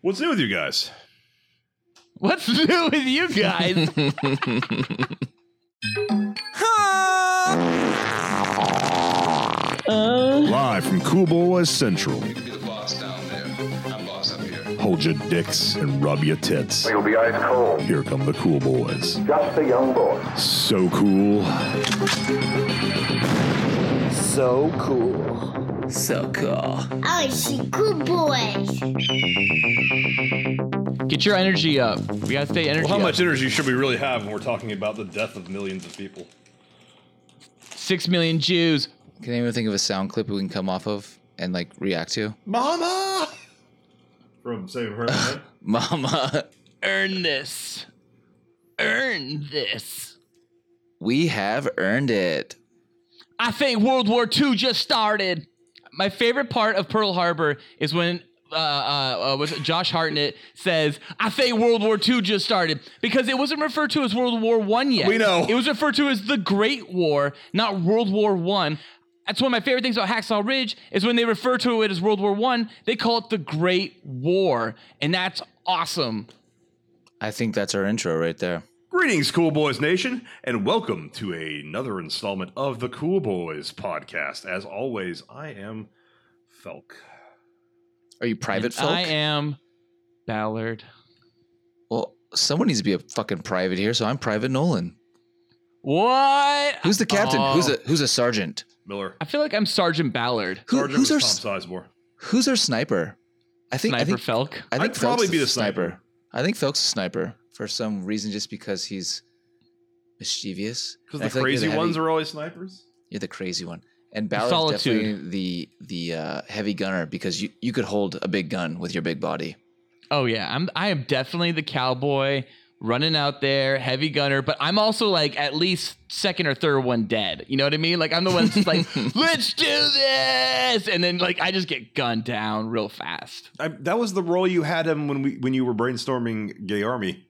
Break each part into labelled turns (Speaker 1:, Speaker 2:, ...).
Speaker 1: What's new with you guys?
Speaker 2: What's new with you guys?
Speaker 1: Live from Cool West Central.
Speaker 3: You can be the boss down there. I'm boss up here.
Speaker 1: Hold your dicks and rub your tits.
Speaker 4: You'll be ice cold.
Speaker 1: Here come the cool boys.
Speaker 4: Just a young boy.
Speaker 1: So cool.
Speaker 5: So cool.
Speaker 2: so cool.
Speaker 6: Oh, she good boys.
Speaker 2: Get your energy up. We gotta stay energy
Speaker 1: Well, how
Speaker 2: up.
Speaker 1: much energy should we really have when we're talking about the death of millions of people?
Speaker 2: Six million Jews.
Speaker 7: Can anyone think of a sound clip we can come off of and like react to?
Speaker 1: Mama! From Saving Her. right?
Speaker 7: Mama,
Speaker 2: Earn this. Earn this.
Speaker 7: we have earned it.
Speaker 2: I think World War II just started. My favorite part of Pearl Harbor is when uh, uh, uh, was it Josh Hartnett says, "I think World War II just started," because it wasn't referred to as World War One yet.
Speaker 1: We know.
Speaker 2: it was referred to as the Great War, not World War One. That's one of my favorite things about Hacksaw Ridge is when they refer to it as World War One, they call it the Great War, and that's awesome.
Speaker 7: I think that's our intro right there.
Speaker 1: Greetings, Cool Boys Nation, and welcome to another installment of the Cool Boys podcast. As always, I am Felk.
Speaker 7: Are you private
Speaker 2: And
Speaker 7: folk?
Speaker 2: I am Ballard.
Speaker 7: Well, someone needs to be a fucking private here, so I'm Private Nolan.
Speaker 2: What?
Speaker 7: Who's the captain?
Speaker 2: Oh.
Speaker 7: Who's a who's a sergeant?
Speaker 1: Miller.
Speaker 2: I feel like I'm Sergeant Ballard.
Speaker 7: Who-
Speaker 1: Sergeant
Speaker 7: who's our
Speaker 1: was
Speaker 7: s-
Speaker 1: Tom Sizemore.
Speaker 7: who's our sniper? I think I
Speaker 2: Sniper
Speaker 7: think
Speaker 2: Felk.
Speaker 7: I think
Speaker 1: I'd probably
Speaker 7: Felk's
Speaker 1: be
Speaker 7: a
Speaker 1: the sniper.
Speaker 7: I think Felk's a sniper for some reason, just because he's mischievous.
Speaker 1: Because
Speaker 7: And I
Speaker 1: the
Speaker 7: feel like you're
Speaker 1: crazy
Speaker 7: heavy-
Speaker 1: ones are always snipers.
Speaker 7: You're the crazy one. And Ballard's
Speaker 2: solitude.
Speaker 7: definitely the the uh, heavy gunner because you, you could hold a big gun with your big body.
Speaker 2: Oh yeah, I'm I am definitely the cowboy running out there, heavy gunner, but I'm also like at least second or third one dead. You know what I mean? Like I'm the one that's like, let's do this, and then like I just get gunned down real fast.
Speaker 1: I, that was the role you had him when we when you were brainstorming Gay Army.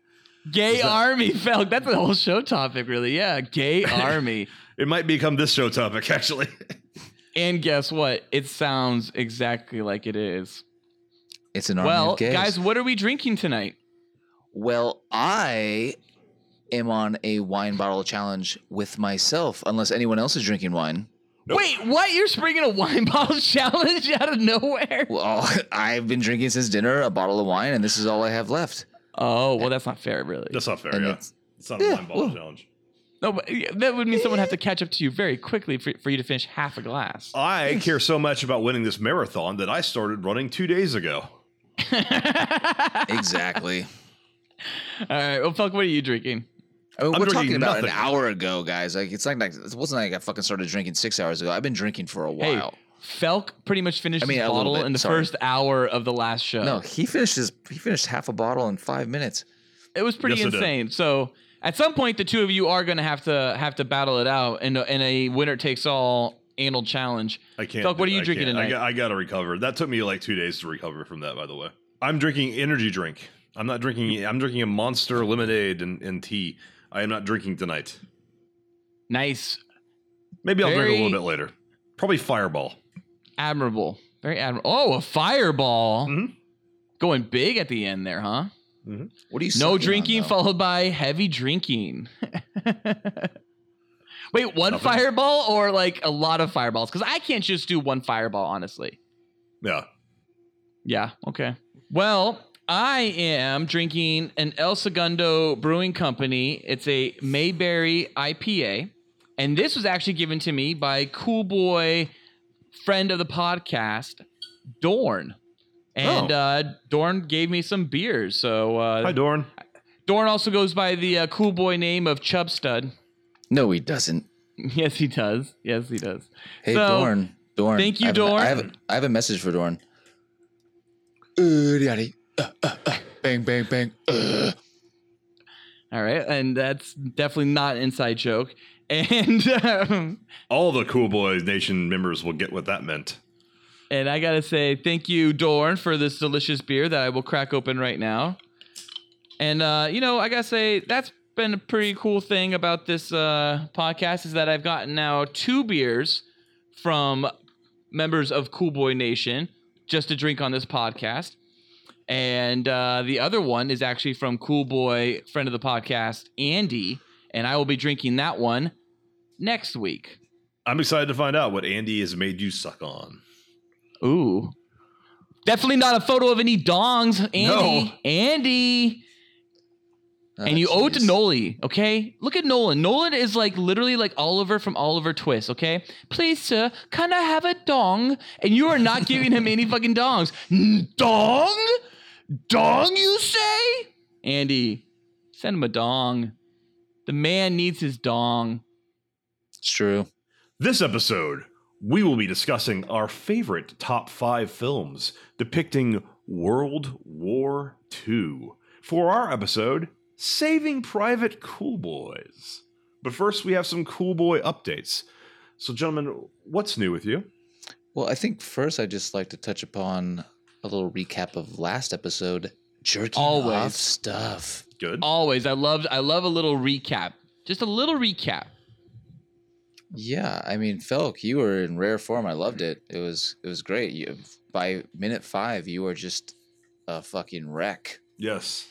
Speaker 2: Gay army, Felk. That's the whole show topic, really. Yeah, gay army.
Speaker 1: It might become this show topic actually.
Speaker 2: And guess what? It sounds exactly like it is.
Speaker 7: It's an army
Speaker 2: Well,
Speaker 7: of gays.
Speaker 2: guys, what are we drinking tonight?
Speaker 7: Well, I am on a wine bottle challenge with myself, unless anyone else is drinking wine.
Speaker 1: Nope.
Speaker 2: Wait, what? You're springing a wine bottle challenge out of nowhere?
Speaker 7: Well, I've been drinking since dinner a bottle of wine, and this is all I have left.
Speaker 2: Oh, well, that's not fair, really.
Speaker 1: That's not fair.
Speaker 7: And
Speaker 1: yeah,
Speaker 7: it's-
Speaker 1: it's not a
Speaker 7: yeah,
Speaker 1: wine bottle
Speaker 7: well.
Speaker 1: challenge.
Speaker 2: No, but yeah, that would mean someone would have to catch up to you very quickly for, for you to finish half a glass.
Speaker 7: Uh-huh.
Speaker 1: I care so much about winning this marathon that I started running two days ago.
Speaker 7: Exactly.
Speaker 2: All right. Well, fuck. What are you drinking?
Speaker 7: I mean,
Speaker 1: I'm
Speaker 7: we're
Speaker 1: drinking
Speaker 7: talking about
Speaker 1: nothing.
Speaker 7: an hour ago, guys. Like it's not like it wasn't like I fucking started drinking six hours ago. I've been drinking for a
Speaker 2: Hey,
Speaker 7: while.
Speaker 2: Felk pretty much finished
Speaker 7: I mean,
Speaker 2: his
Speaker 7: a little
Speaker 2: bottle
Speaker 7: bit,
Speaker 2: in the
Speaker 7: sorry.
Speaker 2: first hour of the last show.
Speaker 7: No, he finished his, he finished half a bottle in five minutes.
Speaker 2: it was pretty
Speaker 1: Yes, it did.
Speaker 2: insane. So at some point, the two of you are going to have to have to battle it out in a, in a winner takes all anal challenge.
Speaker 1: I can't.
Speaker 2: Doc, what
Speaker 1: do-
Speaker 2: are you
Speaker 1: I
Speaker 2: drinking
Speaker 1: can't. I
Speaker 2: tonight?
Speaker 1: got, I got to recover. That took me like two days to recover from that. By the way, I'm drinking energy drink. I'm not drinking. I'm drinking a monster lemonade and, and tea. I am not drinking tonight.
Speaker 2: Nice,
Speaker 1: Maybe I'll drink a
Speaker 2: Very-
Speaker 1: little bit later. Probably Fireball.
Speaker 2: admirable, very admirable. Oh, a fireball.
Speaker 1: Mhm.
Speaker 2: Going big at the end there, huh?
Speaker 7: What are
Speaker 2: No
Speaker 7: you? sucking on,
Speaker 2: drinking
Speaker 7: though?
Speaker 2: followed by heavy drinking. Wait, one
Speaker 1: Nothing.
Speaker 2: fireball or like a lot of fireballs? Because I can't just do one fireball, honestly.
Speaker 1: Yeah.
Speaker 2: Yeah, okay. Well, I am drinking an El Segundo Brewing Company. It's a Mayberry IPA. And this was actually given to me by cool boy friend of the podcast, Dorn. And
Speaker 1: Oh.
Speaker 2: uh, Dorn gave me some beers. So uh,
Speaker 1: Hi, Dorn.
Speaker 2: Dorn also goes by the uh, cool boy name of Chubstud.
Speaker 7: No, he doesn't.
Speaker 2: Yes, he does. Yes, he does.
Speaker 7: Hey,
Speaker 2: So,
Speaker 7: Dorn. Dorn.
Speaker 2: thank you,
Speaker 7: I have, a- I have, a-
Speaker 2: Dorn.
Speaker 7: I have a message for Dorn. Uh, yaddy, uh, uh, uh, bang, bang, bang. uh.
Speaker 2: All right, and that's definitely not an inside joke. And um,
Speaker 1: All the Cool Boys Nation members will get what that meant.
Speaker 2: and I gotta say thank you, Dorn, for this delicious beer that I will crack open right now. And uh, you know, I gotta say that's been a pretty cool thing about this uh, podcast is that I've gotten now two beers from members of Cool Boy Nation just to drink on this podcast. And uh, the other one is actually from Cool Boy, friend of the podcast, Andy. And I will be drinking that one next week.
Speaker 1: I'm excited to find out what Andy has made you suck on.
Speaker 2: Ooh. Definitely not a photo of any dongs, Andy.
Speaker 1: No.
Speaker 2: Andy.
Speaker 7: Uh,
Speaker 2: and you owe it to Nolan, okay? Look at Nolan. Nolan is like literally like Oliver from Oliver Twist, okay? Please, sir, can I have a dong? And you are not giving him any fucking dongs. N- Dong? Dong, you say? Andy, send him a dong. The man needs his dong.
Speaker 7: It's true.
Speaker 1: This episode, we will be discussing our favorite top five films depicting World War II. For our episode, Saving Private Cool Boys. But first, we have some Cool Boy updates. So, gentlemen, what's new with you?
Speaker 7: Well, I think first I'd just like to touch upon a little recap of last episode. Jerking
Speaker 2: Always.
Speaker 7: off stuff.
Speaker 1: Good.
Speaker 2: Always, I loved I love a little recap. Just a little recap.
Speaker 7: Yeah, I mean, Felk, you were in rare form. I loved it. It was it was great. You by minute five, you were just a fucking wreck.
Speaker 1: Yes.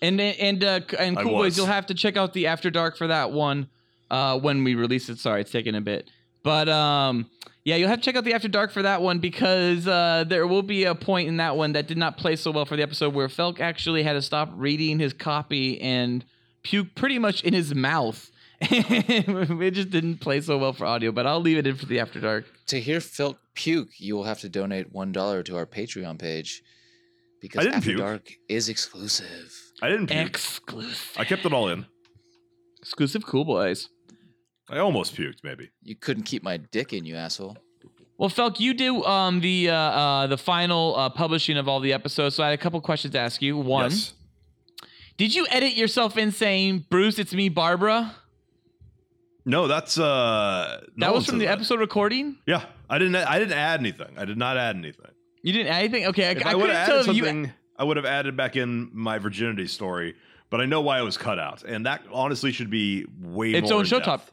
Speaker 2: And and uh, and
Speaker 1: I
Speaker 2: cool
Speaker 1: was.
Speaker 2: boys, you'll have to check out the After Dark for that one uh, when we release it. Sorry, it's taking a bit, but um, yeah, you'll have to check out the After Dark for that one because uh, there will be a point in that one that did not play so well for the episode where Felk actually had to stop reading his copy and puke pretty much in his mouth. it just didn't play so well for audio, but I'll leave it in for the After Dark.
Speaker 7: To hear Felk puke, you will have to donate one dollar to our Patreon page because
Speaker 1: didn't
Speaker 7: After
Speaker 1: puke.
Speaker 7: Dark is exclusive.
Speaker 1: I didn't puke.
Speaker 2: Exclusive,
Speaker 1: I kept it all in.
Speaker 2: exclusive, cool boys.
Speaker 1: I almost puked, maybe.
Speaker 7: You couldn't keep my dick in, you asshole.
Speaker 2: Well, Felk, you do um, the uh, uh, the final uh, publishing of all the episodes, so I had a couple questions to ask you. One,
Speaker 1: Yes.
Speaker 2: did you edit yourself in saying "Bruce, it's me, Barbara"?
Speaker 1: No, that's uh
Speaker 2: That
Speaker 1: Nolan
Speaker 2: was from
Speaker 1: said
Speaker 2: the
Speaker 1: that.
Speaker 2: episode recording.
Speaker 1: Yeah, I didn't. I didn't add anything. I did not add anything.
Speaker 2: You didn't add anything. Okay,
Speaker 1: If
Speaker 2: I,
Speaker 1: I,
Speaker 2: I
Speaker 1: would
Speaker 2: couldn't
Speaker 1: have
Speaker 2: tell
Speaker 1: added
Speaker 2: if you.
Speaker 1: something, I would have added back in my virginity story. But I know why it was cut out, and that honestly should be way
Speaker 2: Its
Speaker 1: more
Speaker 2: own
Speaker 1: in
Speaker 2: show
Speaker 1: depth.
Speaker 2: top-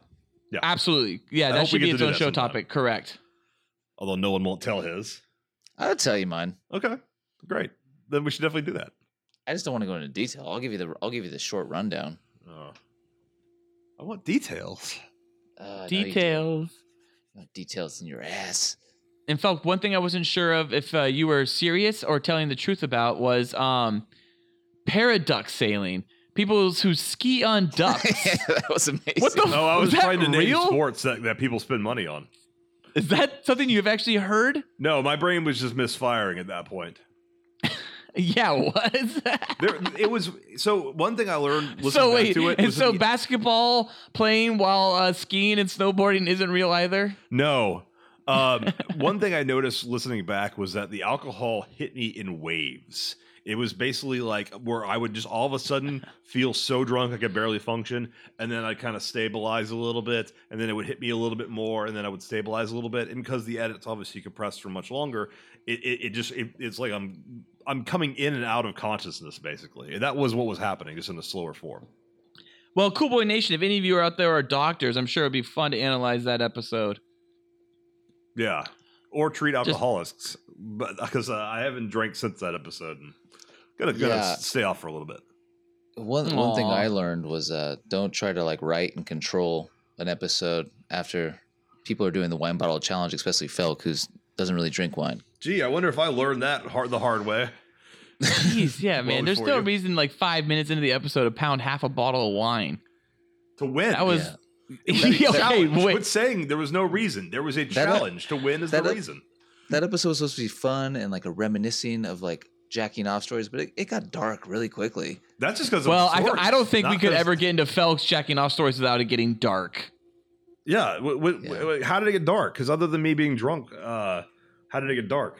Speaker 1: Yeah.
Speaker 2: Absolutely,
Speaker 1: I
Speaker 2: yeah,
Speaker 1: hope we
Speaker 2: that should
Speaker 1: get
Speaker 2: be
Speaker 1: to
Speaker 2: its
Speaker 1: do
Speaker 2: own
Speaker 1: that
Speaker 2: show
Speaker 1: sometime.
Speaker 2: topic. Correct.
Speaker 1: Although no one won't tell his.
Speaker 7: I'll tell you mine.
Speaker 1: Okay, great. Then we should definitely do that.
Speaker 7: I just don't want to go into detail. I'll give you the I'll give you the short rundown.
Speaker 1: Oh. I want details.
Speaker 7: Uh, no, you do.
Speaker 2: Details.
Speaker 7: You want details in your ass.
Speaker 2: In fact, one thing I wasn't sure of if uh, you were serious or telling the truth about was um, paraduck sailing. People who ski on ducks.
Speaker 7: that was amazing.
Speaker 2: Ah. What the?
Speaker 1: Oh, I was
Speaker 2: is that
Speaker 1: trying to name
Speaker 2: real?
Speaker 1: sports that, that people spend money on.
Speaker 2: Is that something you've actually heard?
Speaker 1: No, my brain was just misfiring at that point.
Speaker 2: Yeah, what is that?
Speaker 1: There, it was so. One thing I learned listening
Speaker 2: so
Speaker 1: back
Speaker 2: wait,
Speaker 1: to it.
Speaker 2: and
Speaker 1: was
Speaker 2: so
Speaker 1: that-
Speaker 2: basketball playing while uh, skiing and snowboarding isn't real either.
Speaker 1: No. Um, one thing I noticed listening back was that the alcohol hit me in waves. It was basically like where I would just all of a sudden feel so drunk I could barely function, and then I'd kind of stabilize a little bit, and then it would hit me a little bit more, and then I would stabilize a little bit. And because the edit's obviously compressed for much longer, it it, it just it, it's like I'm I'm coming in and out of consciousness basically. And that was what was happening, just in a slower form.
Speaker 2: Well, Cool Boy Nation, if any of you are out there are doctors, I'm sure it'd be fun to analyze that episode.
Speaker 1: Yeah. Or treat alcoholics, but because uh, I haven't drank since that episode, and gonna gonna
Speaker 7: Yeah.
Speaker 1: s- stay off for a little bit.
Speaker 7: One one thing
Speaker 2: Aw.
Speaker 7: I learned was uh, don't try to like write and control an episode after people are doing the wine bottle challenge, especially Felk, who doesn't really drink wine.
Speaker 1: Gee, I wonder if I learned that hard the hard way.
Speaker 2: Jeez, yeah, man.
Speaker 1: Woe
Speaker 2: There's
Speaker 1: for
Speaker 2: no
Speaker 1: you.
Speaker 2: reason like five minutes into the episode to pound half a bottle of wine.
Speaker 1: To win,
Speaker 2: That was
Speaker 7: Yeah.
Speaker 2: okay.
Speaker 1: challenge.
Speaker 2: wait.
Speaker 1: Quit saying there was no reason. There was a
Speaker 7: That-
Speaker 1: challenge to win is the
Speaker 7: that-
Speaker 1: reason.
Speaker 7: That episode was supposed to be fun and like a reminiscing of like jacking off stories, but it, it got dark really quickly.
Speaker 1: That's just because.
Speaker 2: Well, I, I don't think we could ever get into Felk's checking off stories without it getting dark.
Speaker 1: Yeah. W- w-
Speaker 7: Yeah.
Speaker 1: w- how did it get dark? Because other than me being drunk, uh, how did it get dark?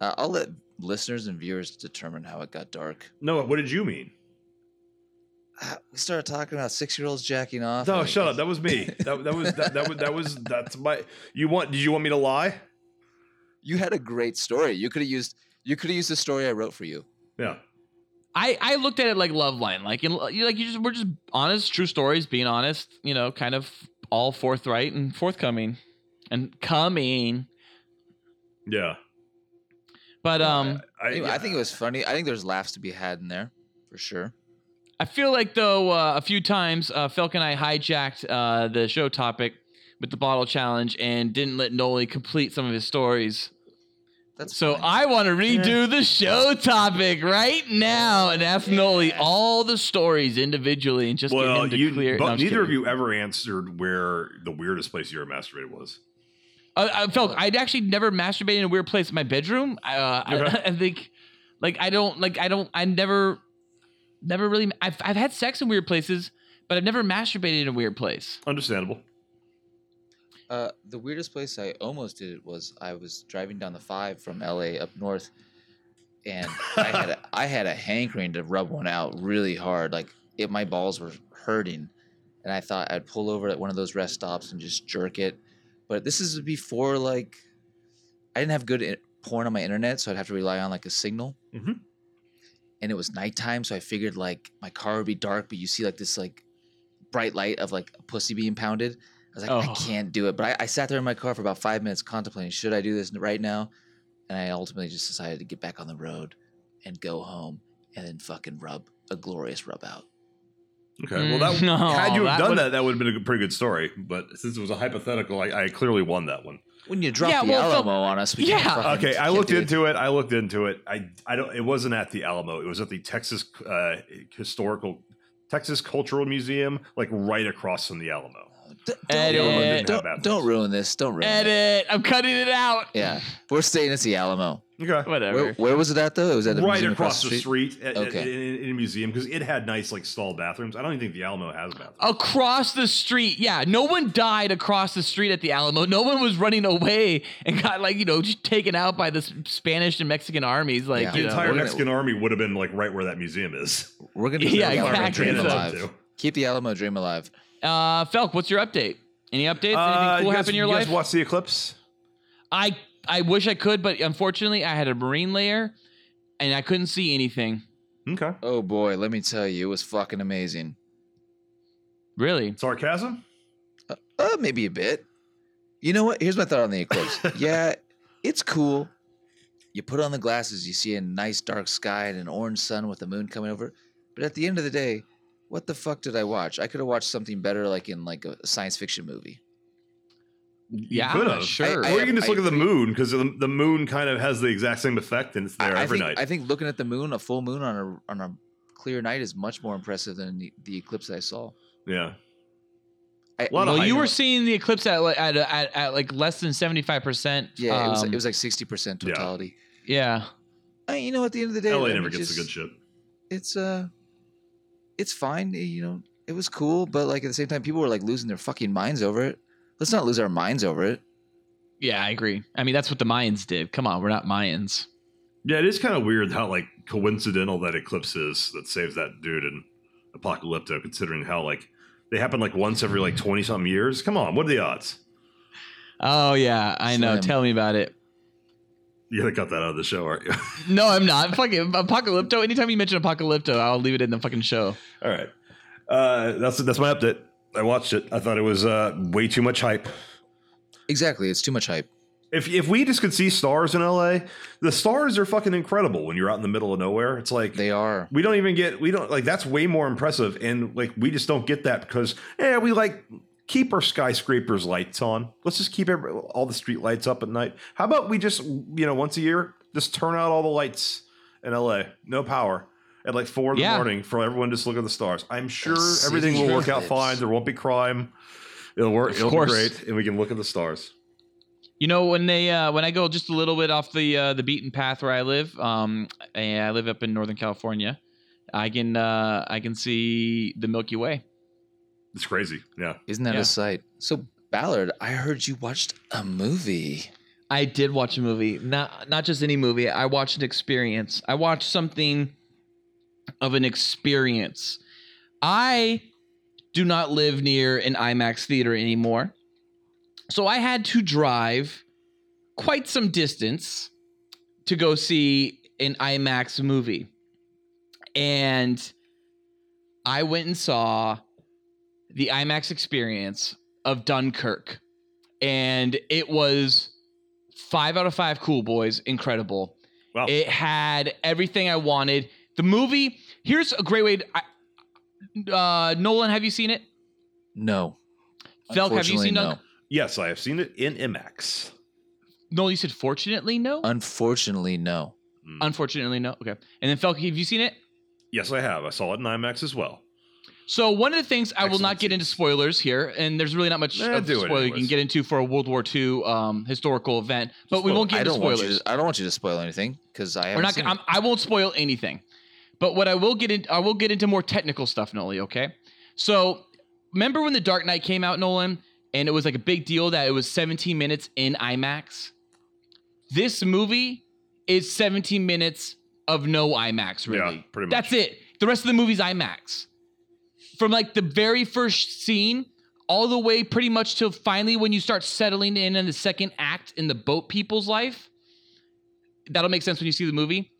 Speaker 7: Uh, I'll let listeners and viewers determine how it got dark.
Speaker 1: No, what did you mean?
Speaker 7: Ah, We started talking about six year olds jacking off.
Speaker 1: No,
Speaker 7: and-
Speaker 1: shut up. That was me. That, that was that, that was that was that's my. You want? Did you want me to lie?
Speaker 7: you had a great story. You could have used you could have used the story I wrote for you.
Speaker 1: Yeah.
Speaker 2: I, I looked at it like love line, like in, you like you just we're just honest, true stories, being honest, you know, kind of all forthright and forthcoming, and coming.
Speaker 1: Yeah.
Speaker 2: But um,
Speaker 1: I,
Speaker 7: Anyway, I
Speaker 1: yeah.
Speaker 7: think it was funny. I think there's laughs to be had in there for sure.
Speaker 2: I feel like though uh, a few times uh, Felk and I hijacked uh, the show topic with the bottle challenge and didn't let Noli complete some of his stories.
Speaker 7: That's
Speaker 2: So
Speaker 7: fine.
Speaker 2: I want to redo the show topic right now and ask Noli all the stories individually and just
Speaker 1: well,
Speaker 2: get him to
Speaker 1: you,
Speaker 2: clear.
Speaker 1: but
Speaker 2: no, I'm just
Speaker 1: neither of
Speaker 2: kidding.
Speaker 1: you ever answered where the weirdest place you ever masturbated was.
Speaker 2: Uh, I felt I'd actually never masturbated in a weird place. My bedroom. Uh,
Speaker 1: Okay.
Speaker 2: I, I think, like I don't like I don't I never, never really. I've I've had sex in weird places, but I've never masturbated in a weird place.
Speaker 1: Understandable.
Speaker 7: Uh, the weirdest place I almost did it was I was driving down the five from LA up north, and I had a, I had a hankering to rub one out really hard. Like it, my balls were hurting, and I thought I'd pull over at one of those rest stops and just jerk it. But this is before like I didn't have good i- porn on my internet, so I'd have to rely on like a signal.
Speaker 2: Mm-hmm.
Speaker 1: Mhm.
Speaker 7: And it was nighttime, so I figured like my car would be dark, but you see like this like bright light of like a pussy being pounded. I was like,
Speaker 2: Oh.
Speaker 7: I can't do it. But I, I sat there in my car for about five minutes contemplating, should I do this right now? And I ultimately just decided to get back on the road and go home and then fucking rub a glorious rub out.
Speaker 1: Okay. Well, that
Speaker 2: Mm, no,
Speaker 1: had you have done
Speaker 2: would-
Speaker 1: that, that would have been a good- pretty good story. But since it was a hypothetical, I, I clearly won that one.
Speaker 7: When you drop
Speaker 2: Yeah,
Speaker 7: the
Speaker 2: well, Phil-
Speaker 7: Alamo on us, we can't
Speaker 2: Yeah.
Speaker 7: fucking-
Speaker 1: Okay, I
Speaker 7: can't
Speaker 1: looked
Speaker 7: do it.
Speaker 1: into it. I looked into it. I I don't. It wasn't at the Alamo. It was at the Texas uh, historical Texas Cultural Museum, like right across from the Alamo.
Speaker 7: D-
Speaker 2: Edit.
Speaker 7: Don't, ruin,
Speaker 1: Didn't
Speaker 7: it.
Speaker 1: have
Speaker 7: don't,
Speaker 1: that.
Speaker 7: don't ruin this. Don't ruin it.
Speaker 2: Edit. I'm cutting it out.
Speaker 7: Yeah, we're staying at the Alamo.
Speaker 1: Okay.
Speaker 2: Whatever.
Speaker 7: Where, where was it at though? It was at a
Speaker 1: right
Speaker 7: museum
Speaker 1: across the street, at- at-
Speaker 7: Okay.
Speaker 1: in, in, in a museum because it had nice like stall bathrooms. I don't even think the Alamo has a bathroom.
Speaker 2: across the street. Yeah, no one died across the street at the Alamo. No one was running away and got like you know just taken out by the S- Spanish and Mexican armies. Like
Speaker 7: Yeah.
Speaker 1: the
Speaker 2: you know.
Speaker 1: entire
Speaker 7: we're gonna-
Speaker 1: Mexican army would have been like right where that museum is.
Speaker 7: We're gonna
Speaker 2: Yeah,
Speaker 7: keep the Alamo
Speaker 2: exactly.
Speaker 7: dream
Speaker 2: Yeah,
Speaker 1: that's
Speaker 7: alive.
Speaker 1: true.
Speaker 7: Keep the Alamo dream alive.
Speaker 2: Uh, Felk, what's your update? Any updates?
Speaker 1: Uh,
Speaker 2: Anything cool
Speaker 1: you guys-
Speaker 2: happen in your
Speaker 1: you
Speaker 2: life?
Speaker 1: Guys watch the eclipse.
Speaker 2: I I wish I could, but unfortunately, I had a marine layer, and I couldn't see anything.
Speaker 1: Okay.
Speaker 7: Oh boy, let me tell you, it was fucking amazing.
Speaker 2: Really?
Speaker 1: Sarcasm.
Speaker 7: Uh, maybe a bit. You know what? Here's my thought on the eclipse. yeah, it's cool. You put on the glasses, you see a nice dark sky and an orange sun with the moon coming over. But at the end of the day, what the fuck did I watch? I could have watched something better, like in like a science fiction movie.
Speaker 2: Yeah.
Speaker 1: could
Speaker 2: I'm not
Speaker 1: have.
Speaker 2: Sure.
Speaker 7: I-
Speaker 1: or you can just look at the
Speaker 7: agree.
Speaker 1: moon because the, the moon kind of has the exact same effect and it's there
Speaker 7: I, I
Speaker 1: every
Speaker 7: think,
Speaker 1: night.
Speaker 7: I think looking at the moon, a full moon on a on a clear night, is much more impressive than the, the eclipse that I saw.
Speaker 1: yeah.
Speaker 7: I,
Speaker 1: Lot of
Speaker 2: well, you
Speaker 1: hype.
Speaker 2: were seeing the eclipse at like at, at, at like less than seventy five percent. Um,
Speaker 7: yeah, it was it was like sixty percent
Speaker 1: um, yeah.
Speaker 7: totality.
Speaker 2: Yeah.
Speaker 7: I mean, you know, at the end of the day,
Speaker 1: LA
Speaker 7: I
Speaker 1: never
Speaker 7: mean,
Speaker 1: gets
Speaker 7: just-
Speaker 1: the good shit.
Speaker 7: it's uh it's fine you know it was cool but like at the same time people were like losing their fucking minds over it let's not lose our minds over it
Speaker 2: Yeah, I agree. I mean, that's what the Mayans did. Come on, we're not Mayans.
Speaker 1: Yeah, it is kind of weird how like coincidental that eclipse is that saves that dude in Apocalypto, considering how like they happen like once every like twenty something years. Come on, what are the odds?
Speaker 2: Oh yeah, I know.
Speaker 7: Slim.
Speaker 2: Tell me about it.
Speaker 1: You're gonna cut that out of the show, aren't you?
Speaker 2: No, I'm not. Fucking Apocalypto. Anytime you mention Apocalypto, I'll leave it in the fucking show.
Speaker 1: All right, uh, that's that's my update. I watched it. I thought it was uh, way too much hype.
Speaker 7: exactly it's too much hype
Speaker 1: If if we just could see stars in LA, the stars are fucking incredible when you're out in the middle of nowhere. It's like
Speaker 7: they are
Speaker 1: we don't even get we don't like that's way more impressive, and like we just don't get that because yeah we like keep our skyscrapers lights on. Let's just keep every, all the street lights up at night. How about we just you know once a year just turn out all the lights in LA, no power. At like four in
Speaker 2: Yeah.
Speaker 1: the morning for everyone to just look at the stars. I'm sure
Speaker 7: That's
Speaker 1: everything will work out
Speaker 7: serious.
Speaker 1: fine. There won't be crime. It'll work.
Speaker 2: Of
Speaker 1: it'll
Speaker 2: course.
Speaker 1: be great, and we can look at the stars.
Speaker 2: You know, when they uh, when I go just a little bit off the uh, the beaten path where I live, um, and I live up in Northern California, I can uh, I can see the Milky Way.
Speaker 1: It's crazy. Yeah.
Speaker 7: isn't that
Speaker 2: Yeah.
Speaker 7: a sight so ballard i heard you watched a movie
Speaker 2: I did watch a movie, not not just any movie. I watched an experience. I watched something of an experience. I do not live near an IMAX theater anymore. So I had to drive quite some distance to go see an IMAX movie. And I went and saw the IMAX experience of Dunkirk. And it was five out of five cool boys, incredible.
Speaker 1: Wow.
Speaker 2: It had everything I wanted. The movie. Here's a great way. To, I, uh, Nolan, have you seen it?
Speaker 7: No.
Speaker 2: Felk, have you
Speaker 7: Unfortunately,
Speaker 2: seen
Speaker 7: no.
Speaker 2: Dunk?
Speaker 1: yes, I have seen it in IMAX.
Speaker 2: No, you said fortunately no.
Speaker 7: Unfortunately, no.
Speaker 1: Mm.
Speaker 2: Unfortunately no. Okay. And then Felk, have you seen it?
Speaker 1: yes, I have. I saw it in IMAX as well.
Speaker 2: So one of the things I will
Speaker 7: Excellent
Speaker 2: not get
Speaker 7: scene.
Speaker 2: into spoilers here, and there's really not much
Speaker 1: Eh,
Speaker 2: of
Speaker 1: do it
Speaker 2: spoiler you
Speaker 1: anyways.
Speaker 2: can get into for a World War II um, historical event, but we
Speaker 1: Spoil-
Speaker 2: won't get
Speaker 7: I
Speaker 2: into
Speaker 7: don't
Speaker 2: spoilers.
Speaker 7: want you. To, I don't want you to spoil anything because I
Speaker 2: We're
Speaker 7: haven't
Speaker 2: not.
Speaker 7: seen
Speaker 2: I'm, I won't spoil anything, but what I will get in, I will get into more technical stuff, Nolan. Okay. So remember when the Dark Knight came out, Nolan, and it was like a big deal that it was 17 minutes in IMAX. This movie is 17 minutes of no IMAX. Really,
Speaker 1: Yeah, pretty much.
Speaker 2: that's it. The rest of the movie's IMAX. From like the very first scene all the way pretty much till finally when you start settling in in the second act in the boat people's life. That'll make sense when you see the movie.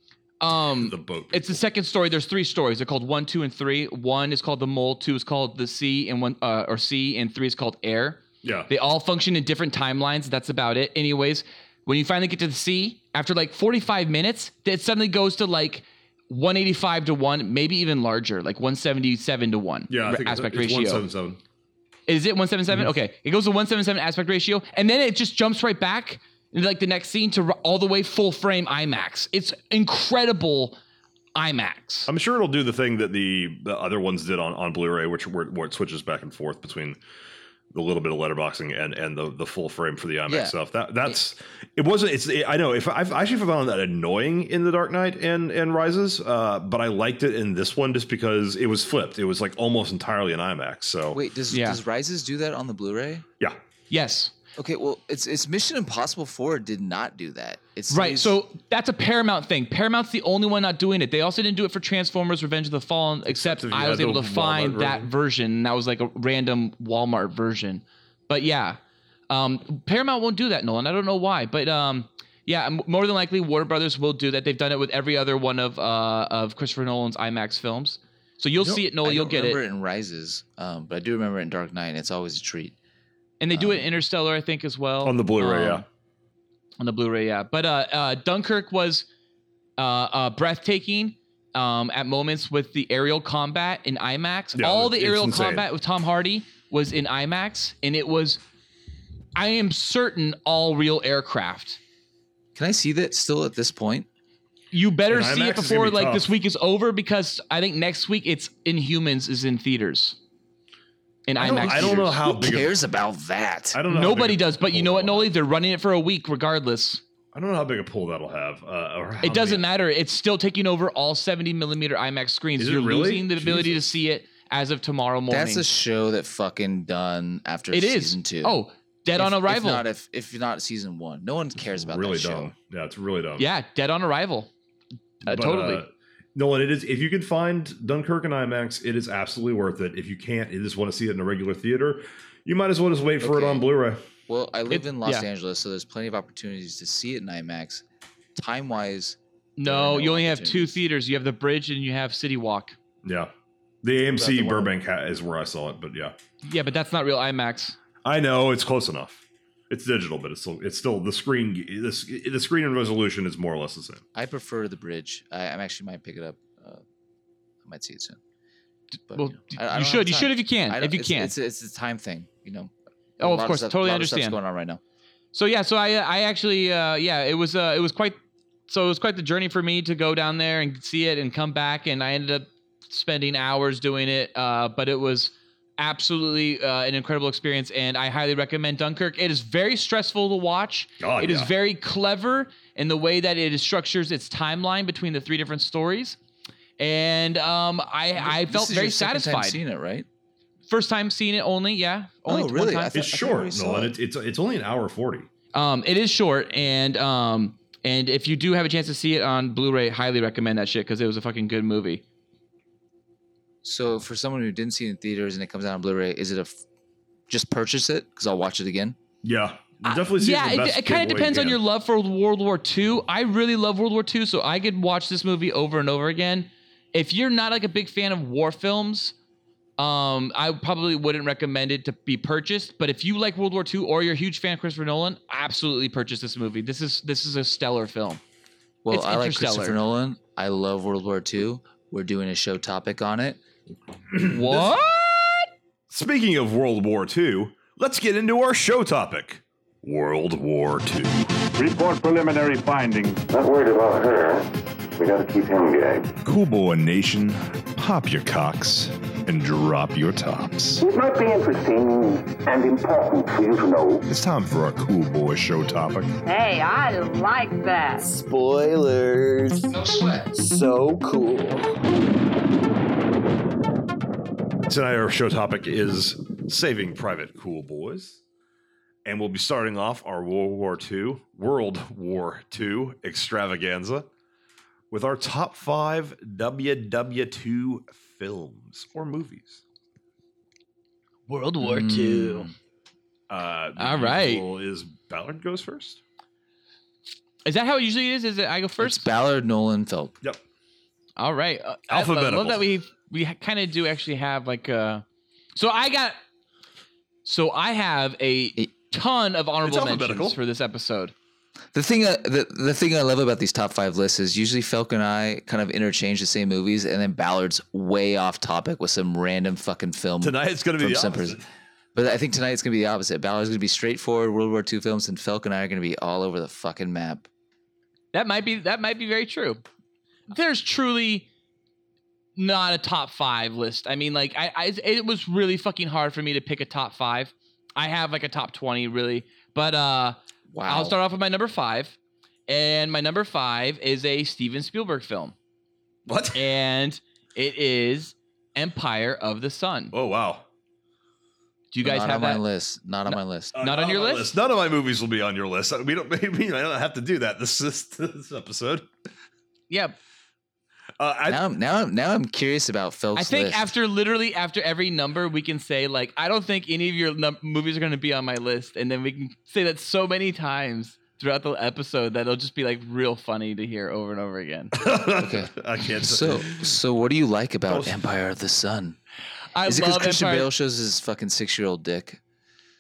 Speaker 2: Um,
Speaker 1: The boat.
Speaker 2: it's the
Speaker 1: people.
Speaker 2: second story. There's three stories. They're called one, two, and three. One is called the mole. Two is called the sea, and one uh, or sea, and three is called air.
Speaker 1: yeah.
Speaker 2: They all function in different timelines. That's about it. Anyways, when you finally get to the sea, after like 45 minutes, it suddenly goes to like 185 to one, maybe even larger, like 177 to one.
Speaker 1: yeah, I
Speaker 2: r-
Speaker 1: think it's-
Speaker 2: aspect
Speaker 1: it's,
Speaker 2: ratio.
Speaker 1: 177.
Speaker 2: Is it 177? Okay. It goes to 177 aspect ratio, and then it just jumps right back into like the next scene to r- all the way full frame IMAX. It's incredible IMAX.
Speaker 1: I'm sure it'll do the thing that the, the other ones did on, on Blu-ray, which were, where it switches back and forth between the little bit of letterboxing and and the, the full frame for the IMAX
Speaker 7: Yeah.
Speaker 1: stuff. That that's it wasn't. It's I know if I've actually found that annoying in the Dark Knight and and Rises, uh, but I liked it in this one just because it was flipped. It was like almost entirely an IMAX. So
Speaker 7: Wait, does
Speaker 2: Yeah.
Speaker 7: does Rises do that on the Blu-ray?
Speaker 1: yeah,
Speaker 2: Yes.
Speaker 7: Okay, well, it's it's Mission Impossible Four did not do that. It's
Speaker 2: Right.
Speaker 7: it's-
Speaker 2: So that's a Paramount thing. Paramount's the only one not doing it. They also didn't do it for Transformers Revenge of the Fallen, except
Speaker 1: if you
Speaker 2: I
Speaker 1: had
Speaker 2: was
Speaker 1: the
Speaker 2: able to
Speaker 1: Walmart
Speaker 2: find that
Speaker 1: version.
Speaker 2: version. And that was like a random Walmart version. But yeah, um, Paramount won't do that, Nolan. I don't know why. But um, yeah, m- more than likely Warner Brothers will do that. They've done it with every other one of uh, of Christopher Nolan's IMAX films. So you'll see it,
Speaker 7: I
Speaker 2: Nolan. You'll
Speaker 7: don't
Speaker 2: get it.
Speaker 7: remember in Rises, um, but I do remember it in Dark Knight. and It's always a treat.
Speaker 2: And they do it
Speaker 7: um,
Speaker 2: in Interstellar, I think, as well.
Speaker 1: on the Blu-ray,
Speaker 2: Um, on the Blu-ray, yeah. But uh, uh, Dunkirk was uh, uh, breathtaking um, at moments with the aerial combat in IMAX.
Speaker 1: Yeah,
Speaker 2: All
Speaker 1: it's-
Speaker 2: the
Speaker 1: it's
Speaker 2: aerial
Speaker 1: insane.
Speaker 2: combat with Tom Hardy was in IMAX, and it was, I am certain, all real aircraft.
Speaker 7: Can I see that still at this point?
Speaker 2: You better
Speaker 1: And
Speaker 2: see
Speaker 1: IMAX
Speaker 2: it
Speaker 1: is gonna
Speaker 2: before
Speaker 1: be
Speaker 2: like
Speaker 1: tough.
Speaker 2: this week is over because I think next week it's Inhumans is in theaters. In
Speaker 1: I don't,
Speaker 2: IMAX.
Speaker 1: I don't know
Speaker 2: theaters.
Speaker 1: how
Speaker 7: Who
Speaker 1: big. Of,
Speaker 7: cares about that?
Speaker 1: I don't know. how big
Speaker 2: Nobody
Speaker 1: of
Speaker 2: does,
Speaker 1: a
Speaker 2: but you
Speaker 1: pull
Speaker 2: know what,
Speaker 1: that'll have.
Speaker 2: Noli? They're running it for a week regardless.
Speaker 1: I don't know how big a pull that'll have. Uh, or how
Speaker 2: It doesn't
Speaker 1: many-
Speaker 2: matter. It's still taking over all 70 millimeter IMAX screens.
Speaker 1: Is it
Speaker 2: You're
Speaker 1: really?
Speaker 2: losing the ability
Speaker 1: Jesus.
Speaker 2: to see it as of tomorrow morning.
Speaker 7: That's a show that fucking done after
Speaker 2: it is.
Speaker 7: season two.
Speaker 2: Oh, Dead
Speaker 7: If-
Speaker 2: on
Speaker 7: If
Speaker 2: Arrival.
Speaker 7: not, if, if not season one, no one cares about
Speaker 1: really
Speaker 7: that show.
Speaker 1: dumb. Yeah, it's really dumb.
Speaker 2: yeah, Dead on Arrival. Uh, totally.
Speaker 1: Nolan, it is. If you can find Dunkirk and IMAX, it is absolutely worth it. If you can't, you just want to see it in a regular theater, you might as well just wait for it
Speaker 7: Okay.
Speaker 1: on Blu-ray.
Speaker 7: Well, I live
Speaker 2: It-
Speaker 7: in Los
Speaker 2: yeah.
Speaker 7: Angeles, so there's plenty of opportunities to see it in IMAX. Time wise,
Speaker 2: no,
Speaker 7: no
Speaker 2: you only have two
Speaker 7: opportunities.
Speaker 2: theaters. You have the Bridge and you have City Walk.
Speaker 1: Yeah, the AMC
Speaker 7: the one-
Speaker 1: Burbank hat is where I saw it, but yeah,
Speaker 2: Yeah, but that's not real IMAX.
Speaker 1: I know it's close enough. It's digital, but it's still it's still the screen. This the screen and resolution is more or less the same.
Speaker 7: I prefer the bridge. I, I'm actually might pick it up. Uh, I might see it soon. But,
Speaker 2: well,
Speaker 7: you, know, I- I
Speaker 2: you
Speaker 7: don't have
Speaker 2: should. You
Speaker 7: time.
Speaker 2: should if you
Speaker 7: I
Speaker 2: can.
Speaker 7: don't-
Speaker 2: If you
Speaker 7: it's,
Speaker 2: can.
Speaker 7: it's a, it's a time thing. You know.
Speaker 2: Oh,
Speaker 7: A
Speaker 2: of
Speaker 7: lot
Speaker 2: course,
Speaker 7: stuff-
Speaker 2: totally
Speaker 7: lot of stuff's
Speaker 2: understand.
Speaker 7: going on right now.
Speaker 2: So yeah, so I I actually uh, yeah, it was uh, it was quite so it was quite the journey for me to go down there and see it and come back, and I ended up spending hours doing it. Uh, but it was absolutely uh, an incredible experience, and I highly recommend Dunkirk. It is very stressful to watch.
Speaker 1: God,
Speaker 7: Oh,
Speaker 2: It is
Speaker 1: yeah.
Speaker 2: very clever in the way that it structures its timeline between the three different stories. And um, I, I
Speaker 7: This
Speaker 2: felt
Speaker 7: is
Speaker 2: very
Speaker 7: your second time
Speaker 2: satisfied.
Speaker 7: Seeing it, right?
Speaker 2: First time seeing it only, yeah. Only
Speaker 7: Oh,
Speaker 2: one
Speaker 7: really?
Speaker 2: time.
Speaker 7: I thought-
Speaker 1: It's
Speaker 7: I thought we
Speaker 1: short,
Speaker 7: saw
Speaker 1: Nolan.
Speaker 7: it.
Speaker 1: It's it's it's only an hour forty.
Speaker 2: Um, it is short, and um, and if you do have a chance to see it on Blu-ray, highly recommend that shit because it was a fucking good movie.
Speaker 7: So for someone who didn't see it in theaters and it comes out on Blu-ray, is it a f- just purchase it because I'll watch it again?
Speaker 1: Yeah,
Speaker 2: Uh,
Speaker 1: definitely. see
Speaker 2: yeah,
Speaker 1: the
Speaker 2: it,
Speaker 1: best
Speaker 2: it kind
Speaker 1: way
Speaker 2: of
Speaker 1: you
Speaker 2: depends on
Speaker 1: can.
Speaker 2: your love for World War II. I really love World War II, so I could watch this movie over and over again. If you're not like a big fan of war films, um, I probably wouldn't recommend it to be purchased. But if you like World War II or you're a huge fan of Christopher Nolan, absolutely purchase this movie. This is this is a stellar film.
Speaker 7: Well,
Speaker 2: It's
Speaker 7: I like Christopher
Speaker 2: Interstellar.
Speaker 7: Nolan. I love World War II. We're doing a show topic on it.
Speaker 2: What?
Speaker 1: Speaking of World War II, let's get into our show topic World War II.
Speaker 8: Report preliminary findings.
Speaker 4: Not worried about her. We gotta keep him gagged.
Speaker 1: Cool boy nation, pop your cocks and drop your tops.
Speaker 4: It might be interesting and important for you to know.
Speaker 1: It's time for our cool boy show topic.
Speaker 9: Hey, I like that.
Speaker 5: Spoilers.
Speaker 3: No sweat.
Speaker 5: So cool.
Speaker 1: Tonight, our show topic is Saving Private Cool Boys. And we'll be starting off our World War II, World War II extravaganza with our top five WW2 films or movies.
Speaker 2: World War
Speaker 7: Mm.
Speaker 1: Uh, the
Speaker 2: All right.
Speaker 1: usual Is Ballard goes first?
Speaker 2: Is that how it usually is? Is it I go first?
Speaker 7: It's Ballard, Nolan, Phelps.
Speaker 1: Yep.
Speaker 2: All right. Uh, I- I
Speaker 1: Alphabetical.
Speaker 2: love that we we kind of do actually have like a. So I got. So I have a
Speaker 7: It-
Speaker 2: ton of honorable
Speaker 1: alphabetical.
Speaker 2: mentions for this episode.
Speaker 7: The thing, I, the, the thing I love about these top five lists is usually Felk and I kind of interchange the same movies, and then Ballard's way off topic with some random fucking film.
Speaker 1: Tonight it's going to be
Speaker 7: from
Speaker 1: the
Speaker 7: some
Speaker 1: opposite.
Speaker 7: person. But I think tonight it's gonna be the opposite. Ballard's gonna be straightforward World War II films, and Felk and I are gonna be all over the fucking map.
Speaker 2: That might be that might be very true. There's truly not a top five list. I mean, like I, I it was really fucking hard for me to pick a top five. I have like a top twenty really, but uh,
Speaker 7: Wow.
Speaker 2: I'll start off with my number five, and my number five is a Steven Spielberg film.
Speaker 1: What?
Speaker 2: and it is Empire of the Sun.
Speaker 1: Oh wow!
Speaker 2: Do you guys
Speaker 7: not
Speaker 2: have
Speaker 7: on
Speaker 2: that?
Speaker 7: my list. Not on my list.
Speaker 1: Uh,
Speaker 2: Not on your
Speaker 1: my
Speaker 2: list?
Speaker 1: None of my movies will be on your list. We don't. Maybe I don't have to do that this this, this episode.
Speaker 2: Yeah,
Speaker 1: Uh, I,
Speaker 7: now, I'm, now, I'm, now I'm curious about Felk's
Speaker 2: I think
Speaker 7: list.
Speaker 2: after literally after every number, we can say like, I don't think any of your num- movies are going to be on my list, and then we can say that so many times throughout the episode that it'll just be like real funny to hear over and over again.
Speaker 1: okay. I can't.
Speaker 7: so, so what do you like about
Speaker 1: Oh.
Speaker 7: Empire of the Sun?
Speaker 2: I
Speaker 7: Is it because
Speaker 2: love
Speaker 7: Christian
Speaker 2: Empire.
Speaker 7: Bale shows his fucking six year old dick?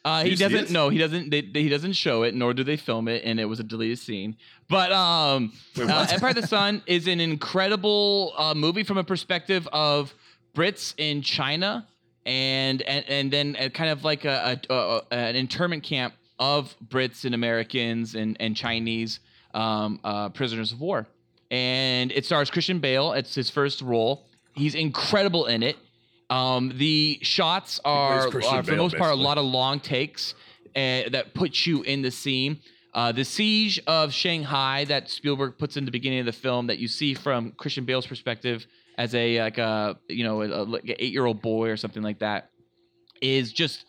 Speaker 2: Uh,
Speaker 1: Do
Speaker 2: he
Speaker 1: you see
Speaker 2: doesn't.
Speaker 1: it?
Speaker 2: No, he doesn't. They, they- he doesn't show it, nor do they film it, and it was a deleted scene. But um,
Speaker 1: Wait,
Speaker 2: uh,
Speaker 1: what?
Speaker 2: Empire of the Sun is an incredible uh, movie from a perspective of Brits in China, and and, and then uh kind of like a, a, a an internment camp of Brits and Americans and and Chinese um, uh, prisoners of war. And it stars Christian Bale. It's his first role. He's incredible in it. Um, the shots are,
Speaker 1: Christian
Speaker 2: are for the
Speaker 1: Bale,
Speaker 2: most part a
Speaker 1: basically.
Speaker 2: lot of long takes uh, that put you in the scene. Uh, the siege of Shanghai that Spielberg puts in the beginning of the film that you see from Christian Bale's perspective as a like a you know a, a, like an eight year old boy or something like that is just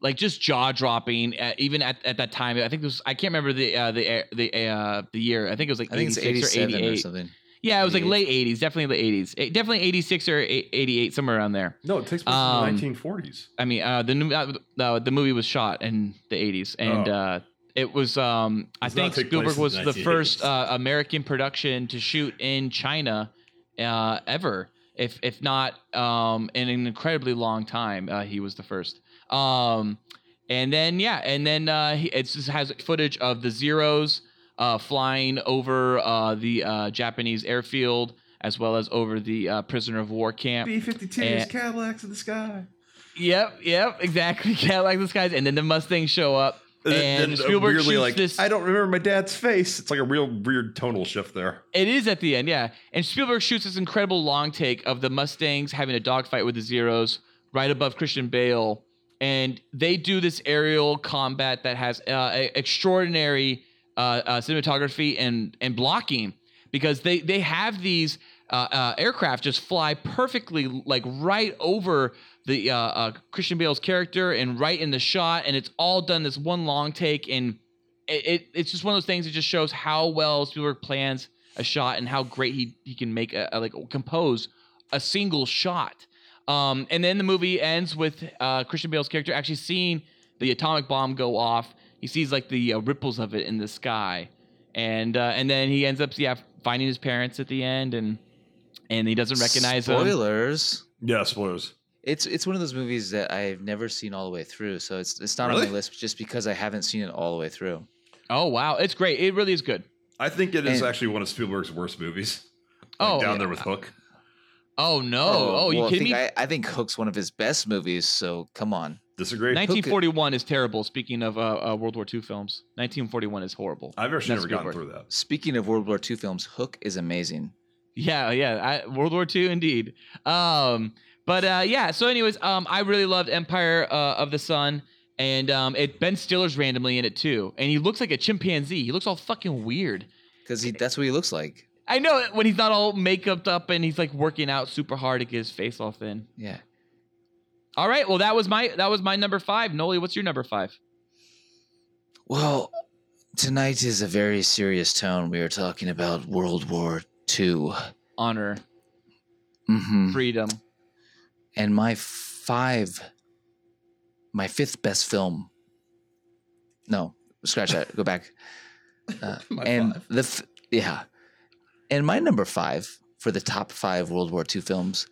Speaker 2: like just jaw dropping. Uh, even at, at that time, I think it was I can't remember the uh, the the uh, the year. I think it was like
Speaker 7: I think it's
Speaker 2: 86
Speaker 7: 87
Speaker 2: or
Speaker 7: or,
Speaker 2: 88.
Speaker 7: something.
Speaker 2: yeah, it was like
Speaker 7: 88.
Speaker 2: late 80s, definitely late 80s, Eh, definitely 86 or eh, 88, somewhere around there.
Speaker 1: no, it takes
Speaker 2: place in the Um,
Speaker 1: 1940s.
Speaker 2: I mean, uh, the new, uh, uh, the movie was shot in the 80s, and
Speaker 1: Oh.
Speaker 2: uh, it was. Um, I
Speaker 1: Does not take
Speaker 2: think
Speaker 1: place
Speaker 2: Spielberg
Speaker 1: in
Speaker 2: was
Speaker 1: the
Speaker 2: the first
Speaker 1: 1980s.
Speaker 2: uh, American production to shoot in China uh, ever, if if not um, in an incredibly long time. Uh, he was the first. Um, and then yeah, and then uh, he, it just has footage of the zeros uh, flying over uh, the uh, Japanese airfield as well as over the uh, prisoner of war camp.
Speaker 1: B-52s,
Speaker 2: Eh.
Speaker 1: Cadillacs in the sky.
Speaker 2: Yep, yep, exactly. Cadillac the skies, and then the Mustangs show up, and,
Speaker 1: uh,
Speaker 2: Spielberg
Speaker 1: weirdly,
Speaker 2: shoots
Speaker 1: like,
Speaker 2: this.
Speaker 1: I don't remember my dad's face. It's like a real weird tonal shift there.
Speaker 2: It is at the end, yeah. And Spielberg shoots this incredible long take of the Mustangs having a dogfight with the Zeros right above Christian Bale, and they do this aerial combat that has uh, e- extraordinary uh, uh, cinematography and and blocking because they they have these uh, uh, aircraft just fly perfectly like right over the uh, uh, Christian Bale's character and right in the shot, and it's all done this one long take and. It, it, it's just one of those things that just shows how well Spielberg plans a shot and how great he he can make a, a- like compose a single shot. Um, and then the movie ends with uh, Christian Bale's character actually seeing the atomic bomb go off. He sees like the uh, ripples of it in the sky, and uh, and then he ends up yeah finding his parents at the end and and he doesn't recognize them.
Speaker 7: Spoilers.
Speaker 1: Yeah, spoilers.
Speaker 7: It's it's one of those movies that I've never seen all the way through, so it's it's not on
Speaker 1: Really?
Speaker 7: my list just because I haven't seen it all the way through.
Speaker 2: Oh wow, it's great. It really is good.
Speaker 1: I think it is
Speaker 7: And-
Speaker 1: actually one of Spielberg's worst movies. Like,
Speaker 2: Oh,
Speaker 1: down
Speaker 2: yeah.
Speaker 1: there with Hook.
Speaker 2: Oh no! Oh, you
Speaker 7: well, I
Speaker 2: kidding
Speaker 7: think
Speaker 2: me?
Speaker 7: I, I think Hook's one of his best movies. So come on.
Speaker 1: Disagree.
Speaker 2: 1941 is terrible. Speaking of uh, uh, World War II films, 1941 is horrible.
Speaker 1: I've actually
Speaker 2: That's
Speaker 1: never gotten
Speaker 2: Spielberg.
Speaker 1: through that.
Speaker 7: Speaking of World War II films, Hook is amazing.
Speaker 2: Yeah, yeah. I, World War II, indeed. Um, but uh, yeah. So, anyways, um, I really loved Empire uh, of the Sun, and um, it Ben Stiller's randomly in it too, and he looks like a chimpanzee. He looks all fucking weird.
Speaker 7: Because he that's what he looks like.
Speaker 2: I know it when he's not all makeuped up and he's like working out super hard to get his face all thin.
Speaker 7: Yeah.
Speaker 2: All right. Well, that was my that was my number five. Noli, what's your number five?
Speaker 7: Well, tonight is a very serious tone. We are talking about World War II.
Speaker 2: Honor,
Speaker 7: hmm
Speaker 2: freedom.
Speaker 7: And my five, my fifth best film. No, scratch that. Go back. Uh, and the f- yeah, and my number five for the top five World War II films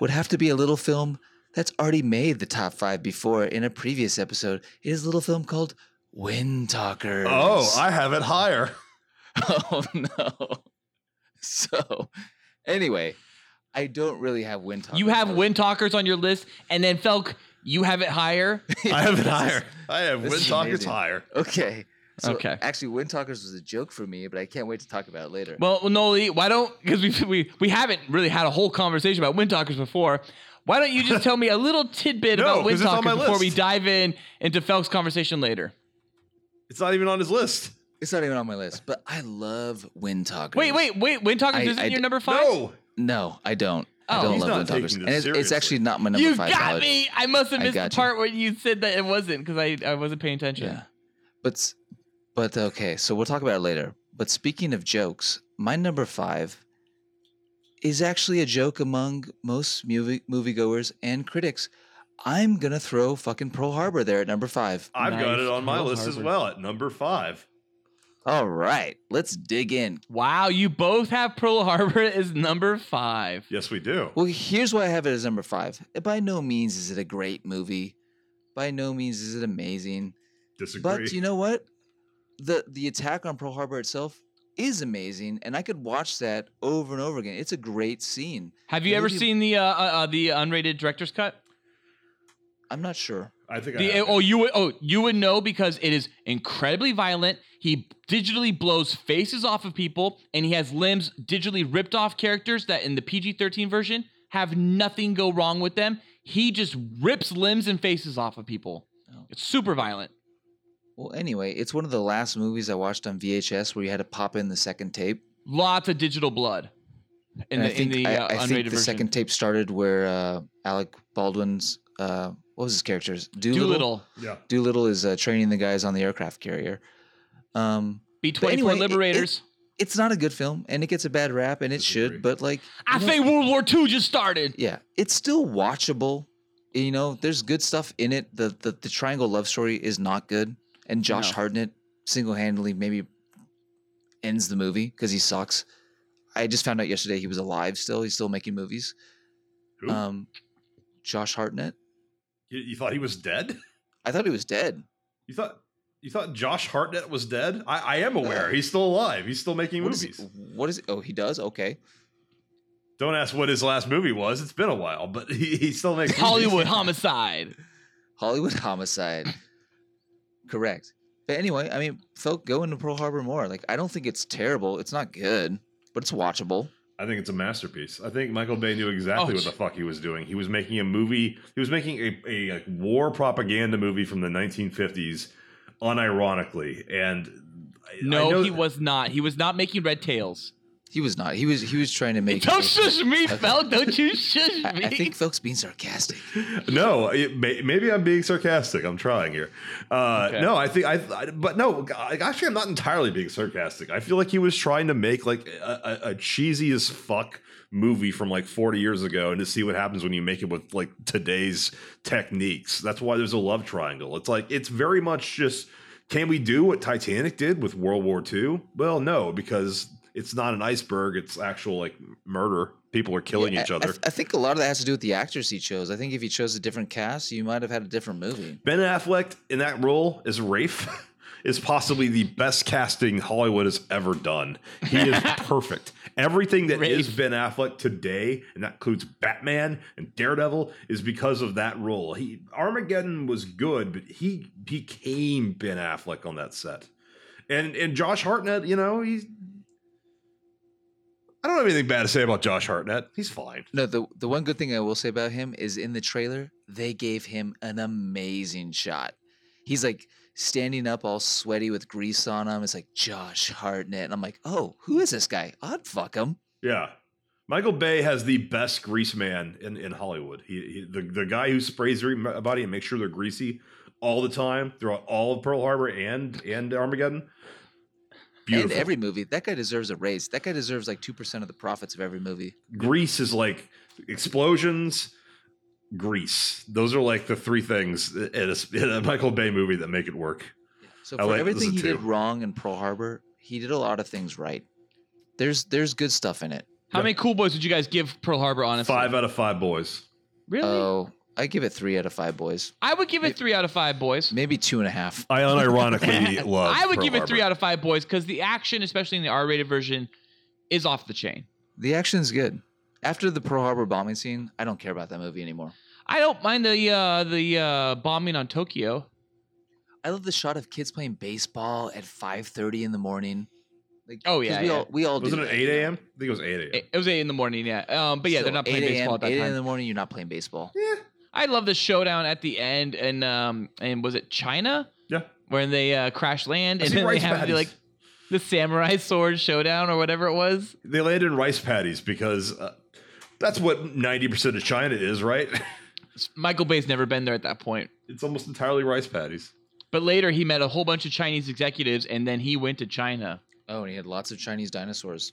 Speaker 7: would have to be a little film that's already made the top five before in a previous episode. It is a little film called Wind Talkers.
Speaker 1: Oh, I have it higher.
Speaker 7: Oh no. So, anyway, I don't really have wind talkers.
Speaker 2: You have
Speaker 7: on-
Speaker 2: wind talkers on your list, and then Felk, you have it higher.
Speaker 1: I have it
Speaker 7: This is-
Speaker 1: higher. I have
Speaker 7: this
Speaker 1: Wind
Speaker 7: is
Speaker 1: Talkers
Speaker 7: amazing.
Speaker 1: higher.
Speaker 7: Okay. So,
Speaker 2: Okay.
Speaker 7: Actually, wind talkers was a joke for me, but I can't wait to talk about it later.
Speaker 2: Well, Noli, why don't because we, we we haven't really had a whole conversation about wind talkers before. Why don't you just tell me a little tidbit
Speaker 1: No,
Speaker 2: about
Speaker 1: 'cause
Speaker 2: wind
Speaker 1: it's on
Speaker 2: talkers
Speaker 1: my
Speaker 2: before we
Speaker 1: list.
Speaker 2: dive in into Felk's conversation later?
Speaker 1: It's not even on his list.
Speaker 7: it's not even on my list, but I love wind talkers.
Speaker 2: Wait, wait, wait! Wind talkers
Speaker 7: I-
Speaker 2: isn't
Speaker 7: I
Speaker 2: your
Speaker 7: d-
Speaker 2: number five?
Speaker 1: No.
Speaker 7: No, I don't.
Speaker 2: Oh.
Speaker 7: I don't
Speaker 2: He's
Speaker 1: not
Speaker 7: love wind
Speaker 1: taking
Speaker 7: talkers.
Speaker 1: this
Speaker 7: And it's, it's
Speaker 1: seriously.
Speaker 7: actually not my number
Speaker 2: you
Speaker 7: five.
Speaker 2: got
Speaker 7: knowledge.
Speaker 2: me. I must have
Speaker 7: I
Speaker 2: missed the
Speaker 7: got you.
Speaker 2: part where you said that it wasn't because I I wasn't paying attention.
Speaker 7: Yeah. But s- but okay, so we'll talk about it later. But speaking of jokes, my number 5 is actually a joke among most movie moviegoers and critics. I'm going to throw fucking Pearl Harbor there at number 5.
Speaker 1: I've got
Speaker 2: Nice.
Speaker 1: it on my
Speaker 2: Pearl
Speaker 1: list as
Speaker 2: Harbor.
Speaker 1: well at number five.
Speaker 7: All right, let's dig in.
Speaker 2: Wow, you both have Pearl Harbor as number five.
Speaker 1: Yes, we do.
Speaker 7: Well, here's why I have it as number 5. By no means is it a great movie. By no means is it amazing.
Speaker 1: Disagree.
Speaker 7: But you know what? The the attack on Pearl Harbor itself is amazing and I could watch that over and over again. It's a great scene.
Speaker 2: Have you
Speaker 7: The
Speaker 2: ever
Speaker 7: movie-
Speaker 2: seen the uh, uh, uh, the unrated director's cut?
Speaker 7: I'm not sure.
Speaker 1: I think I
Speaker 2: The,
Speaker 1: have
Speaker 2: oh,
Speaker 1: it.
Speaker 2: you would oh you would know because it is incredibly violent. He digitally blows faces off of people, and he has limbs digitally ripped off characters that in the PG thirteen version have nothing go wrong with them. He just rips limbs and faces off of people.
Speaker 7: Oh.
Speaker 2: It's super violent.
Speaker 7: Well, anyway, it's one of the last movies I watched on VHS where you had to pop in the second tape.
Speaker 2: Lots of digital blood in
Speaker 7: And
Speaker 2: the
Speaker 7: I think,
Speaker 2: in the
Speaker 7: I,
Speaker 2: uh,
Speaker 7: I
Speaker 2: unrated
Speaker 7: think the
Speaker 2: version.
Speaker 7: second tape started where uh, Alec Baldwin's uh, what was his character's
Speaker 2: Doolittle,
Speaker 7: Doolittle.
Speaker 1: yeah.
Speaker 7: Doolittle is uh, training the guys on the aircraft carrier. Um,
Speaker 2: B twenty four
Speaker 7: anyway, it- it-
Speaker 2: Liberators.
Speaker 7: it's not a good film, and it gets a bad rap, and it
Speaker 1: Disagree.
Speaker 7: should. But like,
Speaker 2: I
Speaker 7: you know,
Speaker 2: think World War II just started.
Speaker 7: yeah, it's still watchable. You know, there's good stuff in it. The the, the triangle love story is not good, and Josh
Speaker 2: No.
Speaker 7: Hartnett single handedly maybe ends the movie because he sucks. I just found out yesterday he was alive still. He's still making movies.
Speaker 1: Who?
Speaker 7: Um, Josh Hartnett.
Speaker 1: you, you thought he was dead?
Speaker 7: I thought he was dead.
Speaker 1: You thought you thought Josh Hartnett was dead? I, I am aware. He's still alive. He's still making
Speaker 7: Uh, What is,
Speaker 1: movies.
Speaker 7: what is? Oh, he does. Okay.
Speaker 1: Don't ask what his last movie was. It's been a while, but he, he still makes movies.
Speaker 2: Hollywood homicide.
Speaker 7: Hollywood homicide. Correct. But anyway, I mean, felt go into Pearl Harbor more. Like, I don't think it's terrible. It's not good, but it's watchable.
Speaker 1: I think it's a masterpiece. I think Michael Bay knew exactly
Speaker 2: Oh,
Speaker 1: what the fuck he was doing. He was making a movie. He was making a, a like, war propaganda movie from the 1950s, unironically. And I- I
Speaker 2: No,
Speaker 1: know-
Speaker 2: he was not. He was not making red tails.
Speaker 7: He was not. He was. He was trying to make.
Speaker 2: Don't shush me,
Speaker 7: Okay.
Speaker 2: Fel. Don't you shush
Speaker 7: I,
Speaker 2: me.
Speaker 7: I think Felk's being sarcastic.
Speaker 1: No, it may, maybe I'm being sarcastic. I'm trying here. Uh,
Speaker 2: Okay.
Speaker 1: No, I think I, I. But no, I- actually, I'm not entirely being sarcastic. I feel like he was trying to make like a, a, a cheesy as fuck movie from like 40 years ago, and to see what happens when you make it with like today's techniques. That's why there's a love triangle. It's like it's very much just can we do what Titanic did with World War II? Well, no, because it's not an iceberg. It's actual like murder. People are killing
Speaker 7: Yeah,
Speaker 1: each
Speaker 7: I- I
Speaker 1: other.
Speaker 7: th- I, think a lot of that has to do with the actors he chose. I think if he chose a different cast, you might have had a different movie.
Speaker 1: Ben Affleck in that role is Rafe. is possibly the best casting Hollywood has ever done. He is perfect. Everything that is
Speaker 2: Rafe.
Speaker 1: Ben Affleck today, and that includes Batman and Daredevil, is because of that role. He Armageddon was good, but he became Ben Affleck on that set. And and Josh Hartnett, you know, he's I don't have anything bad to say about Josh Hartnett. He's fine.
Speaker 7: No, the the one good thing I will say about him is in the trailer they gave him an amazing shot. He's like standing up all sweaty with grease on him. It's like Josh Hartnett, and I'm like, oh, who is this guy? I'd fuck him.
Speaker 1: Yeah. Michael Bay has the best grease man in, in Hollywood. He, he the, the guy who sprays everybody and makes sure they're greasy all the time throughout all of Pearl Harbor and and Armageddon. Beautiful.
Speaker 7: And every movie, that guy deserves a raise. That guy deserves like two percent of the profits of every movie.
Speaker 1: grease is like explosions, grease. Those are like the three things in a, in a Michael Bay movie that make it work.
Speaker 7: So
Speaker 1: I
Speaker 7: for
Speaker 1: like this
Speaker 7: everything
Speaker 1: one
Speaker 7: he did
Speaker 1: too.
Speaker 7: wrong in Pearl Harbor, he did a lot of things right. There's there's good stuff in it.
Speaker 2: How many cool boys would you guys give Pearl Harbor? Honestly,
Speaker 1: Five out of five boys.
Speaker 2: Really?
Speaker 7: Oh, I give it three out of five boys,
Speaker 2: I would give it three out of five boys.
Speaker 7: maybe two and a half.
Speaker 1: I unironically love.
Speaker 2: I would
Speaker 1: Pearl
Speaker 2: give it three
Speaker 1: Harbor.
Speaker 2: out of five boys because the action, especially in the R-rated version, is off the chain.
Speaker 7: The action's good. After the Pearl Harbor bombing scene, I don't care about that movie anymore.
Speaker 2: I don't mind the uh, the uh, bombing on Tokyo.
Speaker 7: I love the shot of kids playing baseball at 5:30 in the morning. Like,
Speaker 2: Oh,
Speaker 7: 'cause
Speaker 2: yeah,
Speaker 7: we
Speaker 2: yeah.
Speaker 7: all we all
Speaker 1: Wasn't
Speaker 7: do
Speaker 1: it
Speaker 7: that,
Speaker 1: eight
Speaker 7: you know?
Speaker 1: a.m.? I think it was eight a.m.
Speaker 2: It, it was eight in the morning, yeah. Um, but yeah,
Speaker 7: Still,
Speaker 2: they're not playing
Speaker 7: 8 a.m.,
Speaker 2: baseball at that
Speaker 7: 8
Speaker 2: time.
Speaker 7: in the morning, you're not playing baseball.
Speaker 2: I love the showdown at the end, and um, and was it China?
Speaker 1: Yeah.
Speaker 2: Where they uh, crash land
Speaker 1: I
Speaker 2: and
Speaker 1: see
Speaker 2: then they
Speaker 1: rice
Speaker 2: have
Speaker 1: patties.
Speaker 2: the, like the samurai sword showdown or whatever it was.
Speaker 1: they landed in rice patties because uh, that's what 90% of China is, right?
Speaker 2: Michael Bay's never been there at that point.
Speaker 1: it's almost entirely rice patties.
Speaker 2: But later he met a whole bunch of Chinese executives, and then he went to China.
Speaker 7: Oh, and he had lots of Chinese dinosaurs.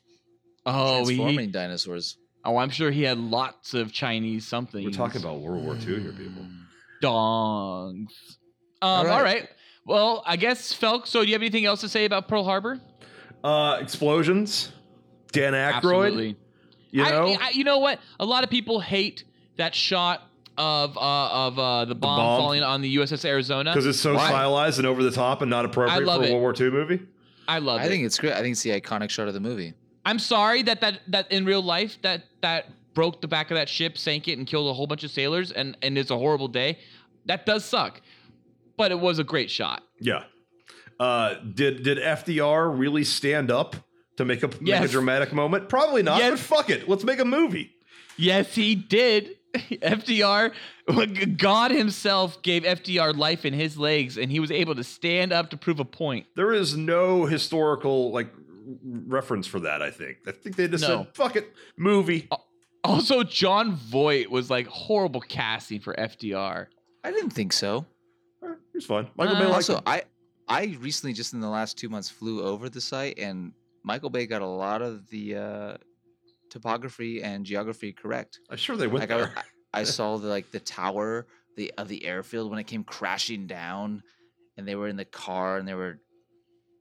Speaker 2: Oh,
Speaker 7: transforming
Speaker 2: he,
Speaker 7: dinosaurs.
Speaker 2: oh, I'm sure he had lots of Chinese something.
Speaker 1: We're talking about World War II here, people.
Speaker 2: dongs. Um, all
Speaker 7: All
Speaker 2: right.
Speaker 7: right.
Speaker 2: Well, I guess Felk. So, do you have anything else to say about Pearl Harbor?
Speaker 1: Uh, explosions, Dan Aykroyd,
Speaker 2: Absolutely.
Speaker 1: you
Speaker 2: I-
Speaker 1: know,
Speaker 2: I, you know what? A lot of people hate that shot of uh, of uh, the, bomb
Speaker 1: bomb.
Speaker 2: falling on the USS Arizona.
Speaker 1: because it's so
Speaker 2: Why?
Speaker 1: stylized and over the top and not appropriate
Speaker 2: I love
Speaker 1: for a
Speaker 2: it.
Speaker 1: World War II movie.
Speaker 2: I love
Speaker 7: I
Speaker 2: it.
Speaker 7: think it's great. I think it's the iconic shot of the movie.
Speaker 2: I'm sorry that, that that in real life that that broke the back of that ship, sank it, and killed a whole bunch of sailors, and and it's a horrible day. That does suck, but it was a great shot.
Speaker 1: Yeah. Uh, did did FDR really stand up to make a make
Speaker 2: Yes.
Speaker 1: a dramatic moment? Probably not.
Speaker 2: Yes.
Speaker 1: But fuck it, let's make a movie.
Speaker 2: Yes, he did. FDR, God himself gave FDR life in his legs, and he was able to stand up to prove a point.
Speaker 1: There is no historical like reference for that. I think. I think they just
Speaker 2: No. Uh,
Speaker 1: said, "Fuck it, movie."
Speaker 2: Also, John Voight was like horrible casting for FDR.
Speaker 7: I didn't think so.
Speaker 1: Eh, It's fine. Michael
Speaker 2: Uh,
Speaker 1: Bay liked
Speaker 7: also,
Speaker 1: it.
Speaker 7: I I recently just in the last two months flew over the site, and Michael Bay got a lot of the uh, topography and geography correct.
Speaker 1: I'm sure they went
Speaker 7: Like I,
Speaker 1: there.
Speaker 7: I, I saw the like the tower the of the airfield when it came crashing down, and they were in the car and they were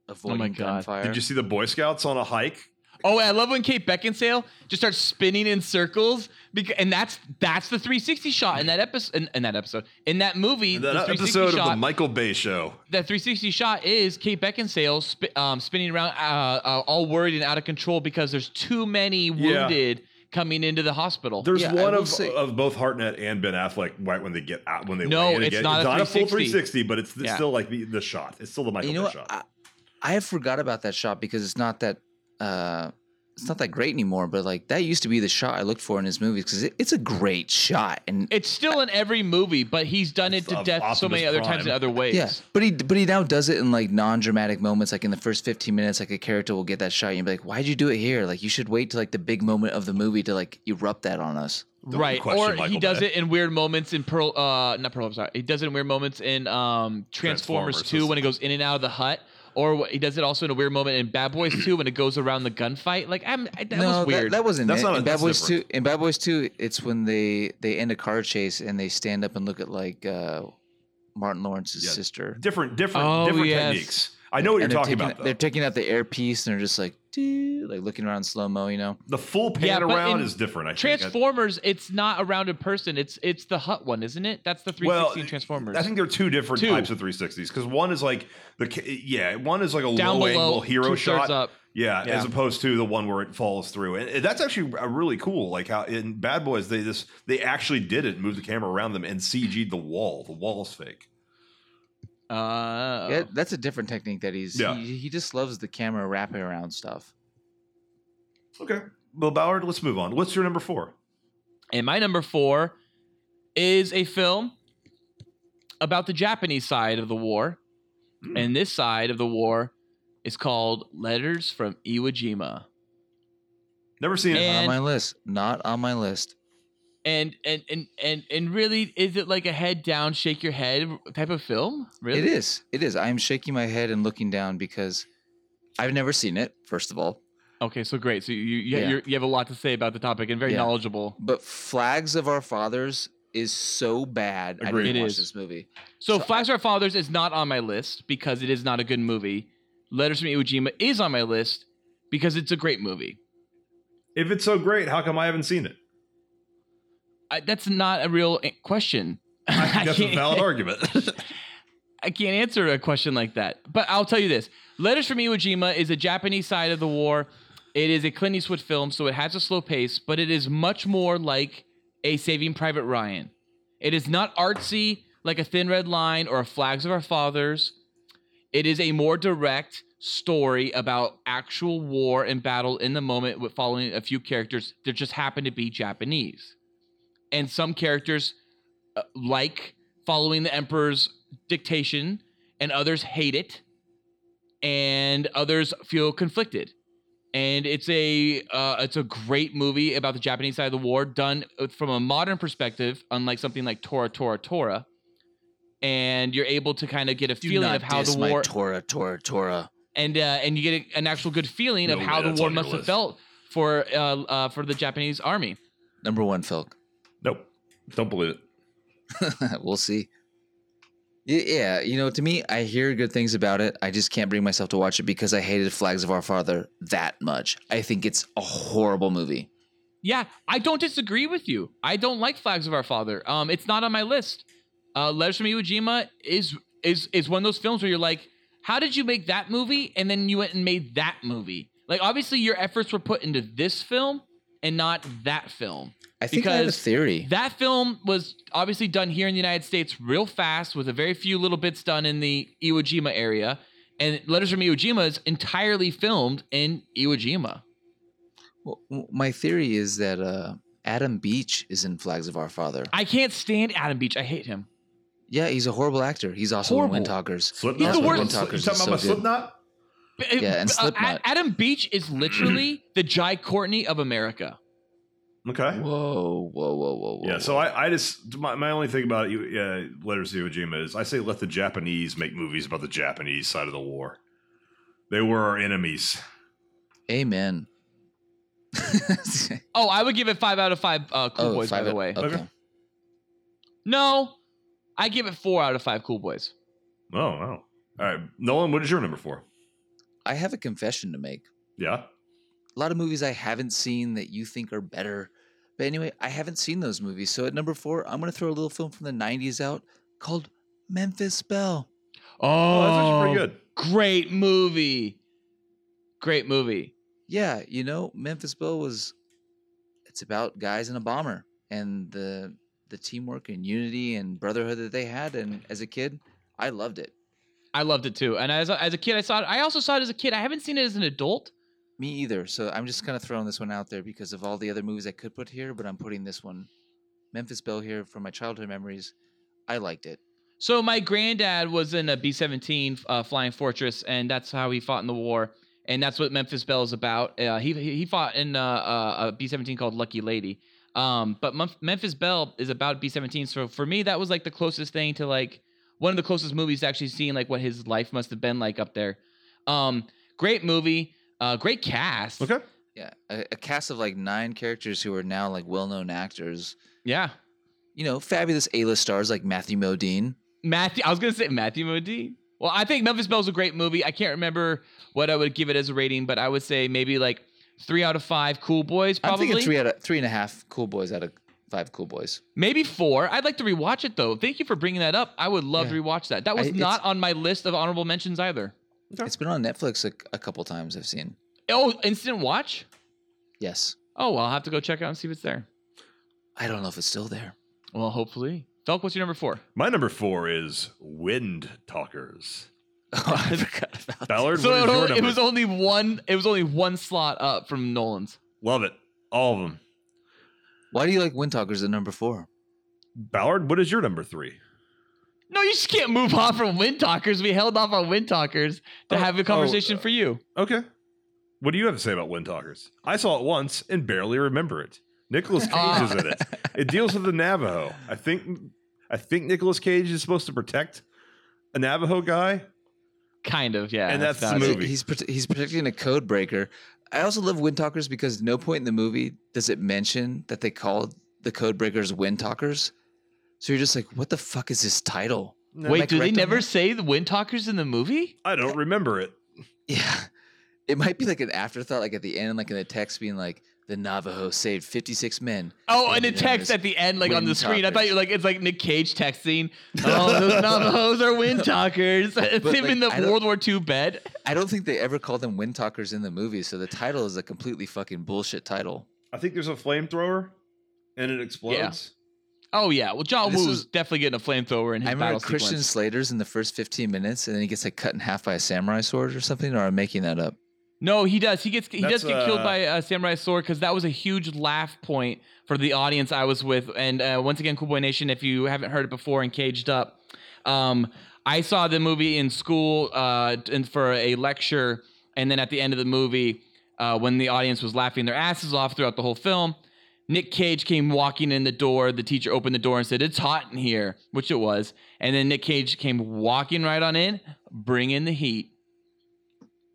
Speaker 1: Oh
Speaker 7: avoiding
Speaker 2: God.
Speaker 7: gunfire.
Speaker 1: Did you see the Boy Scouts on a hike?
Speaker 2: Oh, I love when Kate Beckinsale just starts spinning in circles because, and that's that's the 360 shot in that episode. In, in that episode, in that movie, the
Speaker 1: That
Speaker 2: 360
Speaker 1: episode of
Speaker 2: shot,
Speaker 1: the Michael Bay Show.
Speaker 2: that 360 shot is Kate Beckinsale sp- um, spinning around, uh, uh, all worried and out of control because there's too many
Speaker 1: Yeah.
Speaker 2: wounded coming into the hospital.
Speaker 1: There's
Speaker 7: Yeah, I
Speaker 1: one
Speaker 7: will
Speaker 1: of
Speaker 7: say-
Speaker 1: of both Hartnett and Ben Affleck right when they get out when they
Speaker 2: No,
Speaker 1: land
Speaker 2: it's
Speaker 1: again.
Speaker 2: not a
Speaker 1: not a full
Speaker 2: 360,
Speaker 1: 360, but it's th-
Speaker 2: Yeah.
Speaker 1: still like the, the shot. It's still the Michael
Speaker 7: you know
Speaker 1: Bay
Speaker 7: what?
Speaker 1: shot.
Speaker 7: I, I have forgot about that shot because it's not that uh, it's not that great anymore. But like that used to be the shot I looked for in his movies because it, it's a great shot and
Speaker 2: it's still in every movie, but he's done it
Speaker 1: It's
Speaker 2: to
Speaker 1: of
Speaker 2: death so
Speaker 1: Optimus
Speaker 2: many other times in
Speaker 1: Prime.
Speaker 2: other ways.
Speaker 7: yeah. But he but he now does it in like non dramatic moments. Like in the first fifteen minutes, like a character will get that shot and you'll be like, why'd you do it here? Like you should wait till like the big moment of the movie to like erupt that on us.
Speaker 1: Don't
Speaker 2: right.
Speaker 1: question
Speaker 2: Or he
Speaker 1: Michael
Speaker 2: does
Speaker 1: Bay.
Speaker 2: it in weird moments in Pearl, uh, not Pearl, I'm sorry. He does it in weird moments in um, Transformers,
Speaker 1: Transformers,
Speaker 2: 2 when it goes in and out of the hut. Or wh- he does it also in a weird moment in Bad Boys 2 when it goes around the gunfight. Like, I'm, I, that was weird.
Speaker 7: That, wasn't
Speaker 1: That's
Speaker 7: it.
Speaker 1: not a-
Speaker 7: in Bad
Speaker 1: that's
Speaker 7: Boys
Speaker 1: different.
Speaker 7: Two. In Bad Boys Two, it's when they they end a car chase and they stand up and look at like uh, Martin Lawrence's
Speaker 1: Yeah.
Speaker 7: sister.
Speaker 1: Different, different,
Speaker 2: Oh,
Speaker 1: different
Speaker 2: yes.
Speaker 1: techniques. I know what
Speaker 7: And
Speaker 1: you're
Speaker 7: they're
Speaker 1: talking
Speaker 7: taking-
Speaker 1: about.
Speaker 7: They're
Speaker 1: Though.
Speaker 7: taking out the airpiece and they're just like, do, like looking around slow mo, you know?
Speaker 1: The full pan
Speaker 2: Yeah, but
Speaker 1: around
Speaker 2: in
Speaker 1: is different. I think.
Speaker 2: Transformers, it's not a rounded person. It's it's the hut one, isn't it? That's the 360 in Transformers.
Speaker 1: I think there are two different
Speaker 2: Two.
Speaker 1: types of 360s because one is like the ca- yeah, one is like a
Speaker 2: down
Speaker 1: low
Speaker 2: below,
Speaker 1: angle hero
Speaker 2: two-thirds
Speaker 1: shot.
Speaker 2: up.
Speaker 1: Yeah,
Speaker 2: Yeah.
Speaker 1: as opposed to the one where it falls through, and and that's actually a really cool. Like how in Bad Boys, they this they actually did it, move the camera around them, and CG'd the wall. The wall's fake.
Speaker 2: Uh,
Speaker 7: Yeah, that's a different technique that he's.
Speaker 1: Yeah.
Speaker 7: He, he just loves the camera wrapping around stuff.
Speaker 1: Okay, Bill Ballard, let's move on. What's your number four?
Speaker 2: And my number four is a film about the Japanese side of the war.
Speaker 1: Hmm.
Speaker 2: And this side of the war is called Letters from Iwo Jima.
Speaker 1: Never seen it.
Speaker 2: And-
Speaker 7: on my list. Not on my list.
Speaker 2: And and and and and really, is it like a head down, shake your head type of film? Really?
Speaker 7: It is. It is. I'm shaking my head and looking down because I've never seen it, first of all.
Speaker 2: Okay, so great. So you you,
Speaker 7: Yeah.
Speaker 2: you're, you have a lot to say about the topic and very
Speaker 7: Yeah.
Speaker 2: knowledgeable.
Speaker 7: But Flags of Our Fathers is so bad. I
Speaker 1: Agreed.
Speaker 7: didn't
Speaker 2: It
Speaker 7: watch
Speaker 2: is.
Speaker 7: this movie.
Speaker 2: So,
Speaker 7: So I-
Speaker 2: Flags of Our Fathers is not on my list because it is not a good movie. Letters from Iwo Jima is on my list because it's a great movie.
Speaker 1: If it's so great, how come I haven't seen it?
Speaker 2: I, that's not a real a- question.
Speaker 1: I think that's a
Speaker 2: can't-
Speaker 1: valid argument.
Speaker 2: I can't answer a question like that. But I'll tell you this Letters from Iwo Jima is a Japanese side of the war. It is a Clint Eastwood film, so it has a slow pace, but it is much more like a Saving Private Ryan. It is not artsy like a Thin Red Line or a Flags of Our Fathers. It is a more direct story about actual war and battle in the moment with following a few characters that just happen to be Japanese. And some characters uh, like following the emperor's dictation and others hate it and others feel conflicted and it's a uh, it's a great movie about the japanese side of the war done uh, from a modern perspective unlike something like tora tora tora and you're able to kind of get a
Speaker 7: Do
Speaker 2: feeling
Speaker 7: not
Speaker 2: of how
Speaker 7: diss
Speaker 2: the war
Speaker 7: my Torah, Torah, Torah.
Speaker 2: and uh, and you get a, an actual good feeling of
Speaker 1: No
Speaker 2: how
Speaker 1: way,
Speaker 2: the
Speaker 1: that's
Speaker 2: war
Speaker 1: on your
Speaker 2: must have
Speaker 1: list.
Speaker 2: felt for uh, uh, for the japanese army
Speaker 7: Number one, Phil.
Speaker 1: nope, don't believe it.
Speaker 7: we'll see. Y- Yeah, you know, to me, I hear good things about it. I just can't bring myself to watch it because I hated Flags of Our Father that much. I think it's a horrible movie.
Speaker 2: Yeah, I don't disagree with you. I don't like Flags of Our Father. Um, it's not on my list. Uh, Letters from Iwo Jima is is is one of those films where you're like, how did you make that movie? And then you went and made that movie. Like, obviously, your efforts were put into this film and not that film.
Speaker 7: I think I have a
Speaker 2: Because
Speaker 7: theory.
Speaker 2: That film was obviously done here in the United States real fast with a very few little bits done in the Iwo Jima area. And Letters from Iwo Jima is entirely filmed in Iwo Jima.
Speaker 7: Well, w- my theory is that uh, Adam Beach is in Flags of Our Father.
Speaker 2: I can't stand Adam Beach. I hate him.
Speaker 7: yeah, he's a horrible actor. He's also in
Speaker 2: Horrible.
Speaker 7: Windtalkers.
Speaker 1: Slipknot.
Speaker 2: the worst.
Speaker 1: You talking
Speaker 7: Talkers is so
Speaker 1: about
Speaker 7: good.
Speaker 1: Slipknot?
Speaker 2: B- uh,
Speaker 7: Yeah, and
Speaker 2: b- uh,
Speaker 7: Slipknot.
Speaker 2: A- Adam Beach is literally the Jai Courtney of America.
Speaker 1: Okay.
Speaker 7: Whoa, whoa, whoa, whoa, whoa.
Speaker 1: Yeah, so I, I just my, my only thing about you, uh, letters to Iwo Jima is I say let the Japanese make movies about the Japanese side of the war. They were our enemies.
Speaker 7: Amen.
Speaker 2: Oh, I would give it five out of five uh, Cool
Speaker 7: Oh,
Speaker 2: Boys, by
Speaker 7: five
Speaker 2: the
Speaker 7: out-
Speaker 2: way.
Speaker 7: Okay.
Speaker 1: Okay.
Speaker 2: No, I give it four out of five Cool Boys.
Speaker 1: Oh wow! All right, Nolan, what is your number four?
Speaker 7: I have a confession to make.
Speaker 1: Yeah,
Speaker 7: a lot of movies I haven't seen that you think are better. But anyway, I haven't seen those movies. So at number four, I'm going to throw a little film from the 90s out called Memphis Belle.
Speaker 2: Oh,
Speaker 1: oh, that's actually pretty good.
Speaker 2: Great movie. Great movie.
Speaker 7: Yeah, you know, Memphis Belle was it's about guys in a bomber and the the teamwork and unity and brotherhood that they had and as a kid, I loved it.
Speaker 2: I loved it too. And as, as a kid, I saw it. I also saw it as a kid. I haven't seen it as an adult.
Speaker 7: Me either. So I'm just kind of throwing this one out there because of all the other movies I could put here, but I'm putting this one Memphis Belle here from my childhood memories. I liked it.
Speaker 2: So my granddad was in a B seventeen uh, flying fortress, and that's how he fought in the war, and that's what Memphis Belle is about. Uh, he he he fought in uh, uh, a B seventeen called Lucky Lady. Um, but Memph- Memphis Belle is about B seventeen, so for me that was like the closest thing to like one of the closest movies to actually seeing like what his life must have been like up there. Um, great movie, uh, great cast.
Speaker 1: Okay,
Speaker 7: Yeah, a, a cast of like nine characters who are now like well-known actors.
Speaker 2: Yeah,
Speaker 7: You know, fabulous A-list stars like Matthew Modine.
Speaker 2: Matthew. I was gonna say Matthew Modine. Well, I think Memphis Belle's a great movie. I can't remember what I would give it as a rating, but I would say maybe like three out of five cool boys,
Speaker 7: I'm
Speaker 2: probably.
Speaker 7: thinking three out of three and a half cool boys out of five cool boys.
Speaker 2: Maybe four. I'd like to rewatch it though. Thank you for bringing that up. I would love
Speaker 7: Yeah.
Speaker 2: to rewatch that. That was
Speaker 7: I- it's-
Speaker 2: not on my list of honorable mentions either.
Speaker 7: It's been on Netflix a, a couple times. I've seen.
Speaker 2: Oh, instant watch?
Speaker 7: Yes,
Speaker 2: Oh, well, I'll have to go check it out and see if it's there.
Speaker 7: I don't know if it's still there.
Speaker 2: Well, hopefully. Felk, what's your number four?
Speaker 1: My number four is Wind Talkers.
Speaker 7: Oh, I forgot about that.
Speaker 1: Ballard,
Speaker 2: So
Speaker 1: what
Speaker 2: it,
Speaker 1: is your
Speaker 2: only-
Speaker 1: number?
Speaker 2: it was only one. It was only one slot up from Nolan's.
Speaker 1: Love it. All of them.
Speaker 7: Why do you like Wind Talkers at number four?
Speaker 1: Ballard, what is your number three?
Speaker 2: No, you just can't move on from Wind Talkers. We held off on Wind Talkers to
Speaker 1: Oh,
Speaker 2: have a
Speaker 1: oh,
Speaker 2: conversation
Speaker 1: uh,
Speaker 2: for you.
Speaker 1: Okay. What do you have to say about Wind Talkers? I saw it once and barely remember it. Nicholas Cage
Speaker 2: Ah.
Speaker 1: is in it. It deals with the Navajo. I think I think Nicolas Cage is supposed to protect a Navajo guy.
Speaker 2: Kind of, yeah.
Speaker 1: And that's the
Speaker 2: about it.
Speaker 1: movie.
Speaker 7: He's prote- he's protecting a code breaker. I also love Wind Talkers because no point in the movie does it mention that they called the code breakers Wind Talkers. So you're just like, what the fuck is this title?
Speaker 1: Am I
Speaker 2: Wait, do they
Speaker 7: correct on
Speaker 2: never
Speaker 7: that?
Speaker 2: say the Wind Talkers in the movie?
Speaker 1: I don't remember it.
Speaker 7: Yeah. It might be like an afterthought, like at the end, like in the text being like, the Navajo saved 56 men.
Speaker 2: Oh, and
Speaker 7: Yeah,
Speaker 2: it texts
Speaker 7: there's
Speaker 2: at the end, like on
Speaker 7: Wind
Speaker 2: the screen. I thought you
Speaker 7: Talkers.
Speaker 2: like it's like Nick Cage texting. Oh, those Navajos are Wind Talkers. It's
Speaker 7: but,
Speaker 2: him
Speaker 7: like,
Speaker 2: in the
Speaker 7: I don't-
Speaker 2: World War II bed.
Speaker 7: I don't think they ever called them Wind Talkers in the movie. So the title is a completely fucking bullshit title.
Speaker 1: I think there's a flamethrower and it explodes.
Speaker 2: Oh yeah, well John
Speaker 7: This
Speaker 2: Woo
Speaker 7: is-
Speaker 2: was definitely getting a flamethrower in his
Speaker 7: I
Speaker 2: battle
Speaker 7: remember Christian
Speaker 2: sequence.
Speaker 7: Slater's in the first 15 minutes and then he gets like cut in half by a samurai sword or something, or I'm making that up.
Speaker 2: No, he does. He gets he
Speaker 1: That's,
Speaker 2: does get killed
Speaker 1: uh,
Speaker 2: by a samurai sword because that was a huge laugh point for the audience I was with. And uh, once again, Cool Boy Nation, if you haven't heard it before and caged up, um, I saw the movie in school uh, and for a lecture, and then at the end of the movie, uh, when the audience was laughing their asses off throughout the whole film. Nick Cage came walking in the door. The teacher opened the door and said, It's hot in here, which it was. And then Nick Cage came walking right on in, bring in the heat.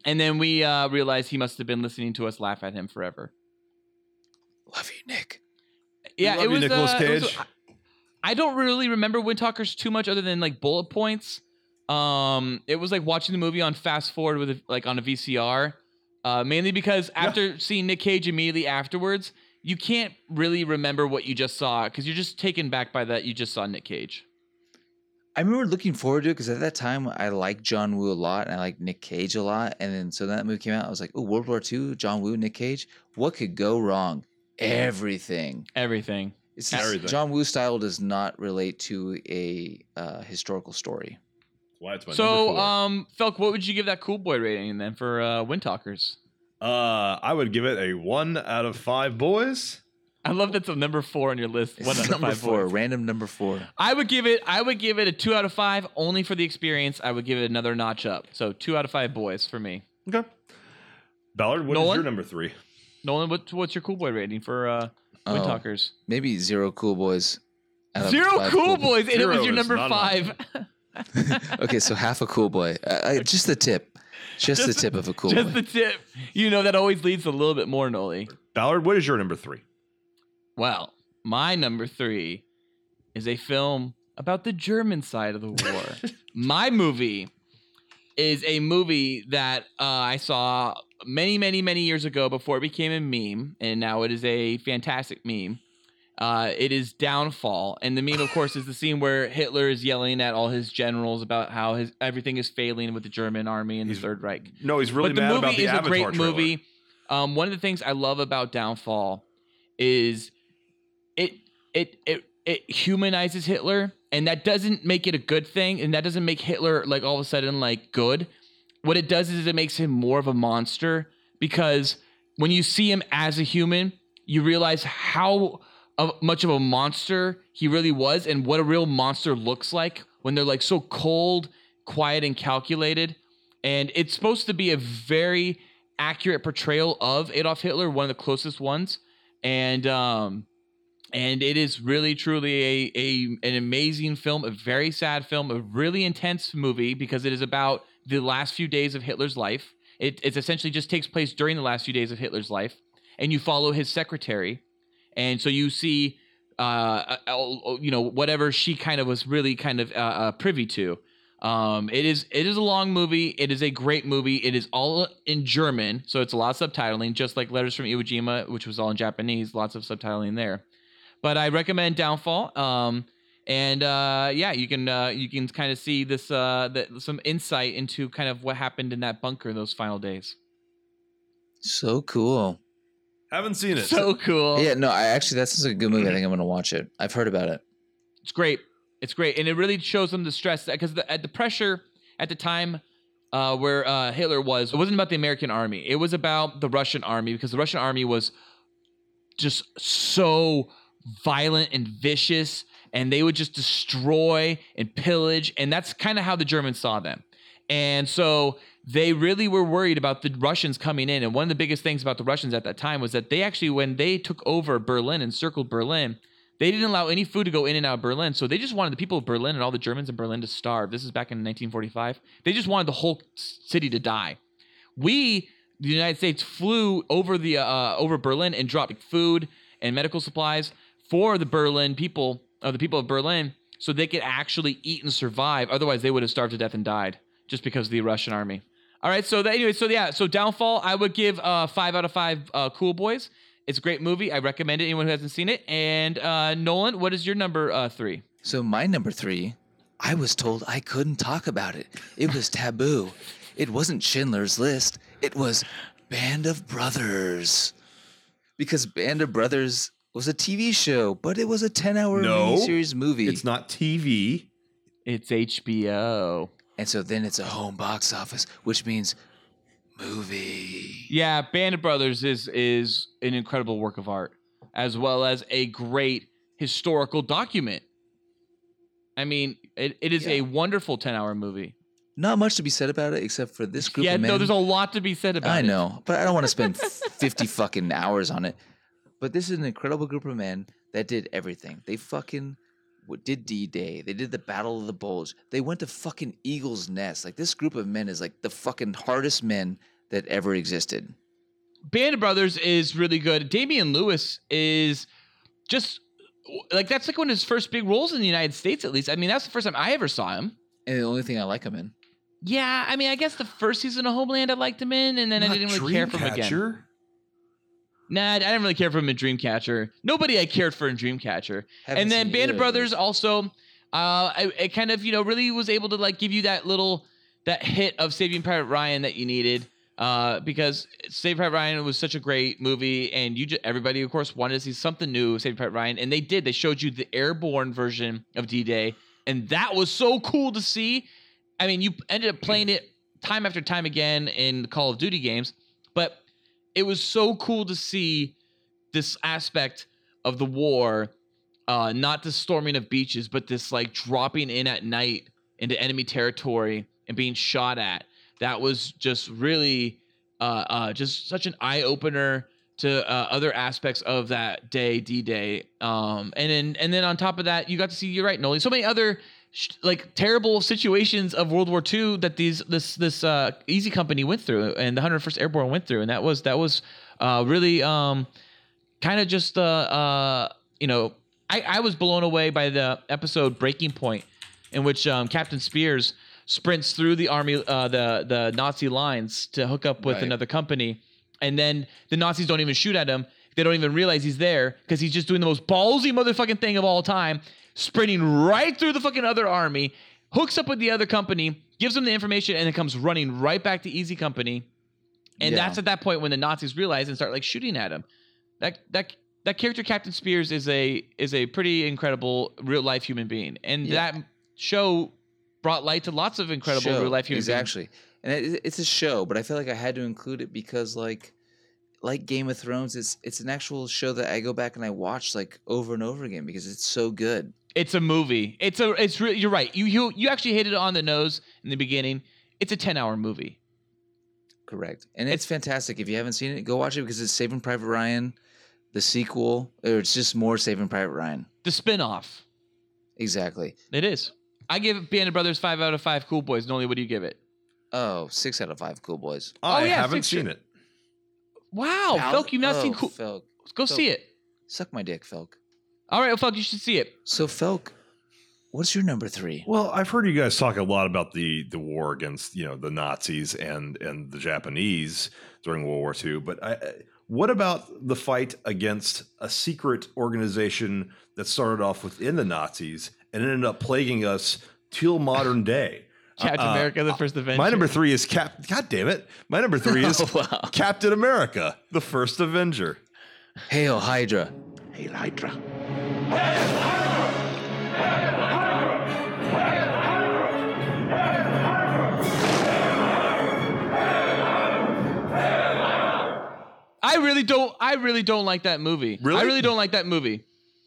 Speaker 2: And then we uh, realized he must have been listening to us laugh at him forever.
Speaker 7: Love you, Nick.
Speaker 2: Yeah,
Speaker 1: love
Speaker 2: it
Speaker 1: you,
Speaker 2: was
Speaker 1: Nicolas
Speaker 2: uh, it was-
Speaker 1: Cage.
Speaker 2: I don't really remember Wind Talkers too much, other than like bullet points. Um, it was like watching the movie on fast forward with a, like on a VCR, uh, mainly because after seeing Nick Cage immediately afterwards, you can't really remember what you just saw because you're just taken back by that you just saw Nick Cage.
Speaker 7: I remember looking forward to it because at that time I liked John Woo a lot and I liked Nick Cage a lot. And then so that movie came out, I was like, oh, World War II, John Woo, Nick Cage. What could go wrong? Everything.
Speaker 2: Everything.
Speaker 7: It's just-
Speaker 1: Everything.
Speaker 7: John Woo style does not relate to a uh, historical story.
Speaker 1: Why it's my number
Speaker 2: so,
Speaker 1: four.
Speaker 2: um, Felk, what would you give that Cool Boy rating then for uh, Wind Talkers?
Speaker 1: Uh, I would give it a one out of five boys.
Speaker 2: I love that's a number four on your list.
Speaker 7: It's
Speaker 2: One out of
Speaker 7: number
Speaker 2: five
Speaker 7: four,
Speaker 2: boys.
Speaker 7: random number four.
Speaker 2: I would give it. I would give it a two out of five only for the experience. I would give it another notch up. So two out of five boys for me.
Speaker 1: Okay. Ballard, what is
Speaker 2: Nolan?
Speaker 1: your number three?
Speaker 2: Nolan, what, what's your cool boy rating for uh, Wind
Speaker 7: Oh,
Speaker 2: Talkers?
Speaker 7: Maybe zero cool boys. out of
Speaker 2: Zero
Speaker 7: five
Speaker 2: cool
Speaker 7: Boys.
Speaker 2: boys, and it
Speaker 1: Zero
Speaker 2: was your
Speaker 1: is
Speaker 2: number
Speaker 1: not an
Speaker 2: five.
Speaker 7: okay, so half a cool boy. Uh, I, just the tip. Just,
Speaker 2: Just-
Speaker 7: the tip of a cool boy.
Speaker 2: Just the tip. You know that always leads to a little bit more, Noli.
Speaker 1: Ballard, what is your number three?
Speaker 2: Well, my number three is a film about the German side of the war. my movie is a movie that uh, I saw many, many, many years ago before it became a meme, and now it is a fantastic meme. Uh, it is Downfall, and the meme, of course, is the scene where Hitler is yelling at all his generals about how his everything is failing with the German army and the
Speaker 1: He's
Speaker 2: Third Reich
Speaker 1: No, he's really
Speaker 2: but the
Speaker 1: mad
Speaker 2: movie
Speaker 1: about the
Speaker 2: is
Speaker 1: Avatar
Speaker 2: a great
Speaker 1: trailer.
Speaker 2: movie. Um, one of the things I love about Downfall is it it it it humanizes Hitler, and that doesn't make it a good thing, and that doesn't make Hitler like all of a sudden like good. What it does is it makes him more of a monster because when you see him as a human, you realize how of much of a monster he really was and what a real monster looks like when they're like so cold, quiet, and calculated. And it's supposed to be a very accurate portrayal of Adolf Hitler, one of the closest ones. And um and it is really truly a, a an amazing film, a very sad film, a really intense movie because it is about the last few days of Hitler's life. It it's essentially just takes place during the last few days of Hitler's life, and you follow his secretary, and so you see, uh, uh, uh, you know, whatever she kind of was really kind of uh, uh, privy to, Um, it is it is a long movie. It is a great movie. It is all in German, so it's a lot of subtitling, just like Letters from Iwo Jima, which was all in Japanese. Lots of subtitling there. But I recommend Downfall. Um, and uh, yeah, you can uh, you can kind of see this uh, that some insight into kind of what happened in that bunker in those final days.
Speaker 7: So cool.
Speaker 1: Haven't seen it.
Speaker 2: So cool.
Speaker 7: Yeah, no, I actually that sounds like a good
Speaker 2: Mm-hmm.
Speaker 7: movie. I think I'm gonna watch it. I've heard about it.
Speaker 2: it's great. It's great, and it really shows them the stress because the, at the pressure at the time uh, where uh, Hitler was, it wasn't about the American army. It was about the Russian army because the Russian army was just so violent and vicious, and they would just destroy and pillage, and that's kind of how the Germans saw them. And so they really were worried about the Russians coming in. And one of the biggest things about the Russians at that time was that they actually, when they took over Berlin and circled Berlin, they didn't allow any food to go in and out of Berlin, so they just wanted the people of Berlin and all the Germans in Berlin to starve. This is back in 1945. They just wanted the whole s- city to die. We, the United States, flew over the uh, over Berlin and dropped food and medical supplies for the Berlin people, or the people of Berlin, so they could actually eat and survive. Otherwise, they would have starved to death and died just because of the Russian army. All right, so that, anyway, so yeah, so Downfall, I would give uh, five out of five uh, Cool Boys. It's a great movie. I recommend it. Anyone who hasn't seen it. And uh, Nolan, what is your number uh, three?
Speaker 7: So my number three, I was told I couldn't talk about it. It was taboo. It wasn't Schindler's List. It was Band of Brothers. Because Band of Brothers was a TV show, but it was a 10-hour
Speaker 1: No,
Speaker 7: series movie.
Speaker 1: It's not TV.
Speaker 2: It's HBO.
Speaker 7: And so then it's a home box office, which means movie.
Speaker 2: Yeah, Band of Brothers is is an incredible work of art, as well as a great historical document. I mean, it, it is a wonderful ten hour movie.
Speaker 7: Not much to be said about it except for this group
Speaker 2: yeah,
Speaker 7: of men.
Speaker 2: no, there's a lot to be said about
Speaker 7: I
Speaker 2: it.
Speaker 7: know, but I don't want to spend 50 fucking hours on it. But this is an incredible group of men that did everything. They fucking w- did D Day. They did the Battle of the Bulge. They went to fucking Eagle's Nest. Like, this group of men is like the fucking hardest men that ever existed.
Speaker 2: Band of Brothers is really good. Damian Lewis is just like that's like one of his first big roles in the United States, at least. I mean, that's the first time I ever saw him.
Speaker 7: And the only thing I like them in.
Speaker 2: Yeah, I mean, I guess the first season of Homeland I liked him in, and then I
Speaker 1: Not
Speaker 2: didn't really care for him again.
Speaker 1: Dreamcatcher?
Speaker 2: Nah, I didn't really care for him in Dreamcatcher. Nobody I cared for in Dreamcatcher.
Speaker 7: Haven't
Speaker 2: and then
Speaker 7: seen
Speaker 2: Band
Speaker 7: either
Speaker 2: of
Speaker 7: those.
Speaker 2: Brothers also, uh, I, it kind of you know really was able to like give you that little that hit of Saving Private Ryan that you needed. Uh, because Saving Private Ryan was such a great movie, and you just, everybody, of course, wanted to see something new of Saving Private Ryan, and they did. They showed you the airborne version of D Day, and that was so cool to see. I mean, you ended up playing it time after time again in the Call of Duty games, but it was so cool to see this aspect of the war, uh, not the storming of beaches, but this like dropping in at night into enemy territory and being shot at. That was just really uh, uh, just such an eye opener to uh, other aspects of that day, D Day. Um, and then and then on top of that, you got to see you're right, Noli. So many other sh- like terrible situations of World War II that these this this uh, Easy Company went through and the 101st Airborne went through, and that was that was uh, really um, kind of just uh, uh, you know I, I was blown away by the episode Breaking Point, in which um, Captain Spears sprints through the army uh, the the Nazi lines to hook up with
Speaker 7: Right.
Speaker 2: another company, and then the Nazis don't even shoot at him. They don't even realize he's there because he's just doing the most ballsy motherfucking thing of all time, sprinting right through the fucking other army, hooks up with the other company, gives them the information, and then comes running right back to Easy Company. And
Speaker 7: Yeah.
Speaker 2: that's at that point when the Nazis realize and start like shooting at him. That that that character Captain Spears is a is a pretty incredible real life human being, and
Speaker 7: Yeah.
Speaker 2: that show brought light to lots of incredible
Speaker 7: show.
Speaker 2: real life human beings.
Speaker 7: exactly and it, it's a show but i feel like i had to include it because like like game of thrones it's it's an actual show that i go back and i watch like over and over again because it's so good
Speaker 2: It's a movie. It's a it's re- you're right. You you you actually hit it on the nose in the beginning. It's a ten hour movie.
Speaker 7: correct and it's fantastic if you haven't seen it go watch it because it's saving private ryan the sequel or it's just more saving private ryan
Speaker 2: The spin off.
Speaker 7: exactly
Speaker 2: It is. I give Band of Brothers five out of five. Cool Boys. Noli, what do you give it?
Speaker 7: oh six out of five cool boys
Speaker 1: I
Speaker 2: Oh, yeah,
Speaker 1: haven't
Speaker 2: Six
Speaker 1: seen
Speaker 2: Shit.
Speaker 1: it.
Speaker 2: Wow,
Speaker 7: Al-
Speaker 2: Felk, you've not seen
Speaker 7: oh,
Speaker 2: Cool.
Speaker 7: Felk.
Speaker 2: Go
Speaker 7: Felk.
Speaker 2: see it.
Speaker 7: suck my dick felk
Speaker 2: All right, well, Felk, you should see it.
Speaker 7: so felk What's your number three?
Speaker 1: Well, I've heard you guys talk a lot about the the war against you know the Nazis and and the Japanese during World War II, but I, I- what about the fight against a secret organization that started off within the Nazis and ended up plaguing us till modern day?
Speaker 2: Captain
Speaker 1: Uh,
Speaker 2: America: The First Avenger.
Speaker 1: My number three is Cap. God damn it! My number three is
Speaker 7: Oh, wow.
Speaker 1: Captain America: The First Avenger.
Speaker 7: Hail Hydra.
Speaker 5: Hail Hydra.
Speaker 2: I really don't. I really don't like that movie.
Speaker 1: Really?
Speaker 2: I really don't like that movie.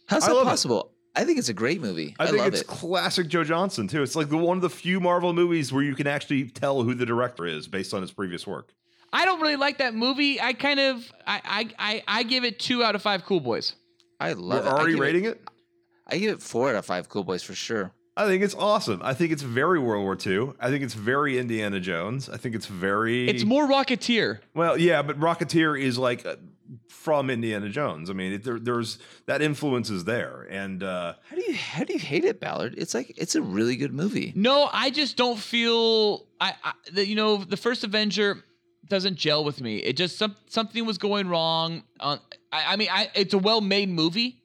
Speaker 7: How's
Speaker 1: I
Speaker 7: that
Speaker 1: love it.
Speaker 7: possible? I think it's a great movie. I,
Speaker 1: I, think
Speaker 7: love
Speaker 1: it's
Speaker 7: it.
Speaker 1: classic Joe Johnson too. It's like the one of the few Marvel movies where you can actually tell who the director is based on his previous work.
Speaker 2: I don't really like that movie. I kind of. I. I. I, I give it two out of five Cool Boys.
Speaker 7: I love
Speaker 1: We're
Speaker 7: it. I
Speaker 1: already
Speaker 7: give
Speaker 1: rating it?
Speaker 7: I give it four out of five Cool Boys for sure.
Speaker 1: I think it's awesome. I think it's very World War II. I think it's very Indiana Jones. I think it's very
Speaker 2: It's more Rocketeer.
Speaker 1: well, yeah, but Rocketeer is like uh, from Indiana Jones. I mean, it, there, there's that influence is there, and uh,
Speaker 7: How do you how do you hate it, Ballard? It's like it's a really good movie.
Speaker 2: No, I just don't feel. I. I the, you know, the first Avenger doesn't gel with me. It just some, something was going wrong. On. I, I mean, I. It's a well-made movie.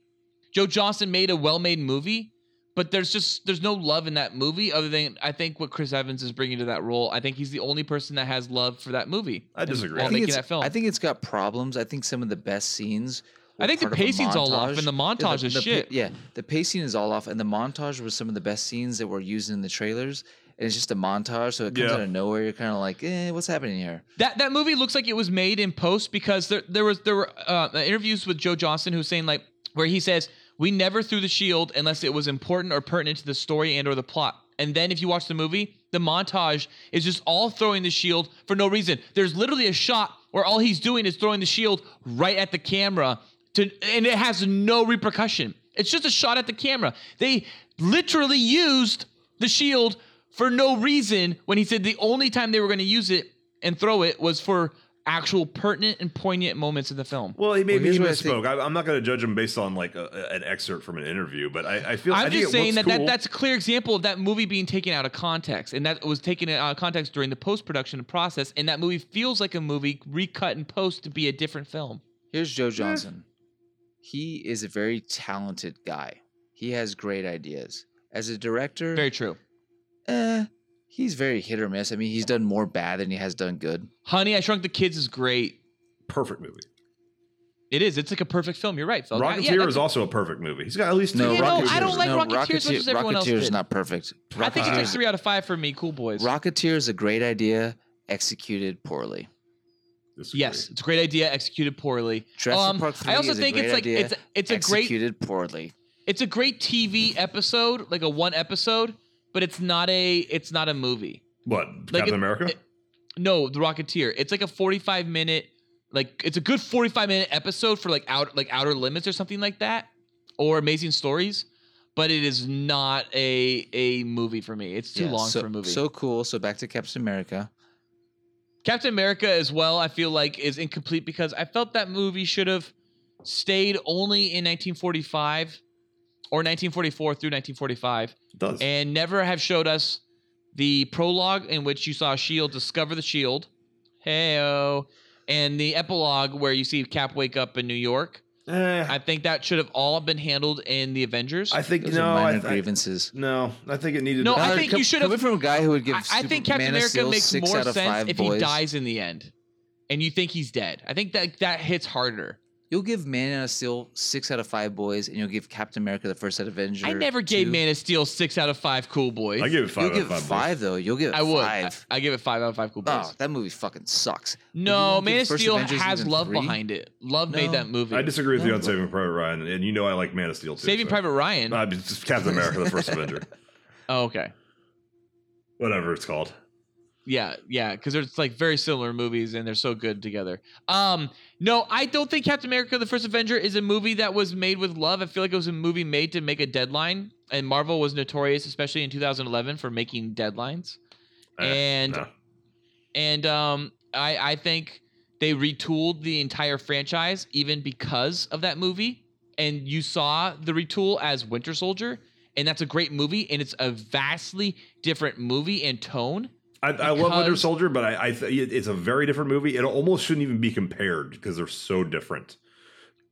Speaker 2: Joe Johnson made a well-made movie. But there's just there's no love in that movie other than I think what Chris Evans is bringing to that role. I think he's the only person that has love for that movie.
Speaker 1: I disagree.
Speaker 2: While
Speaker 1: I
Speaker 7: think
Speaker 2: making
Speaker 7: it's-
Speaker 2: that film,
Speaker 7: I think it's got problems. I think some of the best scenes. were
Speaker 2: I think the
Speaker 7: part of a
Speaker 2: pacing's all off
Speaker 7: montage.
Speaker 2: and the
Speaker 7: Yeah,
Speaker 2: montage is
Speaker 7: the pa-
Speaker 2: shit.
Speaker 7: Yeah, the pacing is all off, and the montage was some of the best scenes that were used in the trailers. And it's just a montage, so it comes
Speaker 1: Yeah.
Speaker 7: out of nowhere. You're kind of like, eh, what's happening here?
Speaker 2: That that movie looks like it was made in post because there there was there were uh, interviews with Joe Johnson who's saying like where he says we never threw the shield unless it was important or pertinent to the story and or the plot. And then if you watch the movie, the montage is just all throwing the shield for no reason. There's literally a shot where all he's doing is throwing the shield right at the camera to and it has no repercussion. It's just a shot at the camera. They literally used the shield for no reason when he said the only time they were going to use it and throw it was for actual pertinent and poignant moments in the film.
Speaker 1: Well, he maybe
Speaker 7: here's
Speaker 1: he
Speaker 7: what I think-
Speaker 1: misspoke. I I'm not going to judge him based on like a, a- an excerpt from an interview, but I, I feel I
Speaker 2: I'm
Speaker 1: think
Speaker 2: just
Speaker 1: it
Speaker 2: saying that,
Speaker 1: looks
Speaker 2: that
Speaker 1: cool.
Speaker 2: that's a clear example of that movie being taken out of context, and that it was taken out of context during the post-production process, and that movie feels like a movie recut in post to be a different film.
Speaker 7: Here's Joe Johnson. He is a very talented guy. He has great ideas. As a director,
Speaker 2: Very true.
Speaker 7: eh, he's very hit or miss. I mean, he's done more bad than he has done good.
Speaker 2: Honey, I Shrunk the Kids is great.
Speaker 1: perfect movie.
Speaker 2: It is. It's like a perfect film. You're right, Phil.
Speaker 1: Rocketeer is also a perfect movie. He's got at least
Speaker 2: No,
Speaker 1: two
Speaker 2: Yeah, no, I
Speaker 1: Rocketeers.
Speaker 2: don't like Rocketeer as much as everyone else
Speaker 7: Rocketeer is
Speaker 2: did.
Speaker 7: not perfect.
Speaker 2: I think it's like
Speaker 7: Rocketeer's-
Speaker 2: three out of five for me. Cool boys.
Speaker 7: Rocketeer is a great idea executed poorly.
Speaker 1: Disagree.
Speaker 2: Yes, it's a great idea executed poorly.
Speaker 7: Jurassic
Speaker 2: Um,
Speaker 7: Park 3
Speaker 2: I also
Speaker 7: is a
Speaker 2: think
Speaker 7: great
Speaker 2: it's like
Speaker 7: idea
Speaker 2: it's it's a great
Speaker 7: executed poorly.
Speaker 2: it's a great TV episode, like a one episode, but it's not a it's not a movie.
Speaker 1: What
Speaker 2: Like
Speaker 1: Captain
Speaker 2: it-
Speaker 1: America?
Speaker 2: it- No, The Rocketeer. It's like a 45 minute like it's a good 45 minute episode for like out like Outer Limits or something like that or Amazing Stories, but it is not a a movie for me. It's too
Speaker 7: Yeah,
Speaker 2: long
Speaker 7: so,
Speaker 2: for a movie.
Speaker 7: So cool. So back to Captain America.
Speaker 2: Captain America as well, I feel like is incomplete because I felt that movie should have stayed only in 1945 or 1944 through 1945
Speaker 1: It does.
Speaker 2: and never have showed us the prologue in which you saw Shield E discover the Shield. Heyo. And the epilogue where you see Cap wake up in New York.
Speaker 1: Eh,
Speaker 2: I think that should have all been handled in the Avengers.
Speaker 1: I think
Speaker 7: Those
Speaker 1: no,
Speaker 7: are minor
Speaker 1: I, I-
Speaker 7: grievences.
Speaker 1: no, I think it needed.
Speaker 2: No, I
Speaker 1: I,
Speaker 7: Ballard,
Speaker 2: think
Speaker 7: com-
Speaker 2: you should
Speaker 7: coming
Speaker 2: have-
Speaker 7: from a guy who would give.
Speaker 2: I, I think Captain
Speaker 7: Man of
Speaker 2: America
Speaker 7: Steel
Speaker 2: makes
Speaker 7: six
Speaker 2: more
Speaker 7: out of
Speaker 2: sense
Speaker 7: five
Speaker 2: if he
Speaker 7: boys.
Speaker 2: dies in the end, and you think he's dead. I think that that hits harder.
Speaker 7: You'll give Man of Steel six out of five boys, and you'll give Captain America the first out of Avenger.
Speaker 2: I never gave
Speaker 7: two.
Speaker 2: Man of Steel six out of five cool boys.
Speaker 1: give it 5
Speaker 7: You'll
Speaker 1: out of
Speaker 7: give
Speaker 1: five. boys.
Speaker 7: five though. You'll give it
Speaker 2: I would. I,
Speaker 7: five.
Speaker 2: I give it five out of five cool boys.
Speaker 7: Oh, that movie fucking sucks. You
Speaker 2: no,
Speaker 7: won't
Speaker 2: Man
Speaker 7: give
Speaker 2: of
Speaker 7: First
Speaker 2: Steel
Speaker 7: Avengers
Speaker 2: has
Speaker 7: even
Speaker 2: love
Speaker 7: three?
Speaker 2: behind it. Love made
Speaker 7: No.
Speaker 2: that movie.
Speaker 1: I disagree with you on
Speaker 7: No.
Speaker 1: Saving Private Ryan, and you know I like Man of Steel too.
Speaker 2: Saving
Speaker 1: so-
Speaker 2: Private Ryan.
Speaker 1: Uh, it's just Captain America: The First Avenger,
Speaker 2: oh, okay.
Speaker 1: whatever it's called.
Speaker 2: Yeah, yeah, because they're like very similar movies and they're so good together. Um, no, I don't think Captain America: The First Avenger is a movie that was made with love. I feel like it was a movie made to make a deadline, and Marvel was notorious, especially in 2011, for making deadlines.
Speaker 1: Eh,
Speaker 2: and
Speaker 1: no.
Speaker 2: and um, I I think they retooled the entire franchise even because of that movie, and you saw the retool as Winter Soldier, and that's a great movie, and it's a vastly different movie and tone.
Speaker 1: I, I love Winter
Speaker 2: Because-
Speaker 1: Soldier, but I, I th- it's a very different movie. It almost shouldn't even be compared because they're so different.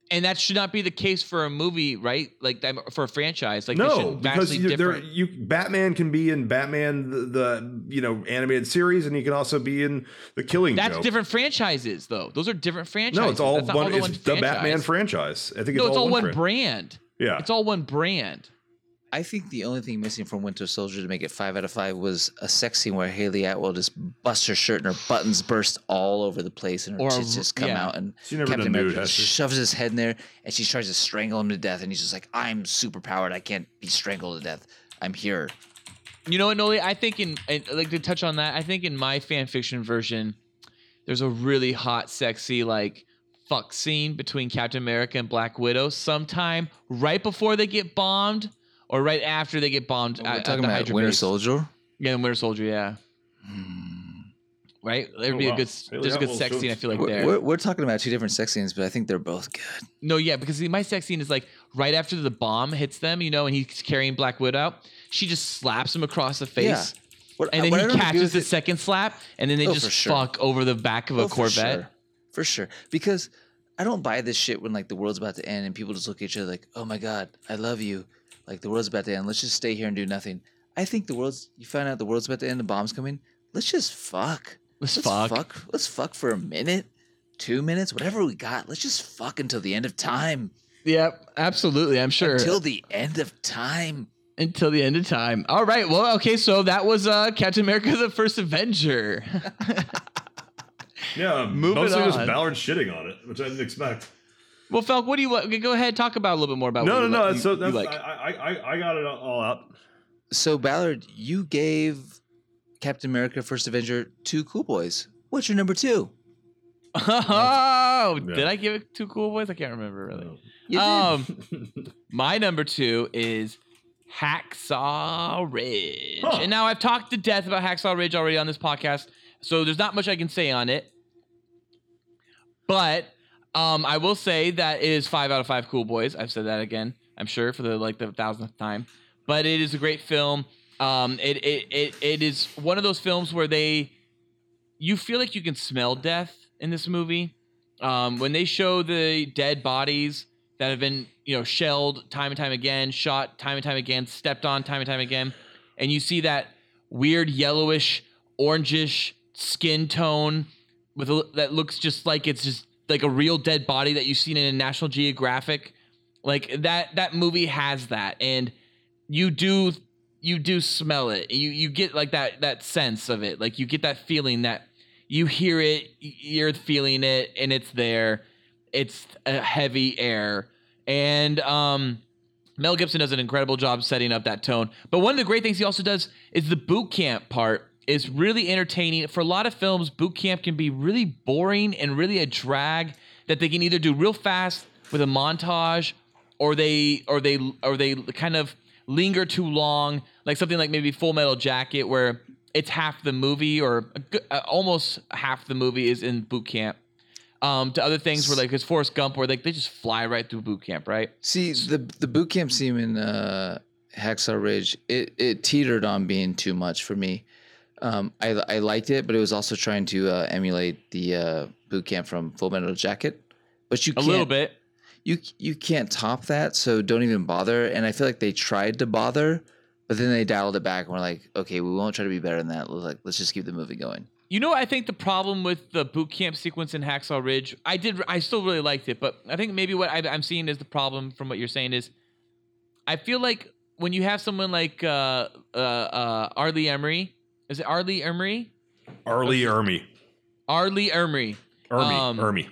Speaker 2: And that should not be the case for a movie, right? Like I'm- for a franchise, like they
Speaker 1: no,
Speaker 2: should
Speaker 1: because
Speaker 2: vastly
Speaker 1: you, there,
Speaker 2: different.
Speaker 1: you Batman can be in Batman the, the you know animated series, and he can also be in the Killing
Speaker 2: That's
Speaker 1: Joke.
Speaker 2: different franchises, though. Those are different franchises.
Speaker 1: No, it's all
Speaker 2: That's not
Speaker 1: one.
Speaker 2: the
Speaker 1: It's the
Speaker 2: franchise.
Speaker 1: Batman franchise. I think it's
Speaker 2: No,
Speaker 1: all,
Speaker 2: it's all one
Speaker 1: fran-
Speaker 2: brand.
Speaker 1: Yeah,
Speaker 2: It's all one brand.
Speaker 7: I think the only thing missing from Winter Soldier to make it five out of five was a sex scene where Haley Atwell just busts her shirt and her buttons burst all over the place and her
Speaker 2: Or a
Speaker 7: tits
Speaker 2: r-
Speaker 7: just come
Speaker 2: yeah.
Speaker 7: out and
Speaker 1: She never
Speaker 7: Captain
Speaker 1: done nude,
Speaker 7: America
Speaker 1: has she?
Speaker 7: shoves his head in there and she tries to strangle him to death and he's just like, I'm super powered. I can't be strangled to death. I'm here.
Speaker 2: You know what, Noli? I think in, in like to touch on that. I think in my fan fiction version, there's a really hot, sexy like fuck scene between Captain America and Black Widow sometime right before they get bombed or right after they get bombed.
Speaker 7: We're
Speaker 2: at, at
Speaker 7: talking
Speaker 2: the
Speaker 7: about
Speaker 2: Hydra
Speaker 7: Winter
Speaker 2: base.
Speaker 7: Soldier.
Speaker 2: Yeah, Winter Soldier. Yeah. Right, there'd
Speaker 1: Oh,
Speaker 2: be
Speaker 1: wow.
Speaker 2: a good, s-
Speaker 1: Really
Speaker 2: there's a
Speaker 1: got a
Speaker 2: good
Speaker 1: little
Speaker 2: sex
Speaker 1: soon.
Speaker 2: scene. I feel like
Speaker 7: We're,
Speaker 2: there.
Speaker 7: we're, we're talking about two different sex scenes, but I think they're both good.
Speaker 2: No, yeah, because see, my sex scene is like right after the bomb hits them, you know, and he's carrying Black Widow out. She just slaps him across the face.
Speaker 7: Yeah. What-
Speaker 2: and then
Speaker 7: what I
Speaker 2: he
Speaker 7: don't agree
Speaker 2: catches
Speaker 7: with
Speaker 2: the
Speaker 7: it-
Speaker 2: second slap, and then they
Speaker 7: Oh,
Speaker 2: just
Speaker 7: for sure.
Speaker 2: fuck over the back of a
Speaker 7: Oh,
Speaker 2: Corvette.
Speaker 7: For sure. for sure. Because I don't buy this shit when like the world's about to end and people just look at each other like, "Oh my god, I love you." Like the world's about to end. Let's just stay here and do nothing. I think the world's you find out the world's about to end, the bomb's coming. Let's just fuck.
Speaker 2: Let's,
Speaker 7: Let's
Speaker 2: fuck.
Speaker 7: Let's fuck for a minute, 2 minutes, whatever we got. Let's just fuck until the end of time.
Speaker 2: Yep, absolutely. I'm sure
Speaker 7: Until the end of time.
Speaker 2: Until the end of time. All right. Well, okay. So that was uh, Captain America: The First Avenger.
Speaker 1: yeah.
Speaker 2: Moving
Speaker 1: mostly just
Speaker 2: on.
Speaker 1: Ballard shitting on it, which I didn't expect.
Speaker 2: well, Felk, what do you okay, go ahead talk about a little bit more about?
Speaker 1: No,
Speaker 2: what
Speaker 1: no,
Speaker 2: you
Speaker 1: no.
Speaker 2: like-
Speaker 1: that's so
Speaker 2: you- you
Speaker 1: that's,
Speaker 2: like.
Speaker 1: I, I, I- I got it all out.
Speaker 7: So Ballard, you gave Captain America First Avenger two cool boys. What's your number 2?
Speaker 2: oh,
Speaker 1: Yeah.
Speaker 2: did I give it two cool boys? I can't remember really.
Speaker 7: You did.
Speaker 2: Um, my number two is Hacksaw Ridge,
Speaker 1: Huh.
Speaker 2: and now I've talked to death about Hacksaw Ridge already on this podcast, so there's not much I can say on it. But um, I will say that it is five out of five cool boys. I've said that again, I'm sure for the like the thousandth time. But it is a great film. Um, it it it, it is one of those films where they you feel like you can smell death in this movie. Um, when they show the dead bodies that have been, you know, shelled time and time again, shot time and time again, stepped on time and time again, and you see that weird yellowish, orangish skin tone with a, that looks just like it's just like a real dead body that you've seen in a National Geographic. Like that that movie has that, and you do you do smell it. You you get like that that sense of it. Like you get that feeling that you hear it, y- you're feeling it, and it's there. It's a heavy air, and um, Mel Gibson does an incredible job setting up that tone. But one of the great things he also does is the boot camp part is really entertaining. For a lot of films, boot camp can be really boring and really a drag that they can either do real fast with a montage or they or they or they kind of linger too long, like something like maybe Full Metal Jacket where it's half the movie or a good, uh, almost half the movie is in boot camp. Um, to other things where like it's Forrest Gump where like they just fly right through boot camp, right?
Speaker 7: See the the boot camp scene in uh, Hacksaw Ridge, it it teetered on being too much for me. Um, I I liked it, but it was also trying to uh, emulate the uh, boot camp from Full Metal Jacket. But you
Speaker 2: A
Speaker 7: can't,
Speaker 2: little bit.
Speaker 7: You you can't top that, so don't even bother. And I feel like they tried to bother, but then they dialed it back. and We're like, okay, we won't try to be better than that. Let's, Like, let's just keep the movie going.
Speaker 2: You know, I think the problem with the boot camp sequence in Hacksaw Ridge, I did, I still really liked it, but I think maybe what I, I'm seeing is the problem from what you're saying is, I feel like when you have someone like uh, uh, uh, Arlie Emery, is it Arlie Emery?
Speaker 1: Arlie Ermy.
Speaker 2: Arlie Emery,
Speaker 1: Ermy.
Speaker 2: Um,
Speaker 1: Ermy.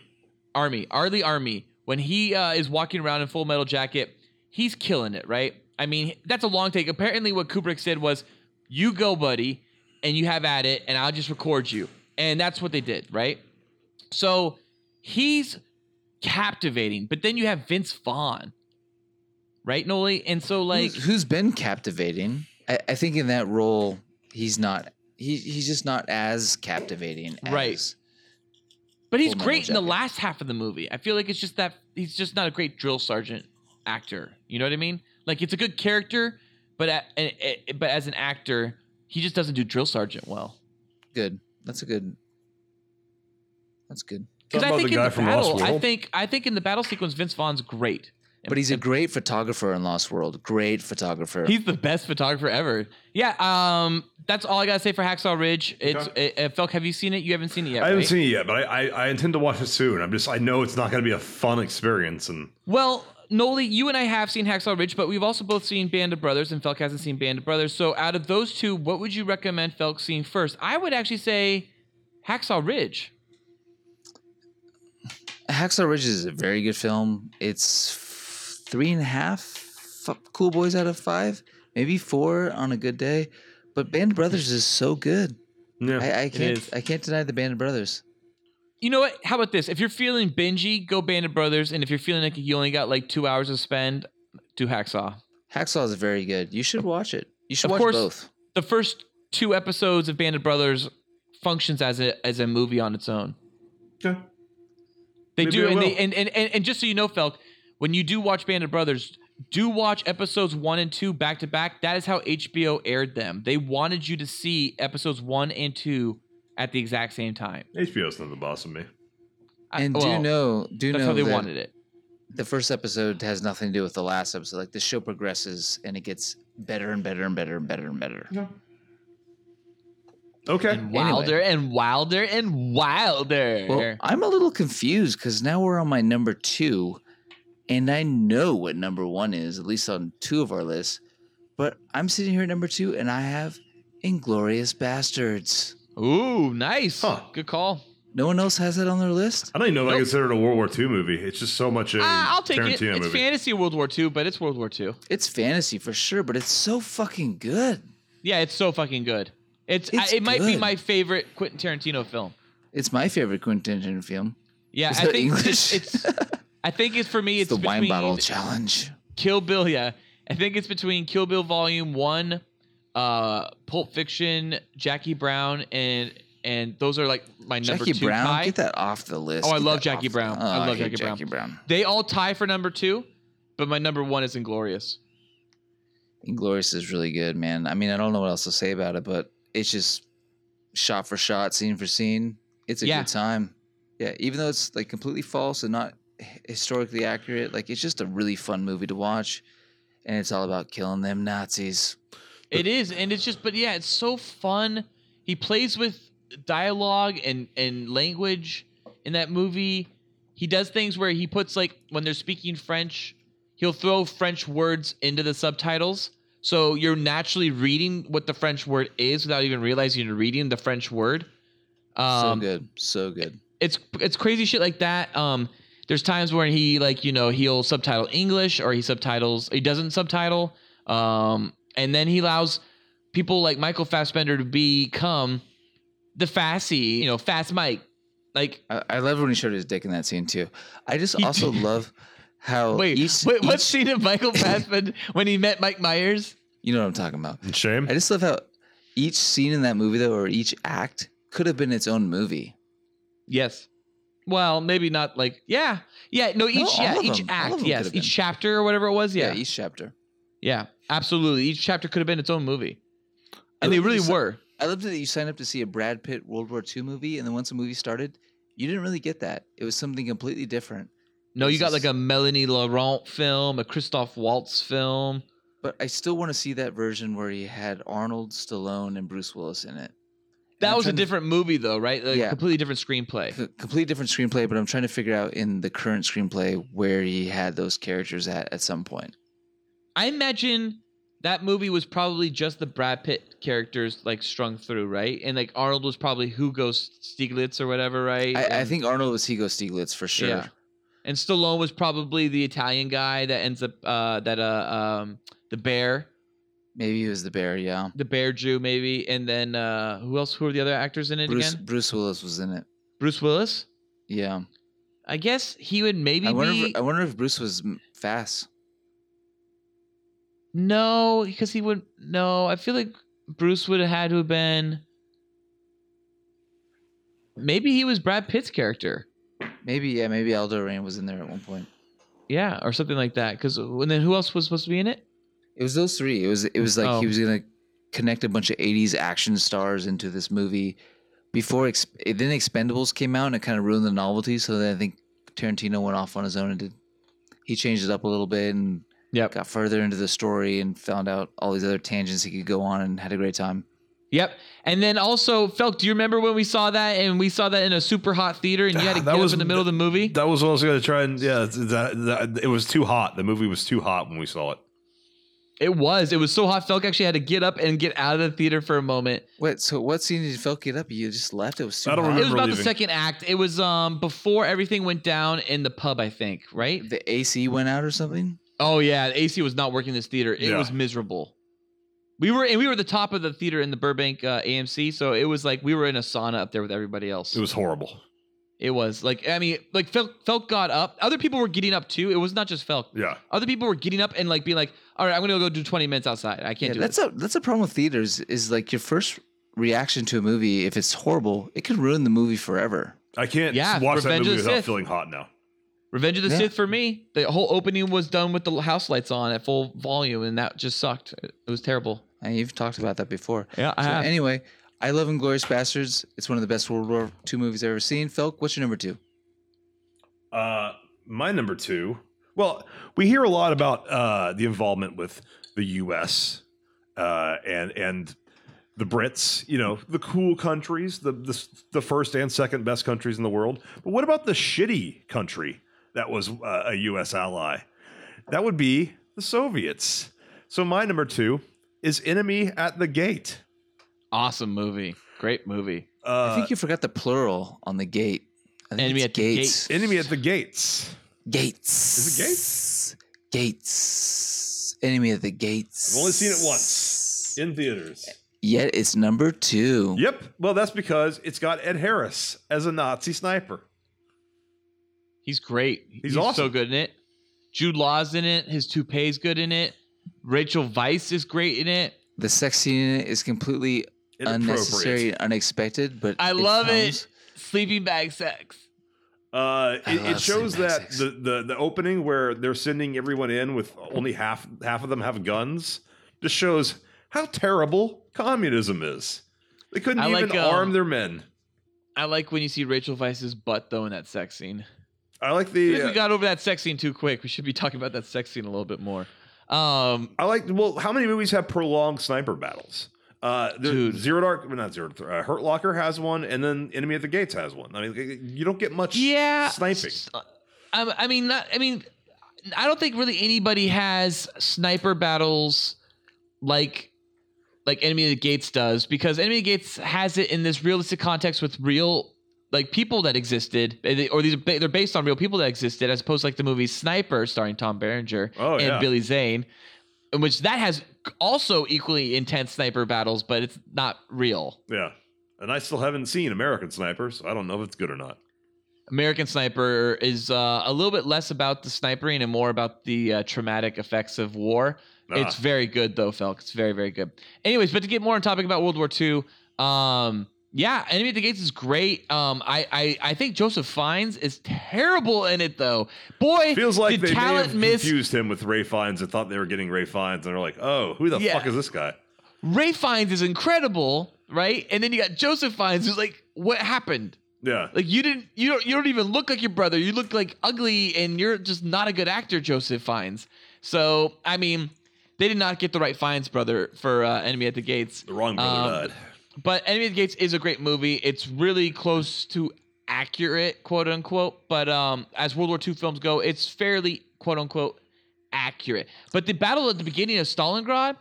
Speaker 2: Army, Arlie Army, when he uh, is walking around in Full Metal Jacket, he's killing it, right? I mean, that's a long take. Apparently, what Kubrick said was, "You go, buddy, and you have at it, and I'll just record you," and that's what they did, right? So he's captivating, but then you have Vince Vaughn, right, Noli? And so like,
Speaker 7: Who's- who's been captivating. I, I think in that role, he's not. He, he's just not as captivating. As,
Speaker 2: Right. but he's
Speaker 7: Full Metal
Speaker 2: great in the
Speaker 7: Jacket.
Speaker 2: last half of the movie. I feel like it's just that he's just not a great drill sergeant actor. You know what I mean? Like it's a good character, But a- and it- but as an actor, he just doesn't do drill sergeant well.
Speaker 7: Good. That's a good. That's good.
Speaker 2: Because
Speaker 1: Talking
Speaker 2: I
Speaker 1: about
Speaker 2: think
Speaker 1: the
Speaker 2: in
Speaker 1: guy
Speaker 2: the
Speaker 1: from
Speaker 2: battle, I
Speaker 1: Westworld?
Speaker 2: think I think in the battle sequence, Vince Vaughn's great.
Speaker 7: But he's a great photographer in Lost World. Great photographer.
Speaker 2: He's the best photographer ever. Yeah. Um. That's all I gotta say for Hacksaw Ridge. It's it, uh, Felk. Have you seen it? You haven't seen it yet.
Speaker 1: I haven't
Speaker 2: right?
Speaker 1: seen it yet, but I, I, I intend to watch it soon. I'm just I know it's not going to be a fun experience, and
Speaker 2: Well, Noli, you and I have seen Hacksaw Ridge, but we've also both seen Band of Brothers, and Felk hasn't seen Band of Brothers. So, out of those two, what would you recommend Felk seeing first? I would actually say Hacksaw Ridge.
Speaker 7: Hacksaw Ridge is a very good film. It's f- three and a half f- cool boys out of five, maybe four on a good day. But Band of Brothers is so good.
Speaker 1: yeah,
Speaker 7: I, I
Speaker 2: is.
Speaker 7: can't. I can't deny the Band of Brothers.
Speaker 2: You know what? How about this? If you're feeling bingy, go Band of Brothers, and if you're feeling like you only got like two hours to spend, do Hacksaw.
Speaker 7: Hacksaw is very good. You should watch it. You should
Speaker 2: Of
Speaker 7: watch
Speaker 2: course.
Speaker 7: both.
Speaker 2: The first two episodes of Band of Brothers functions as a as a movie on its own.
Speaker 1: Okay.
Speaker 2: They
Speaker 1: Maybe
Speaker 2: do,
Speaker 1: I
Speaker 2: and, they,
Speaker 1: will.
Speaker 2: and, and and and just so you know, Felk, when you do watch Band of Brothers, do watch episodes one and two back to back. That is how HBO aired them. They wanted you to see episodes one and two at the exact same time.
Speaker 1: HBO's not the boss of me.
Speaker 2: I-
Speaker 7: and do
Speaker 2: well,
Speaker 7: know, do
Speaker 2: that's
Speaker 7: know
Speaker 2: how they
Speaker 7: that
Speaker 2: wanted it.
Speaker 7: the first episode has nothing to do with the last episode. Like the show progresses and it gets better and better and better and better and better.
Speaker 1: Okay,
Speaker 2: And wilder and wilder and wilder.
Speaker 7: Well, I'm a little confused because now we're on my number two, and I know what number one is, at least on two of our lists. But I'm sitting here at number two, and I have Inglorious Bastards.
Speaker 2: Ooh, nice.
Speaker 1: Huh.
Speaker 2: Good call.
Speaker 7: No one else has that on their list.
Speaker 1: I don't even know if I
Speaker 2: Nope.
Speaker 1: consider it a World War II movie. It's just so much a
Speaker 2: Ah, I'll take it.
Speaker 1: Tarantino
Speaker 2: It's
Speaker 1: movie.
Speaker 2: fantasy World War II, but it's World War II.
Speaker 7: It's fantasy for sure, but it's so fucking good.
Speaker 2: Yeah, it's so fucking good. It's,
Speaker 7: It's
Speaker 2: I, it might be
Speaker 7: good.
Speaker 2: my favorite Quentin Tarantino film.
Speaker 7: It's my favorite Quentin Tarantino film.
Speaker 2: Yeah,
Speaker 7: Is
Speaker 2: I
Speaker 7: that
Speaker 2: think it's,
Speaker 7: English?
Speaker 2: it's. I think it's for me. It's,
Speaker 7: It's the
Speaker 2: between
Speaker 7: wine bottle challenge.
Speaker 2: Kill Bill. Yeah, I think it's between Kill Bill Volume One, uh, Pulp Fiction, Jackie Brown, and and those are like my number
Speaker 7: Jackie
Speaker 2: two
Speaker 7: Brown,
Speaker 2: tie.
Speaker 7: get that off the list.
Speaker 2: Oh, I
Speaker 7: Get
Speaker 2: love
Speaker 7: that
Speaker 2: Jackie
Speaker 7: off the-
Speaker 2: Brown. I love
Speaker 7: hate
Speaker 2: Jackie Brown.
Speaker 7: Brown.
Speaker 2: They all tie for number two, but my number one is Inglorious.
Speaker 7: Inglorious is really good, man. I mean, I don't know what else to say about it, but it's just shot for shot, scene for scene. It's a
Speaker 2: Yeah.
Speaker 7: good time. Yeah, even though it's like completely false and not h- historically accurate, like it's just a really fun movie to watch, and it's all about killing them Nazis.
Speaker 2: It is, and it's just, but yeah, it's so fun. He plays with dialogue and and language in that movie. He does things where he puts like when they're speaking French, he'll throw French words into the subtitles, so you're naturally reading what the French word is without even realizing you're reading the French word.
Speaker 7: so
Speaker 2: Um,
Speaker 7: good, so good.
Speaker 2: it's it's crazy shit like that. Um, there's times where he like you know he'll subtitle English or he subtitles he doesn't subtitle. Um, and then he allows people like Michael Fassbender to become the Fassy, you know, Fast Mike. Like
Speaker 7: I, I love when he showed his dick in that scene too. I just also love how
Speaker 2: wait,
Speaker 7: each-
Speaker 2: wait, what
Speaker 7: each-
Speaker 2: scene of Michael Fassbender when he met Mike Myers?
Speaker 7: you know what I'm talking about.
Speaker 1: Shame.
Speaker 2: Mm-hmm.
Speaker 7: I just love how each scene in that movie though, or each act, could have been its own movie.
Speaker 2: Yes. Well, maybe not like yeah, yeah. No, each
Speaker 7: all
Speaker 2: yeah,
Speaker 7: of
Speaker 2: each
Speaker 7: them. All of
Speaker 2: act,
Speaker 7: them
Speaker 2: yes,
Speaker 7: could've been.
Speaker 2: each chapter or whatever it was,
Speaker 7: Yeah,
Speaker 2: yeah,
Speaker 7: each chapter.
Speaker 2: yeah, absolutely. Each chapter could have been its own movie, and they
Speaker 7: love that you
Speaker 2: really
Speaker 7: said-
Speaker 2: were.
Speaker 7: I loved that you signed up to see a Brad Pitt World War II movie, and then once the movie started, you didn't really get that. It was something completely different.
Speaker 2: No, you
Speaker 7: This
Speaker 2: got
Speaker 7: is-
Speaker 2: like a Melanie Laurent film, a Christoph Waltz film.
Speaker 7: But I still want to see that version where he had Arnold, Stallone, and Bruce Willis in it.
Speaker 2: That
Speaker 7: I'm
Speaker 2: was a
Speaker 7: trying to-
Speaker 2: different movie though, right? Like
Speaker 7: Yeah.
Speaker 2: completely different screenplay.
Speaker 7: C- Complete different screenplay, but I'm trying to figure out in the current screenplay where he had those characters at at some point.
Speaker 2: I imagine that movie was probably just the Brad Pitt characters like strung through, right? And like Arnold was probably Hugo Stieglitz or whatever, right?
Speaker 7: I, I
Speaker 2: And-
Speaker 7: think Arnold was Hugo Stieglitz for sure.
Speaker 2: Yeah. and Stallone was probably the Italian guy that ends up uh that uh um the bear,
Speaker 7: Maybe he was the bear. Yeah.
Speaker 2: the bear Jew maybe, and then uh who else who were the other actors in it
Speaker 7: Bruce
Speaker 2: again?
Speaker 7: Bruce Willis was in it.
Speaker 2: Bruce Willis?
Speaker 7: Yeah.
Speaker 2: I guess he would maybe
Speaker 7: I wonder.
Speaker 2: be
Speaker 7: If, I wonder if Bruce was m- fast.
Speaker 2: No, because he would. No, I feel like Bruce would have had to have been. Maybe he was Brad Pitt's character.
Speaker 7: Maybe yeah. Maybe Aldo Rain was in there at one point.
Speaker 2: Yeah, or something like that. Because and then who else was supposed to be in it?
Speaker 7: It was those three. It was it was like he
Speaker 2: Oh.
Speaker 7: was gonna connect a bunch of '80s action stars into this movie before. Ex- then Expendables came out and it kind of ruined the novelty. So then I think Tarantino went off on his own and did. He changed it up a little bit and
Speaker 2: Yep.
Speaker 7: got further into the story and found out all these other tangents he could go on and had a great time.
Speaker 2: Yep. And then also, Felk, do you remember when we saw that and we saw that in a super hot theater and you had to
Speaker 1: Ah, That
Speaker 2: get
Speaker 1: was-
Speaker 2: up in the middle of the movie?
Speaker 1: That was what I was going to try and yeah, it's- that, that, it was too hot. The movie was too hot when we saw it.
Speaker 2: it was. It was so hot. Felk actually had to get up and get out of the theater for a moment.
Speaker 7: Wait, so what scene did Felk get up? You just left. It was too
Speaker 1: I don't
Speaker 7: hot.
Speaker 2: It was
Speaker 1: remember
Speaker 2: about the
Speaker 1: leaving.
Speaker 2: second act. It was um before everything went down in the pub, I think, right?
Speaker 7: The AC went out or something.
Speaker 2: Oh yeah, the AC was not working this theater. It
Speaker 1: Yeah.
Speaker 2: was miserable. We were and we were the top of the theater in the Burbank uh, AMC, so it was like we were in a sauna up there with everybody else.
Speaker 1: It was horrible.
Speaker 2: It was like I mean, like Felk, Felk got up. Other people were getting up too. It was not just Felk.
Speaker 1: Yeah.
Speaker 2: Other people were getting up and like being like, "All right, I'm gonna go do 20 minutes outside. I can't
Speaker 7: Yeah,
Speaker 2: do
Speaker 7: that's
Speaker 2: this."
Speaker 7: a that's a problem with theaters. Is like your first reaction to a movie if it's horrible, it could ruin the movie forever.
Speaker 1: I can't
Speaker 2: Yeah,
Speaker 1: watch that
Speaker 2: Revenge of
Speaker 1: movie
Speaker 2: the
Speaker 1: without
Speaker 2: Sith.
Speaker 1: feeling hot now.
Speaker 2: Revenge of the
Speaker 7: Yeah.
Speaker 2: Sith for me. The whole opening was done with the house lights on at full volume, and that just sucked. It was terrible.
Speaker 7: And you've talked about that before.
Speaker 2: Yeah, I
Speaker 7: So
Speaker 2: have.
Speaker 7: anyway, I love Inglorious Bastards. It's one of the best World War II movies I've ever seen. Felk, what's your number two?
Speaker 1: Uh, my number two. Well, we hear a lot about uh, the involvement with the U.S. Uh, and and the Brits. You know, the cool countries, the, the s- the first and second best countries in the world. But what about the shitty country that was uh, a U.S. ally? That would be the Soviets. So my number two is Enemy at the Gate.
Speaker 2: Awesome movie. Great movie.
Speaker 1: Uh,
Speaker 7: I think you forgot the plural on the gate. I think
Speaker 2: Enemy
Speaker 7: it's
Speaker 2: at the gate.
Speaker 7: gates.
Speaker 1: Enemy at the Gates.
Speaker 7: Gates.
Speaker 1: Is it
Speaker 7: gates? Gates. Enemy at the gates.
Speaker 1: I've only seen it once. in theaters.
Speaker 7: Yet it's number two.
Speaker 1: Yep. Well, that's because it's got Ed Harris as a Nazi sniper.
Speaker 2: He's great. He's, so
Speaker 1: awesome.
Speaker 2: good in it. Jude Law's in it. His toupet's good in it. Rachel Weisz is great in it.
Speaker 7: The sex scene in it is completely unnecessary and unexpected, but
Speaker 2: I love
Speaker 7: comes.
Speaker 2: it. Sleeping bag sex.
Speaker 1: Uh,
Speaker 7: I
Speaker 1: it, it
Speaker 7: love
Speaker 1: shows
Speaker 7: Cinemax
Speaker 1: that
Speaker 7: Six.
Speaker 1: the, the the opening where they're sending everyone in with only half half of them have guns just shows how terrible communism is. They couldn't
Speaker 2: I
Speaker 1: even
Speaker 2: like, um,
Speaker 1: arm their men.
Speaker 2: I like when you see Rachel Weisz's butt though in that sex scene.
Speaker 1: I like
Speaker 2: I
Speaker 1: the uh,
Speaker 2: think We got over that sex scene too quick. We should be talking about that sex scene a little bit more. Um,
Speaker 1: I like well, how many movies have prolonged sniper battles? Uh, there-
Speaker 2: Dude.
Speaker 1: Zero Dark, well, not Zero Dark, uh, Hurt Locker has one, and then Enemy at the Gates has one. I mean, you don't get much
Speaker 2: yeah,
Speaker 1: sniping.
Speaker 2: s- I, I mean, not, I mean, I don't think really anybody has sniper battles like like Enemy of the Gates does because Enemy of the Gates has it in this realistic context with real like people that existed eh, they- or these are ba- they're based on real people that existed as opposed to like the movie Sniper starring Tom Berenger
Speaker 1: Oh,
Speaker 2: and
Speaker 1: yeah.
Speaker 2: Billy Zane in which that has also equally intense sniper battles but it's not real.
Speaker 1: Yeah. And I still haven't seen American Sniper, so I don't know if it's good or not.
Speaker 2: American Sniper is uh, a little bit less about the snipering and more about the uh, traumatic effects of war.
Speaker 1: Ah.
Speaker 2: It's very good though, Felk. It's very very good. Anyways, but to get more on topic about World War II, um, yeah, Enemy at the Gates is great. Um, I, I I think Joseph Fiennes is terrible in it though. Boy,
Speaker 1: Feels like
Speaker 2: did
Speaker 1: they may
Speaker 2: talent
Speaker 1: have
Speaker 2: miss
Speaker 1: confused him with Ray Fiennes and thought they were getting Ray Fiennes, and they're like, "Oh, who the
Speaker 2: Yeah.
Speaker 1: fuck is this guy?"
Speaker 2: Ray Fiennes is incredible, right? And then you got Joseph Fiennes who's like, what happened?
Speaker 1: Yeah,
Speaker 2: Like you didn't you don't you don't even look like your brother. You look like ugly and you're just not a good actor, Joseph Fiennes. So, I mean, they did not get the right Fiennes brother for uh, Enemy at the Gates.
Speaker 1: the wrong brother
Speaker 2: Um,
Speaker 1: died.
Speaker 2: But Enemy at the Gates is a great movie. It's really close to accurate, quote unquote. But um, as World War II films go, it's fairly, quote unquote, accurate. But the battle at the beginning of Stalingrad,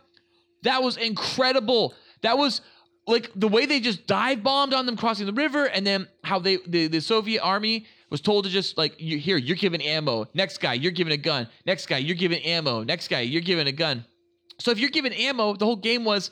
Speaker 2: that was incredible. That was like the way they just dive bombed on them crossing the river, and then how they the, the Soviet army was told to just like you, here you're giving ammo, next guy you're giving a gun, next guy you're giving ammo, next guy you're giving a gun. So if you're giving ammo, the whole game was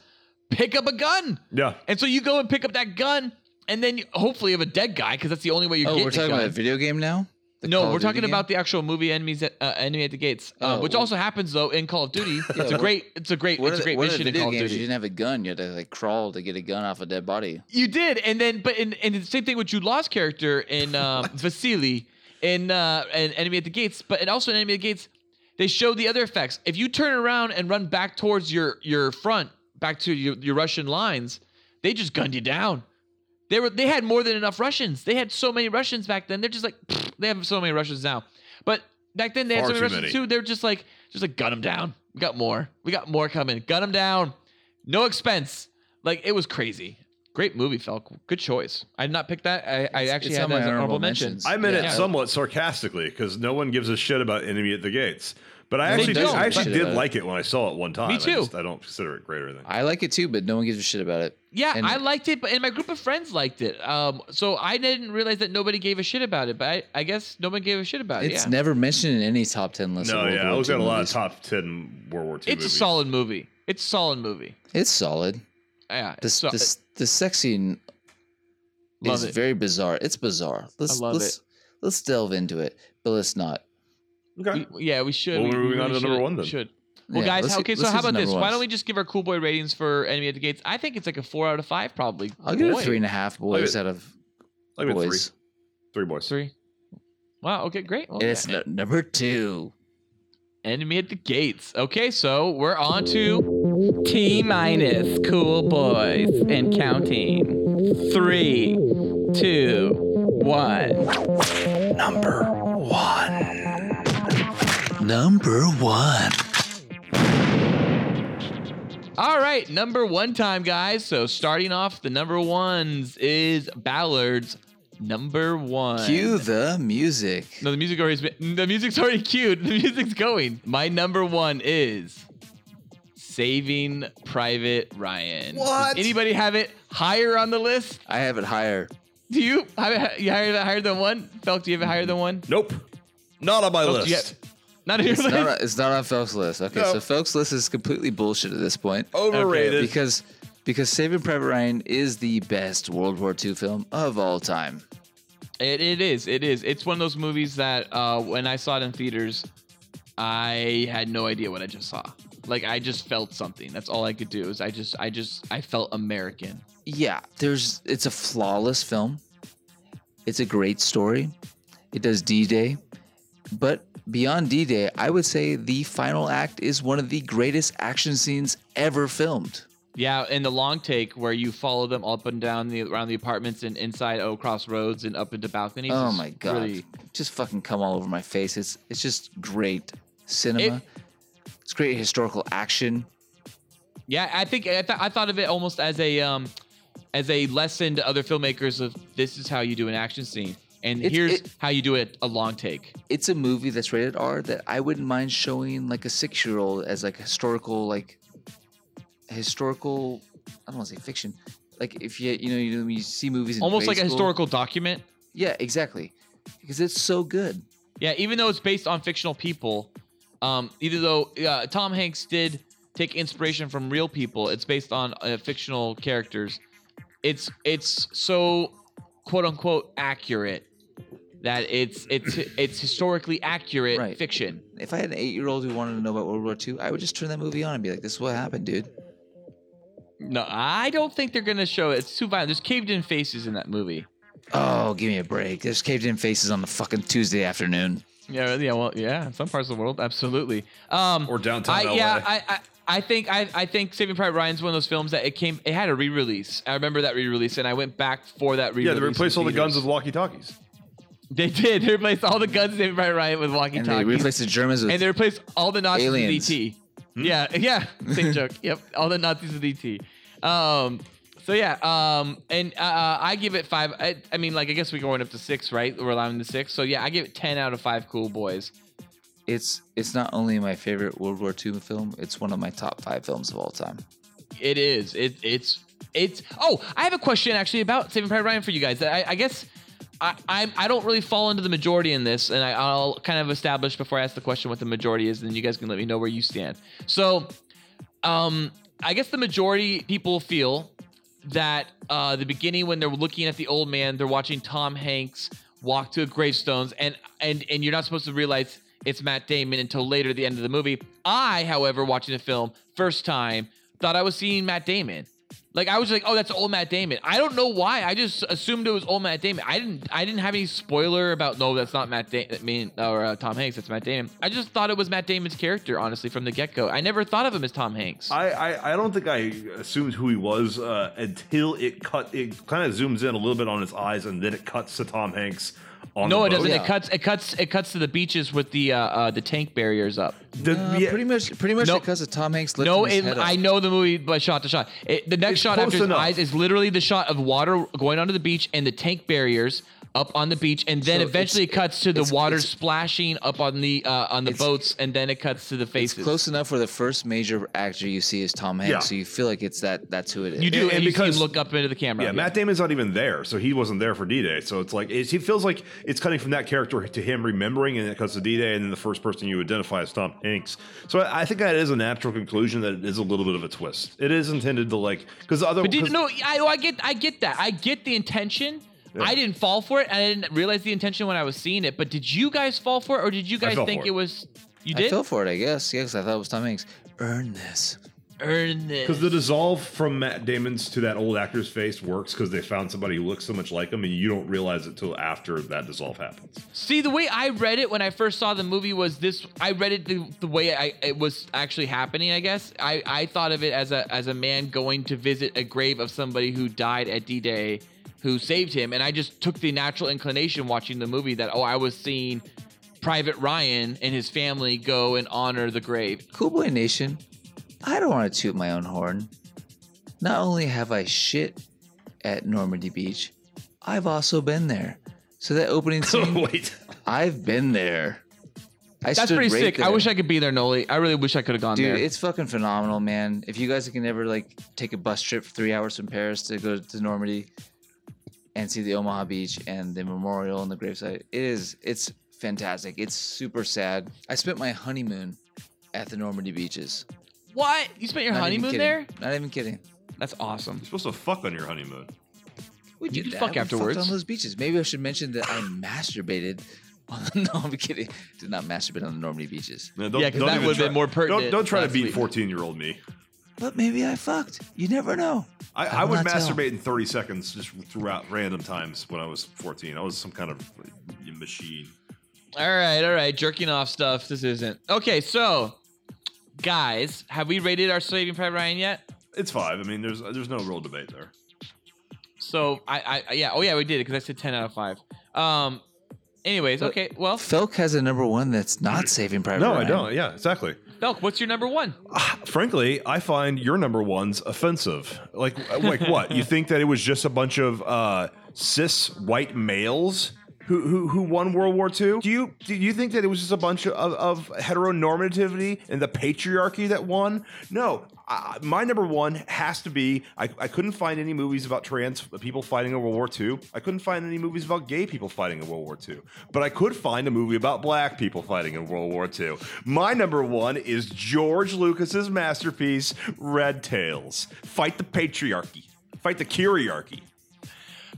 Speaker 2: pick up a gun.
Speaker 1: Yeah,
Speaker 2: And so you go and pick up that gun, and then you, hopefully you have a dead guy because that's the only way you're
Speaker 7: Oh,
Speaker 2: getting
Speaker 7: we're
Speaker 2: a
Speaker 7: talking
Speaker 2: gun.
Speaker 7: about a video game now. The Call
Speaker 2: no,
Speaker 7: of
Speaker 2: we're
Speaker 7: Duty
Speaker 2: talking
Speaker 7: game?
Speaker 2: about the actual movie enemies at, uh, enemy at the gates, uh,
Speaker 7: Oh,
Speaker 2: which
Speaker 7: well-
Speaker 2: also happens though in Call of Duty. it's a
Speaker 7: well-
Speaker 2: great, it's a great,
Speaker 7: One
Speaker 2: it's
Speaker 7: of
Speaker 2: a
Speaker 7: the-
Speaker 2: great
Speaker 7: one of the
Speaker 2: mission in
Speaker 7: video
Speaker 2: Call of
Speaker 7: games,
Speaker 2: Duty.
Speaker 7: You didn't have a gun. You had to like crawl to get a gun off a dead body.
Speaker 2: You did, and then but in and the same thing with Jude Law's character in um, Vasily in uh, in Enemy at the Gates, but and also in Enemy at the Gates, They show the other effects. If you turn around and run back towards your your front, back to your, your Russian lines, they just gunned you down. They were they had more than enough Russians. They had so many Russians back then. They're just like pfft, they have so many Russians now. But back then they had
Speaker 1: Far
Speaker 2: so many
Speaker 1: too
Speaker 2: Russians
Speaker 1: many.
Speaker 2: too. They're just like just like gun them down. We got more. We got more coming. Gun them down. No expense. Like it was crazy. Great movie, Falk. Good choice. I did not pick that. I, I actually
Speaker 7: it's
Speaker 2: had
Speaker 7: on
Speaker 2: that
Speaker 7: my
Speaker 2: as an honorable
Speaker 7: honorable
Speaker 2: mention.
Speaker 7: mentions.
Speaker 1: I meant
Speaker 2: Yeah.
Speaker 1: it somewhat sarcastically because no one gives a shit about Enemy at the Gates. But I
Speaker 2: They
Speaker 1: actually, did,
Speaker 2: don't,
Speaker 1: I actually
Speaker 7: but-
Speaker 1: did like it when I saw it one time.
Speaker 2: Me
Speaker 1: I
Speaker 2: too.
Speaker 1: just- I, don't consider it greater than.
Speaker 7: I like it too, but no one gives a shit about it.
Speaker 2: Yeah,
Speaker 7: And-
Speaker 2: I liked it, but and my group of friends liked it. Um, so I didn't realize that nobody gave a shit about it, but I, I guess nobody gave a shit about it.
Speaker 7: It's
Speaker 2: yeah.
Speaker 7: never mentioned in any top ten list. of
Speaker 1: no,
Speaker 7: World
Speaker 1: yeah, I
Speaker 7: War
Speaker 1: looked
Speaker 7: II
Speaker 1: at a lot of
Speaker 7: movies.
Speaker 1: top ten World War II.
Speaker 2: it's a
Speaker 1: movies.
Speaker 2: solid movie. It's a solid movie.
Speaker 7: It's solid.
Speaker 2: Yeah,
Speaker 7: The
Speaker 2: it's so- uh,
Speaker 7: the, the sex scene
Speaker 2: Love
Speaker 7: is
Speaker 2: it.
Speaker 7: very bizarre. It's bizarre. Let's
Speaker 2: love
Speaker 7: let's let's delve into it, but let's not.
Speaker 1: Okay.
Speaker 2: we- yeah, we should.
Speaker 1: Well,
Speaker 2: we,
Speaker 1: we're
Speaker 2: we
Speaker 1: moving on
Speaker 2: really
Speaker 1: to number
Speaker 2: should-
Speaker 1: one then.
Speaker 2: Should. Well,
Speaker 7: Yeah,
Speaker 2: guys,
Speaker 7: let's
Speaker 2: how-
Speaker 7: get-
Speaker 2: okay. So
Speaker 7: let's
Speaker 2: how
Speaker 7: get to
Speaker 2: about this?
Speaker 7: number
Speaker 2: Why
Speaker 7: ones.
Speaker 2: don't we just give our cool boy ratings for Enemy at the Gates? I think it's like a four out of five, probably.
Speaker 7: I'll give it
Speaker 2: Boy.
Speaker 7: three and a half boys
Speaker 1: it.
Speaker 7: out of
Speaker 1: I mean, three,
Speaker 7: boys.
Speaker 1: three boys.
Speaker 2: Three. Wow. Okay. Great. Well,
Speaker 7: And it's
Speaker 2: yeah.
Speaker 7: nu- number two.
Speaker 2: Enemy at the Gates. Okay. So we're on to T minus cool boys and counting. Three, two, one.
Speaker 7: Number one.
Speaker 2: All right, number one time, guys. So starting off, the number ones is Ballard's number one.
Speaker 7: Cue the music.
Speaker 2: No, the music already. The music's already cued. The music's going. My number one is Saving Private Ryan.
Speaker 7: What?
Speaker 2: Does anybody have it higher on the list?
Speaker 7: I have it higher.
Speaker 2: Do you have it? You higher than higher than one? Felk, do you have it higher than one?
Speaker 1: Nope, not on my
Speaker 2: Felk, do you
Speaker 1: list.
Speaker 2: have- not on your
Speaker 7: It's
Speaker 2: list.
Speaker 7: not, on- it's not on Folks' list. Okay,
Speaker 1: No.
Speaker 7: so Folks' list is completely bullshit at this point.
Speaker 1: Overrated.
Speaker 7: because because Saving Private Ryan is the best World War II film of all time.
Speaker 2: It, it is. It is. It's one of those movies that uh, when I saw it in theaters, I had no idea what I just saw. Like I just felt something. That's all I could do. Is I just I just I felt American.
Speaker 7: yeah, there's it's a flawless film. It's a great story. It does D-Day, but beyond D-Day, I would say the final act is one of the greatest action scenes ever filmed.
Speaker 2: Yeah, in the long take where you follow them up and down the around the apartments and inside oh cross roads and up into balconies.
Speaker 7: oh
Speaker 2: It's
Speaker 7: my god.
Speaker 2: really-
Speaker 7: Just fucking come all over my face. It's it's just great cinema. it's great historical action.
Speaker 2: yeah, I think I, th- I thought of it almost as a um as a lesson to other filmmakers of this is how you do an action scene and
Speaker 7: It's-
Speaker 2: here's
Speaker 7: it-
Speaker 2: how you do it a long take.
Speaker 7: It's a movie that's rated R that I wouldn't mind showing like a 6-year-old as like historical like historical I don't want to say fiction. Like if you you know you, know, when you see movies in
Speaker 2: Almost like
Speaker 7: grade
Speaker 2: a
Speaker 7: school-
Speaker 2: historical document.
Speaker 7: Yeah, exactly. Because it's so good.
Speaker 2: Yeah, even though it's based on fictional people, um, even though uh, Tom Hanks did take inspiration from real people, it's based on uh, fictional characters. It's it's so quote unquote accurate that it's it's it's historically accurate
Speaker 7: Right.
Speaker 2: fiction.
Speaker 7: If I had an 8-year-old who wanted to know about World War II, I would just turn that movie on and be like, "This is what happened, dude."
Speaker 2: No, I don't think they're gonna show it. It's too violent. There's caved in faces in that movie.
Speaker 7: Oh, give me a break. There's caved in faces on the fucking Tuesday afternoon.
Speaker 2: Yeah, yeah, well, yeah. In some parts of the world, absolutely. Um,
Speaker 1: or downtown
Speaker 2: I,
Speaker 1: LA.
Speaker 2: yeah, I, I, I think I, I think Saving Private Ryan's one of those films that it came it had a re-release. I remember that re-release and I went back for that
Speaker 1: yeah,
Speaker 2: re-release.
Speaker 1: they replaced
Speaker 2: in
Speaker 1: all the guns with
Speaker 2: theaters.
Speaker 1: walkie talkies.
Speaker 2: They did. They replaced all the guns in Saving Private Ryan with walkie
Speaker 7: And they
Speaker 2: talkies.
Speaker 7: replaced the Germans with
Speaker 2: And they replaced all the Nazis
Speaker 7: Aliens.
Speaker 2: with ET. Yeah, yeah. Same joke. Yep. All the Nazis with ET. Um so yeah, um, and uh, I give it five. I, I mean, like I guess we're going up to six, right? We're allowing the six, so yeah, I give it ten out of five. Cool boys.
Speaker 7: it's it's not only my favorite World War II film, it's one of my top five films of all time.
Speaker 2: It is. It, it's. It's. Oh, I have a question actually about Saving Private Ryan for you guys. I, I guess I, I I don't really fall into the majority in this, and I, I'll kind of establish before I ask the question what the majority is, and then you guys can let me know where you stand. So, um, I guess the majority people feel that uh, the beginning when they're looking at the old man, they're watching Tom Hanks walk to gravestones, and and and you're not supposed to realize it's Matt Damon until later at the end of the movie. I, however, watching the film first time, thought I was seeing Matt Damon. Like I was like, oh, that's old Matt Damon. I don't know why. I just assumed it was old Matt Damon. I didn't. I didn't have any spoiler about no, that's not Matt Damon. I mean, or uh, Tom Hanks. That's Matt Damon. I just thought it was Matt Damon's character, honestly, from the get go. I never thought of him as Tom Hanks.
Speaker 1: I, I I don't think I assumed who he was uh, until it cut. It kind of zooms in a little bit on his eyes, and then it cuts to Tom Hanks. On
Speaker 2: no,
Speaker 1: the
Speaker 2: it
Speaker 1: boat.
Speaker 2: doesn't.
Speaker 7: Yeah.
Speaker 2: It cuts. It cuts. It cuts to the beaches with the uh, uh, the tank barriers up.
Speaker 1: The-
Speaker 7: Uh,
Speaker 1: yeah,
Speaker 7: Pretty much, pretty much
Speaker 2: No.
Speaker 7: because of Tom Hanks lifting
Speaker 2: No,
Speaker 7: his
Speaker 2: it,
Speaker 7: head up.
Speaker 2: I know the movie by shot to shot. It, the next
Speaker 1: It's
Speaker 2: shot after
Speaker 1: close
Speaker 2: his
Speaker 1: enough.
Speaker 2: eyes is literally the shot of water going onto the beach and the tank barriers up on the beach, and then
Speaker 7: So
Speaker 2: eventually it
Speaker 7: it's-
Speaker 2: cuts to the
Speaker 7: it's-
Speaker 2: water
Speaker 7: it's-
Speaker 2: splashing up on the uh, on the
Speaker 7: It's-
Speaker 2: boats, and then it cuts to the
Speaker 7: It's
Speaker 2: faces.
Speaker 7: close enough where the first major actor you see is Tom Hanks,
Speaker 1: Yeah.
Speaker 7: so you feel like it's that. That's who it is.
Speaker 2: You do,
Speaker 1: And-
Speaker 2: and,
Speaker 1: and
Speaker 2: you
Speaker 1: because-
Speaker 2: see him look up into the camera.
Speaker 1: Yeah, Matt Damon's not even there, so he wasn't there for D Day. So it's like it's, he feels like it's cutting from that character to him remembering, and it cuts to D Day, and then the first person you identify is Tom Hanks. So I, I think that is a natural conclusion that it is a little bit of a twist. It is intended to like because other
Speaker 2: But did you
Speaker 1: 'cause-
Speaker 2: know? I, oh, I get, I get that. I get the intention.
Speaker 1: Yeah.
Speaker 2: I didn't fall for it, and I didn't realize the intention when I was seeing it. But did you guys fall for it, or did you guys
Speaker 1: fell
Speaker 2: think
Speaker 1: for
Speaker 2: it.
Speaker 1: it.
Speaker 2: was? You
Speaker 7: I
Speaker 2: did
Speaker 7: fell for it, I guess. Yeah, 'cause I thought it was Tom Hanks. Earn this.
Speaker 2: earn this.
Speaker 1: Because the dissolve from Matt Damon's to that old actor's face works because they found somebody who looks so much like him, and you don't realize it till after that dissolve happens.
Speaker 2: See, the way I read it when I first saw the movie was this. I read it the, the way I, it was actually happening. I guess I, I thought of it as a as a man going to visit a grave of somebody who died at D Day, who saved him, and I just took the natural inclination watching the movie that oh I was seeing Private Ryan and his family go and honor the grave.
Speaker 7: Cool Boy Nation, I don't want to toot my own horn. Not only have I shit at Normandy Beach, I've also been there. So that opening scene,
Speaker 1: Wait,
Speaker 7: I've been there. I
Speaker 2: That's
Speaker 7: stood
Speaker 2: pretty
Speaker 7: right
Speaker 2: sick. I
Speaker 7: there.
Speaker 2: wish I could be there, Noli. I really wish I could have gone
Speaker 7: Dude,
Speaker 2: there.
Speaker 7: it's fucking phenomenal, man. If you guys can ever like take a bus trip for three hours from Paris to go to Normandy and see the Omaha Beach and the memorial and the gravesite, it is it's fantastic. It's super sad. I spent my honeymoon at the Normandy beaches.
Speaker 2: what? You spent your
Speaker 7: Not even
Speaker 2: honeymoon
Speaker 7: kidding.
Speaker 2: there?
Speaker 7: Not even kidding.
Speaker 2: That's awesome.
Speaker 1: you're supposed to fuck on your honeymoon.
Speaker 7: We
Speaker 2: You
Speaker 7: did
Speaker 2: can
Speaker 7: that.
Speaker 2: fuck
Speaker 7: We fucked
Speaker 2: afterwards.
Speaker 7: on those beaches. Maybe I should mention that I masturbated. on the- no, I'm kidding. Did not masturbate on the Normandy beaches,
Speaker 1: No, don't-
Speaker 2: Yeah, 'cause
Speaker 1: don't
Speaker 2: that
Speaker 1: even
Speaker 2: would've
Speaker 1: try-
Speaker 2: been more
Speaker 1: Don't,
Speaker 2: pertinent
Speaker 1: don't try to
Speaker 2: last
Speaker 1: beat
Speaker 2: week.
Speaker 1: fourteen-year-old me.
Speaker 7: but maybe I fucked. You never know.
Speaker 1: I,
Speaker 7: I
Speaker 1: I
Speaker 7: will
Speaker 1: would
Speaker 7: not tell.
Speaker 1: masturbate in 30 seconds just throughout random times when I was 14. I was some kind of like, machine.
Speaker 2: All right, all right. Jerking off stuff. This isn't. Okay, so guys, have we rated our Saving Private Ryan yet?
Speaker 1: It's five. I mean, there's there's no real debate there.
Speaker 2: So I, I yeah, oh yeah, we did it because I said ten out of five. Um, anyways,
Speaker 7: But-
Speaker 2: okay. Well,
Speaker 7: Felk has a number one that's
Speaker 2: Mm.
Speaker 7: not Saving Private. Ryan.
Speaker 1: Yeah, exactly.
Speaker 2: Belk, what's your number one?
Speaker 1: Frankly, I find your number one's offensive. Like, like what? You think that it was just a bunch of uh, cis white males who, who who won World War II? Do you do you think that it was just a bunch of, of heteronormativity and the patriarchy that won? No, I, my number one has to be. I, I couldn't find any movies about trans people fighting in World War II. I couldn't find any movies about gay people fighting in World War II. But I could find a movie about black people fighting in World War II. My number one is George Lucas's masterpiece, Red Tails. Fight the patriarchy. Fight the curiarchy.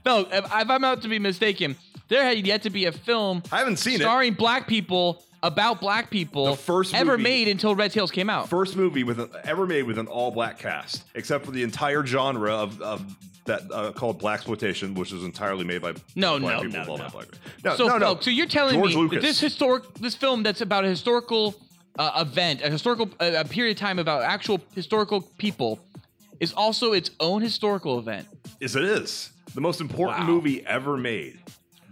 Speaker 2: No, if, if I'm not to be mistaken, there had yet to be a film
Speaker 1: I haven't seen it.
Speaker 2: starring black people about black people
Speaker 1: The first
Speaker 2: ever
Speaker 1: movie-
Speaker 2: made until Red Tails came out.
Speaker 1: first movie with a, ever made with an all black cast, except for the entire genre of, of that uh, called black exploitation, which was entirely made by
Speaker 2: No,
Speaker 1: black
Speaker 2: no,
Speaker 1: people
Speaker 2: no,
Speaker 1: with all
Speaker 2: no.
Speaker 1: that black- no,
Speaker 2: so,
Speaker 1: no, no.
Speaker 2: Felk, so you're telling
Speaker 1: George
Speaker 2: me
Speaker 1: Lucas.
Speaker 2: that this historic, this film that's about a historical uh, event, a historical uh, a period of time about actual historical people, is also its own historical event.
Speaker 1: Yes, it is the most important
Speaker 2: Wow.
Speaker 1: movie ever made,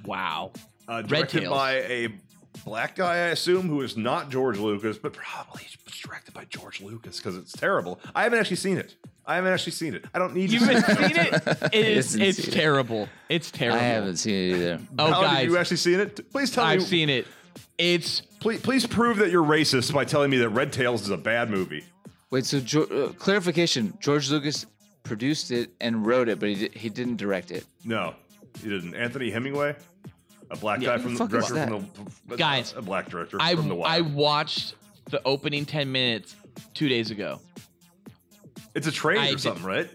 Speaker 2: Wow.
Speaker 1: uh, directed
Speaker 2: Tails.
Speaker 1: by a black guy, I assume, who is not George Lucas, but probably directed by George Lucas because it's terrible. I haven't actually seen it. I haven't actually seen it. I don't need
Speaker 2: You've
Speaker 1: to. see
Speaker 2: seen
Speaker 1: it.
Speaker 2: it. It is.
Speaker 7: Hasn't
Speaker 2: It's
Speaker 7: seen it.
Speaker 2: terrible. It's
Speaker 7: I
Speaker 2: terrible.
Speaker 7: haven't seen it either.
Speaker 2: Oh,
Speaker 1: Alan, have
Speaker 2: guys,
Speaker 1: you actually seen it? Please tell
Speaker 2: I've
Speaker 1: me.
Speaker 2: seen it. It's
Speaker 1: please, please prove that you're racist by telling me that Red Tails is a bad movie.
Speaker 7: Wait, so Geor uh, clarification: George Lucas produced it and wrote it, but he di- he didn't direct it.
Speaker 1: No, he didn't. Anthony Hemingway, a black
Speaker 2: Yeah,
Speaker 1: guy
Speaker 7: who
Speaker 1: from
Speaker 7: the
Speaker 1: the
Speaker 7: fuck is
Speaker 1: director from the
Speaker 2: Guys,
Speaker 1: a black director
Speaker 2: I
Speaker 1: from the
Speaker 2: I
Speaker 1: Wire.
Speaker 2: watched the opening ten minutes two days ago.
Speaker 1: It's a train
Speaker 2: I
Speaker 1: or
Speaker 2: did-
Speaker 1: something, right?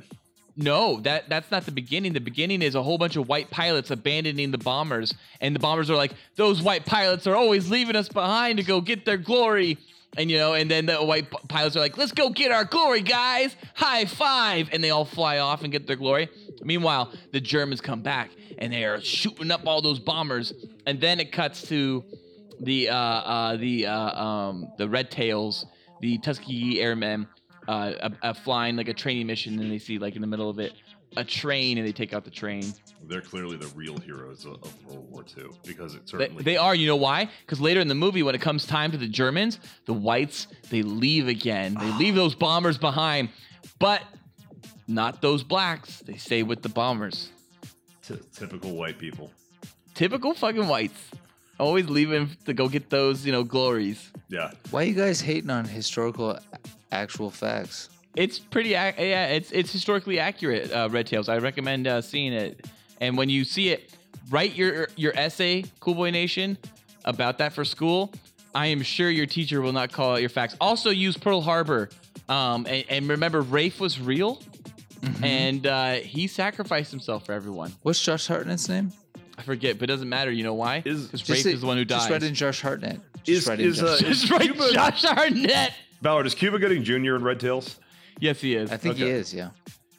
Speaker 2: No, that that's not the beginning. The beginning is a whole bunch of white pilots abandoning the bombers, and the bombers are like, "Those white pilots are always leaving us behind to go get their glory." And you know, and then the white p- pilots are like, "Let's go get our glory, guys! High five!" And they all fly off and get their glory. Meanwhile, the Germans come back and they are shooting up all those bombers. And then it cuts to the uh, uh, the uh, um, the Red Tails, the Tuskegee Airmen, uh, uh, uh, flying like a training mission, and they see like in the middle of it a train, and they take out the train.
Speaker 1: They're clearly the real heroes of, of World War II because it
Speaker 2: They,
Speaker 1: certainly
Speaker 2: they are, you know why? Because later in the movie, when it comes time to the Germans, the whites they leave again. They leave those bombers behind, but not those blacks. They stay with the bombers.
Speaker 1: t- typical white people.
Speaker 2: Typical fucking whites, always leaving to go get those, you know, glories.
Speaker 1: Yeah,
Speaker 7: Why you guys hating on historical a- actual facts?
Speaker 2: It's pretty, ac- yeah. It's it's historically accurate. Uh, Red Tails. I recommend uh, seeing it. And when you see it, write your your essay, Cool Boy Nation, about that for school. I am sure your teacher will not call out your facts. Also, use Pearl Harbor. Um, and, and remember, Rafe was real,
Speaker 7: Mm-hmm.
Speaker 2: and uh, he sacrificed himself for everyone.
Speaker 7: What's Josh Hartnett's name?
Speaker 2: I forget, but it doesn't matter. You know why?
Speaker 1: Is-
Speaker 2: Because
Speaker 7: Just
Speaker 2: Rafe
Speaker 7: say-
Speaker 2: is the one who
Speaker 7: Just write in
Speaker 2: dies.
Speaker 7: Josh Hartnett. Just
Speaker 1: Is-
Speaker 7: write in
Speaker 1: is, uh,
Speaker 7: Josh.
Speaker 2: Just write
Speaker 1: Cuba-
Speaker 2: Josh Arnett.
Speaker 1: Ballard is Cuba Gooding Jr. in Red Tails.
Speaker 2: Yes, he is.
Speaker 7: I think he
Speaker 1: okay.
Speaker 7: is. Yeah.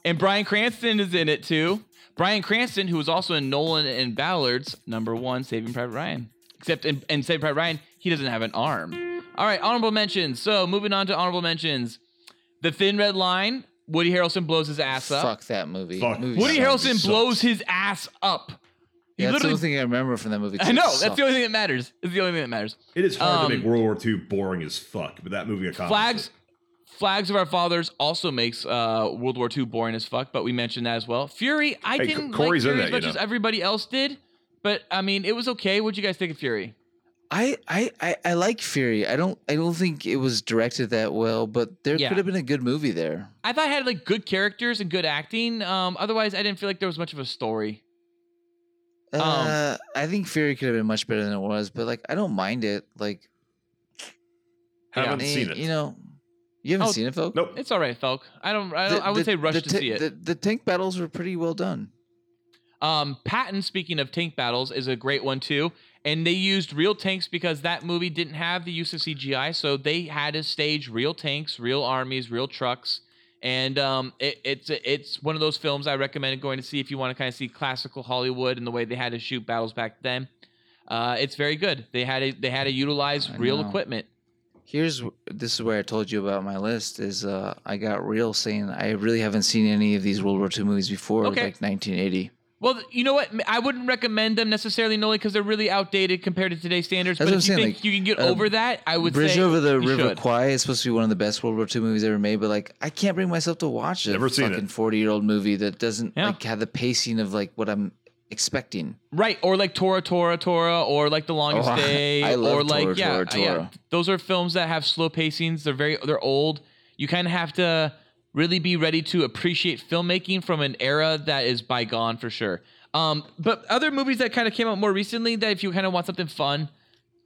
Speaker 2: And Brian Cranston is in it too. Brian Cranston, who was also in Nolan and Ballard's number one Saving Private Ryan. Except in, in Saving Private Ryan, he doesn't have an arm. All right, honorable mentions. So moving on to honorable mentions. The Thin Red Line, Woody Harrelson blows his ass up.
Speaker 7: Fuck that movie.
Speaker 1: Fuck.
Speaker 7: Movie
Speaker 2: Woody
Speaker 7: sucked.
Speaker 2: Harrelson
Speaker 1: sucks.
Speaker 2: blows his ass up. He
Speaker 7: Yeah, that's the
Speaker 2: literally
Speaker 7: only thing I remember from that movie. 'cause
Speaker 2: I
Speaker 7: it
Speaker 2: know, that's
Speaker 7: sucked.
Speaker 2: the only thing that matters. It's the only thing that matters.
Speaker 1: It is hard to
Speaker 2: Um,
Speaker 1: make World War II boring as fuck, but that movie accomplished
Speaker 2: Flags
Speaker 1: it.
Speaker 2: Flags of Our Fathers also makes uh, World War II boring as fuck, but we mentioned that as well. Fury, I
Speaker 1: Hey,
Speaker 2: didn't
Speaker 1: C- Corey's
Speaker 2: like
Speaker 1: in
Speaker 2: Fury
Speaker 1: that,
Speaker 2: as much
Speaker 1: you know.
Speaker 2: as everybody else did, but I mean, it was okay. What'd you guys think of Fury?
Speaker 7: I, I, I, I like Fury. I don't I don't think it was directed that well, but there
Speaker 2: Yeah.
Speaker 7: could have been a good movie there.
Speaker 2: I thought it had like good characters and good acting. Um, otherwise, I didn't feel like there was much of a story. Um,
Speaker 7: uh, I think Fury could have been much better than it was, but like I don't mind it. Like
Speaker 1: Haven't
Speaker 7: eh,
Speaker 1: seen it.
Speaker 7: You know, you haven't
Speaker 2: Oh,
Speaker 7: seen it, folk.
Speaker 1: nope.
Speaker 2: It's all right, Felk. I don't. I, don't, I would say rush to
Speaker 7: ta-
Speaker 2: see it.
Speaker 7: The, the tank battles were pretty well done.
Speaker 2: Um, Patton, speaking of tank battles, is a great one too. And they used real tanks because that movie didn't have the use of CGI, so they had to stage real tanks, real armies, real trucks. And um, it, it's it's one of those films I recommend going to see if you want to kind of see classical Hollywood and the way they had to shoot battles back then. Uh, it's very good. They had to, they had to utilize
Speaker 7: I
Speaker 2: real
Speaker 7: know.
Speaker 2: equipment.
Speaker 7: Here's wh- this is where I told you about my list. Is uh, I got real saying I really haven't seen any of these World War II movies before,
Speaker 2: Okay.
Speaker 7: like 1980.
Speaker 2: Well, th- you know what? M- I wouldn't recommend them necessarily, Noli, because they're really outdated compared to today's standards.
Speaker 7: That's
Speaker 2: but
Speaker 7: what
Speaker 2: if
Speaker 7: I'm
Speaker 2: you
Speaker 7: saying,
Speaker 2: think you can get
Speaker 7: um,
Speaker 2: over that, I would
Speaker 7: Bridge
Speaker 2: say
Speaker 7: over the
Speaker 2: you
Speaker 7: River
Speaker 2: should.
Speaker 7: Kwai is supposed to be one of the best World War II movies ever made, but like I can't bring myself to watch a
Speaker 1: Never seen it.
Speaker 7: fucking 40 year old movie that doesn't
Speaker 2: Yeah.
Speaker 7: like have the pacing of like what I'm expecting.
Speaker 2: Right, or like Tora Tora Tora, or like The Longest
Speaker 7: Oh, I-
Speaker 2: Day,
Speaker 7: I love
Speaker 2: or like
Speaker 7: Tora,
Speaker 2: yeah,
Speaker 7: Tora,
Speaker 2: yeah.
Speaker 7: Tora.
Speaker 2: Those are films that have slow pacings. They're very they're old. You kind of have to really be ready to appreciate filmmaking from an era that is bygone for sure. Um, but other movies that kind of came out more recently that if you kind of want something fun,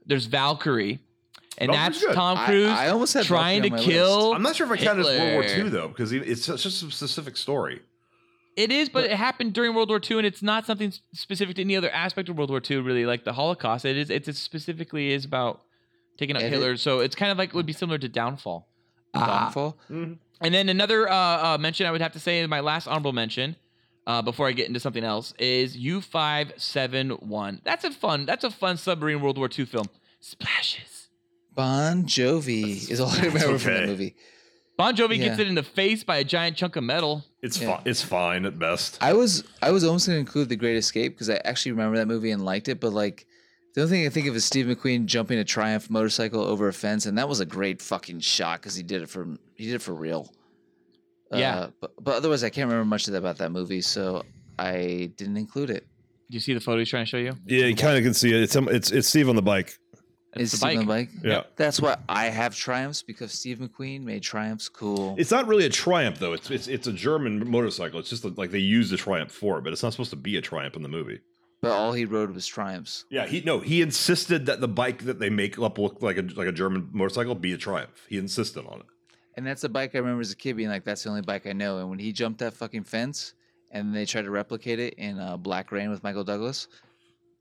Speaker 2: there's Valkyrie, and
Speaker 1: Valkyrie's
Speaker 2: that's
Speaker 1: good.
Speaker 2: Tom
Speaker 7: I-
Speaker 2: Cruise
Speaker 7: I almost had
Speaker 2: trying
Speaker 7: Valkyrie
Speaker 2: to
Speaker 7: on my
Speaker 2: kill.
Speaker 1: I'm not sure if I count it as World War
Speaker 2: Hitler.
Speaker 1: II though, because it- it's such a specific story.
Speaker 2: It is, but it happened during World War II, and it's not something s- specific to any other aspect of World War II, really, like the Holocaust. It is. It's it specifically is about taking out
Speaker 7: Edit.
Speaker 2: Hitler, so it's kind of like would be similar to Downfall. ah.
Speaker 7: Downfall.
Speaker 2: And then another uh, uh, mention I would have to say, my last honorable mention, uh, before I get into something else, is U five seven one. That's a fun. That's a fun submarine World War II film. Splashes.
Speaker 7: Bon Jovi is all I remember from
Speaker 1: okay.
Speaker 7: that movie.
Speaker 2: Bon Jovi
Speaker 7: Yeah.
Speaker 2: gets it in the face by a giant chunk of metal.
Speaker 1: It's
Speaker 7: Yeah.
Speaker 1: fi- it's fine at best.
Speaker 7: I was I was almost gonna include The Great Escape because I actually remember that movie and liked it, but like the only thing I think of is Steve McQueen jumping a Triumph motorcycle over a fence, and that was a great fucking shot because he did it for he did it for real.
Speaker 2: Yeah.
Speaker 7: Uh, but, but otherwise, I can't remember much of that about that movie, so I didn't include it.
Speaker 2: Do you see the photo he's trying to show you?
Speaker 10: Yeah, you kind of can see it. It's um, it's it's Steve on the bike.
Speaker 2: It's
Speaker 7: Is
Speaker 2: the
Speaker 7: Steve on
Speaker 2: bike.
Speaker 7: the bike?
Speaker 10: Yeah.
Speaker 7: That's why I have Triumphs because Steve McQueen made Triumphs cool.
Speaker 10: It's not really a Triumph though. It's it's it's a German motorcycle. It's just like they used a Triumph for, it, but it's not supposed to be a Triumph in the movie.
Speaker 7: but all he rode was Triumphs.
Speaker 1: Yeah, he no, he insisted that the bike that they make up look like a like a German motorcycle be a Triumph. He insisted on it.
Speaker 7: And that's a bike I remember as a kid being like, that's the only bike I know. And when he jumped that fucking fence and they tried to replicate it in uh, Black Rain with Michael Douglas,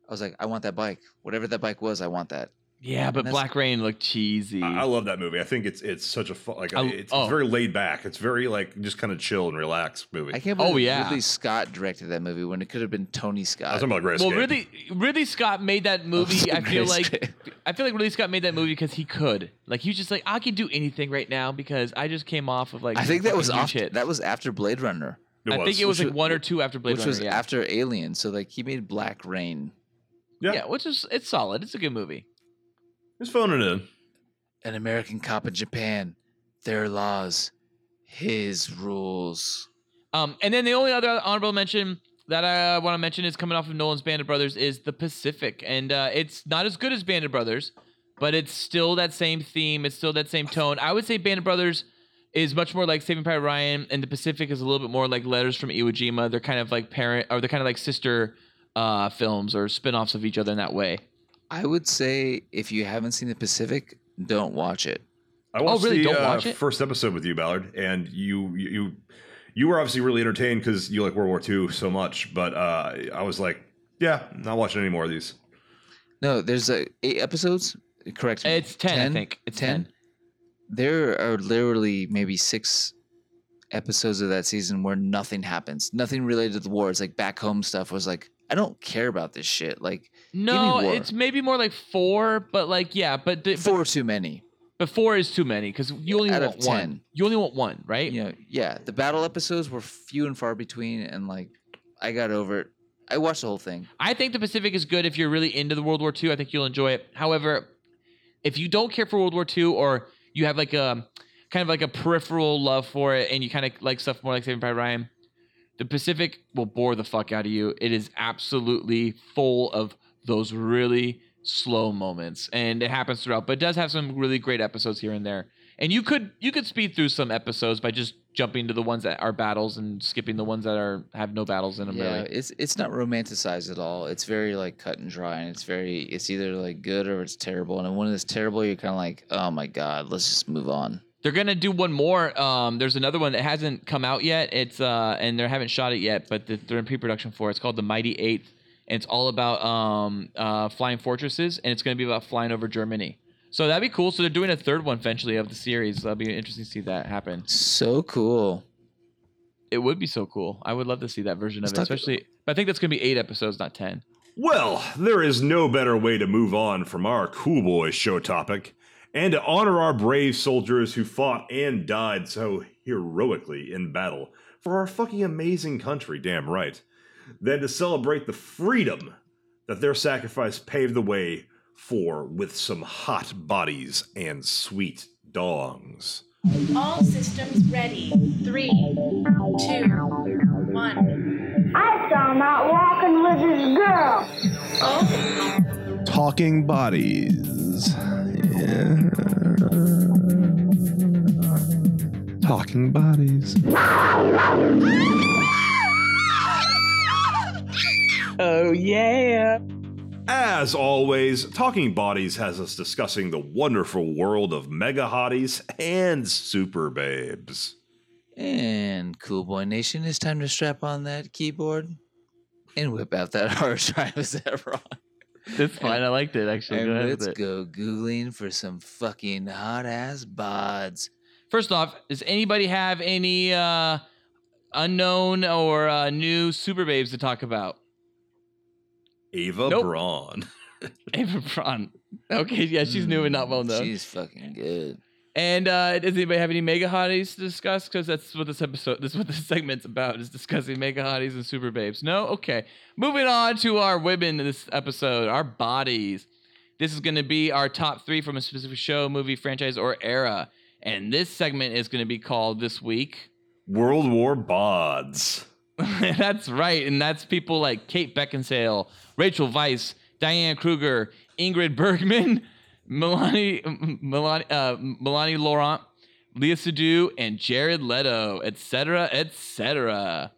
Speaker 7: I was like, I want that bike. Whatever that bike was, I want that.
Speaker 2: Yeah, but
Speaker 7: That's-
Speaker 2: Black Rain looked cheesy.
Speaker 10: I, I love that movie. I think it's it's such a fun, like
Speaker 2: I-
Speaker 10: it's,
Speaker 2: oh.
Speaker 10: it's very laid back. It's very like just kind of chill and relaxed movie.
Speaker 7: I
Speaker 10: I,
Speaker 7: can't
Speaker 2: Oh,
Speaker 7: believe
Speaker 2: yeah.
Speaker 7: Ridley Scott directed that movie when it could have been Tony Scott.
Speaker 10: was talking about Grace.
Speaker 2: well, Ridley Ridley Scott made
Speaker 7: Oh,
Speaker 2: that movie. I feel like I feel like Ridley Scott made that movie because he could. Like he was just like, I can do anything right now because I just came off of like.
Speaker 7: I think that
Speaker 2: fucking
Speaker 7: was
Speaker 2: huge
Speaker 7: off,
Speaker 2: hits.
Speaker 7: that was after Blade Runner,
Speaker 2: I think it was
Speaker 7: Which
Speaker 2: like
Speaker 7: was-
Speaker 2: one or two after Blade
Speaker 7: which
Speaker 2: Runner.
Speaker 7: was
Speaker 2: yeah.
Speaker 7: after Alien. So like he made Black Rain,
Speaker 2: yeah,
Speaker 10: Yeah.
Speaker 2: which is it's solid. It's a good movie.
Speaker 10: He's phoning it in.
Speaker 7: an American cop in Japan, their laws, his rules.
Speaker 2: Um, and then the only other honorable mention that I want to mention is coming off of Nolan's Band of Brothers is The Pacific, and uh, it's not as good as Band of Brothers, but it's still that same theme. It's still that same tone. I would say Band of Brothers is much more like Saving Private Ryan, and The Pacific is a little bit more like Letters from Iwo Jima. They're kind of like parent, or they're kind of like sister uh, films or spin-offs of each other in that way.
Speaker 7: I would say if you haven't seen The Pacific, don't watch it.
Speaker 10: I watched
Speaker 2: Oh, really?
Speaker 10: the
Speaker 2: Don't
Speaker 10: uh,
Speaker 2: watch it?
Speaker 10: first episode with you, Ballard, and you you you, you were obviously really entertained because you like World War II so much. But uh, I was like, yeah, not watching any more of these.
Speaker 7: No, there's uh, eight episodes. Correct me.
Speaker 2: It's 10, I think. It's 10.
Speaker 7: There are literally maybe six episodes of that season where nothing happens. Nothing related to the war. It's like back home stuff was like, I don't care about this shit. Like
Speaker 2: No,
Speaker 7: war.
Speaker 2: it's maybe more like four, but like yeah, but the,
Speaker 7: four too many.
Speaker 2: but four is too many because you only
Speaker 7: Out of
Speaker 2: want one.
Speaker 7: 10.
Speaker 2: You only want one, right?
Speaker 7: You know, yeah. The battle episodes were few and far between and like I got over it. I watched the whole thing.
Speaker 2: I think the Pacific is good if you're really into the World War II. I think you'll enjoy it. However, if you don't care for World War II or you have like a kind of like a peripheral love for it and you kind of like stuff more like Saving Private Ryan, the Pacific will bore the fuck out of you. It is absolutely full of those really slow moments and it happens throughout, but it does have some really great episodes here and there. And you could you could speed through some episodes by just jumping to the ones that are battles and skipping the ones that are have no battles in them
Speaker 7: Yeah,
Speaker 2: really.
Speaker 7: it's it's not romanticized at all. It's very like cut and dry, and it's very it's either like good or it's terrible. And when it's terrible, you're kind of like, oh my god, let's just move on.
Speaker 2: They're gonna do one more. Um, there's another one that hasn't come out yet. It's uh, and they haven't shot it yet, but th- they're in pre-production for. it. It's called The Mighty Eighth, and it's all about um, uh, flying fortresses, and it's gonna be about flying over Germany. So that'd be cool. So they're doing a third one eventually of the series. That'd be interesting to see that happen.
Speaker 7: So cool.
Speaker 2: It would be so cool. I would love to see that version of
Speaker 7: Let's
Speaker 2: it,
Speaker 7: talk-
Speaker 2: especially. But I think that's gonna be eight episodes, not ten.
Speaker 1: Well, there is no better way to move on from our Cool Boys show topic and to honor our brave soldiers who fought and died so heroically in battle for our fucking amazing country, damn right, than to celebrate the freedom that their sacrifice paved the way for with some hot bodies and sweet dongs.
Speaker 11: All systems ready. Three, two, one.
Speaker 6: I saw him out walking with his girl.
Speaker 10: Talking bodies. Talking bodies.
Speaker 11: Oh yeah.
Speaker 1: As always, Talking Bodies has us discussing the wonderful world of mega hotties and super babes.
Speaker 7: And cool boy nation, it's time to strap on that keyboard and whip out that hard drive. Is that wrong?
Speaker 2: That's fine. I liked it actually.
Speaker 7: and
Speaker 2: Go ahead
Speaker 7: let's
Speaker 2: with it.
Speaker 7: go googling for some fucking hot ass bods.
Speaker 2: First off, does anybody have any uh, unknown or uh, new super babes to talk about?
Speaker 1: Ava
Speaker 2: Nope.
Speaker 1: Braun.
Speaker 2: Ava Braun. Okay, yeah, she's new and not well known.
Speaker 7: Mm, Hmm, She's fucking good.
Speaker 2: And uh, does anybody have any mega hotties to discuss? Because that's what this episode, this is what this segment's about, is discussing mega hotties and super babes. No, okay. Moving on to our women in this episode, our bodies. This is going to be our top three from a specific show, movie, franchise, or era. And this segment is going to be called this week.
Speaker 1: World War Bods.
Speaker 2: that's right, and that's people like Kate Beckinsale, Rachel Weisz, Diane Kruger, Ingrid Bergman, Melanie Melanie uh, Melanie Laurent, Leah Sadu, and Jared Leto, etc., etc.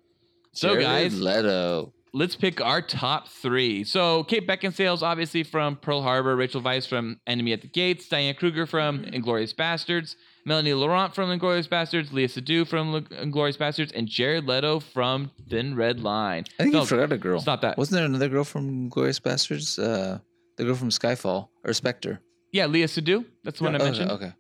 Speaker 2: So
Speaker 7: Jared
Speaker 2: guys,
Speaker 7: Leto.
Speaker 2: let's pick our top three. So Kate Beckinsale's obviously from Pearl Harbor, Rachel Weisz from Enemy at the Gates, Diane Kruger
Speaker 7: Mm-hmm.
Speaker 2: from Inglorious Bastards, Melanie Laurent from Inglorious Bastards, Leah Sadu from Inglorious Bastards, and Jared Leto from Thin Red Line.
Speaker 7: I think
Speaker 2: No,
Speaker 7: you forgot a girl.
Speaker 2: Stop that.
Speaker 7: Wasn't there another girl from Glorious Bastards? Uh, the girl from Skyfall or Spectre?
Speaker 2: Yeah, Leah Sadu. That's the one I
Speaker 7: Okay,
Speaker 2: mentioned.
Speaker 7: Okay.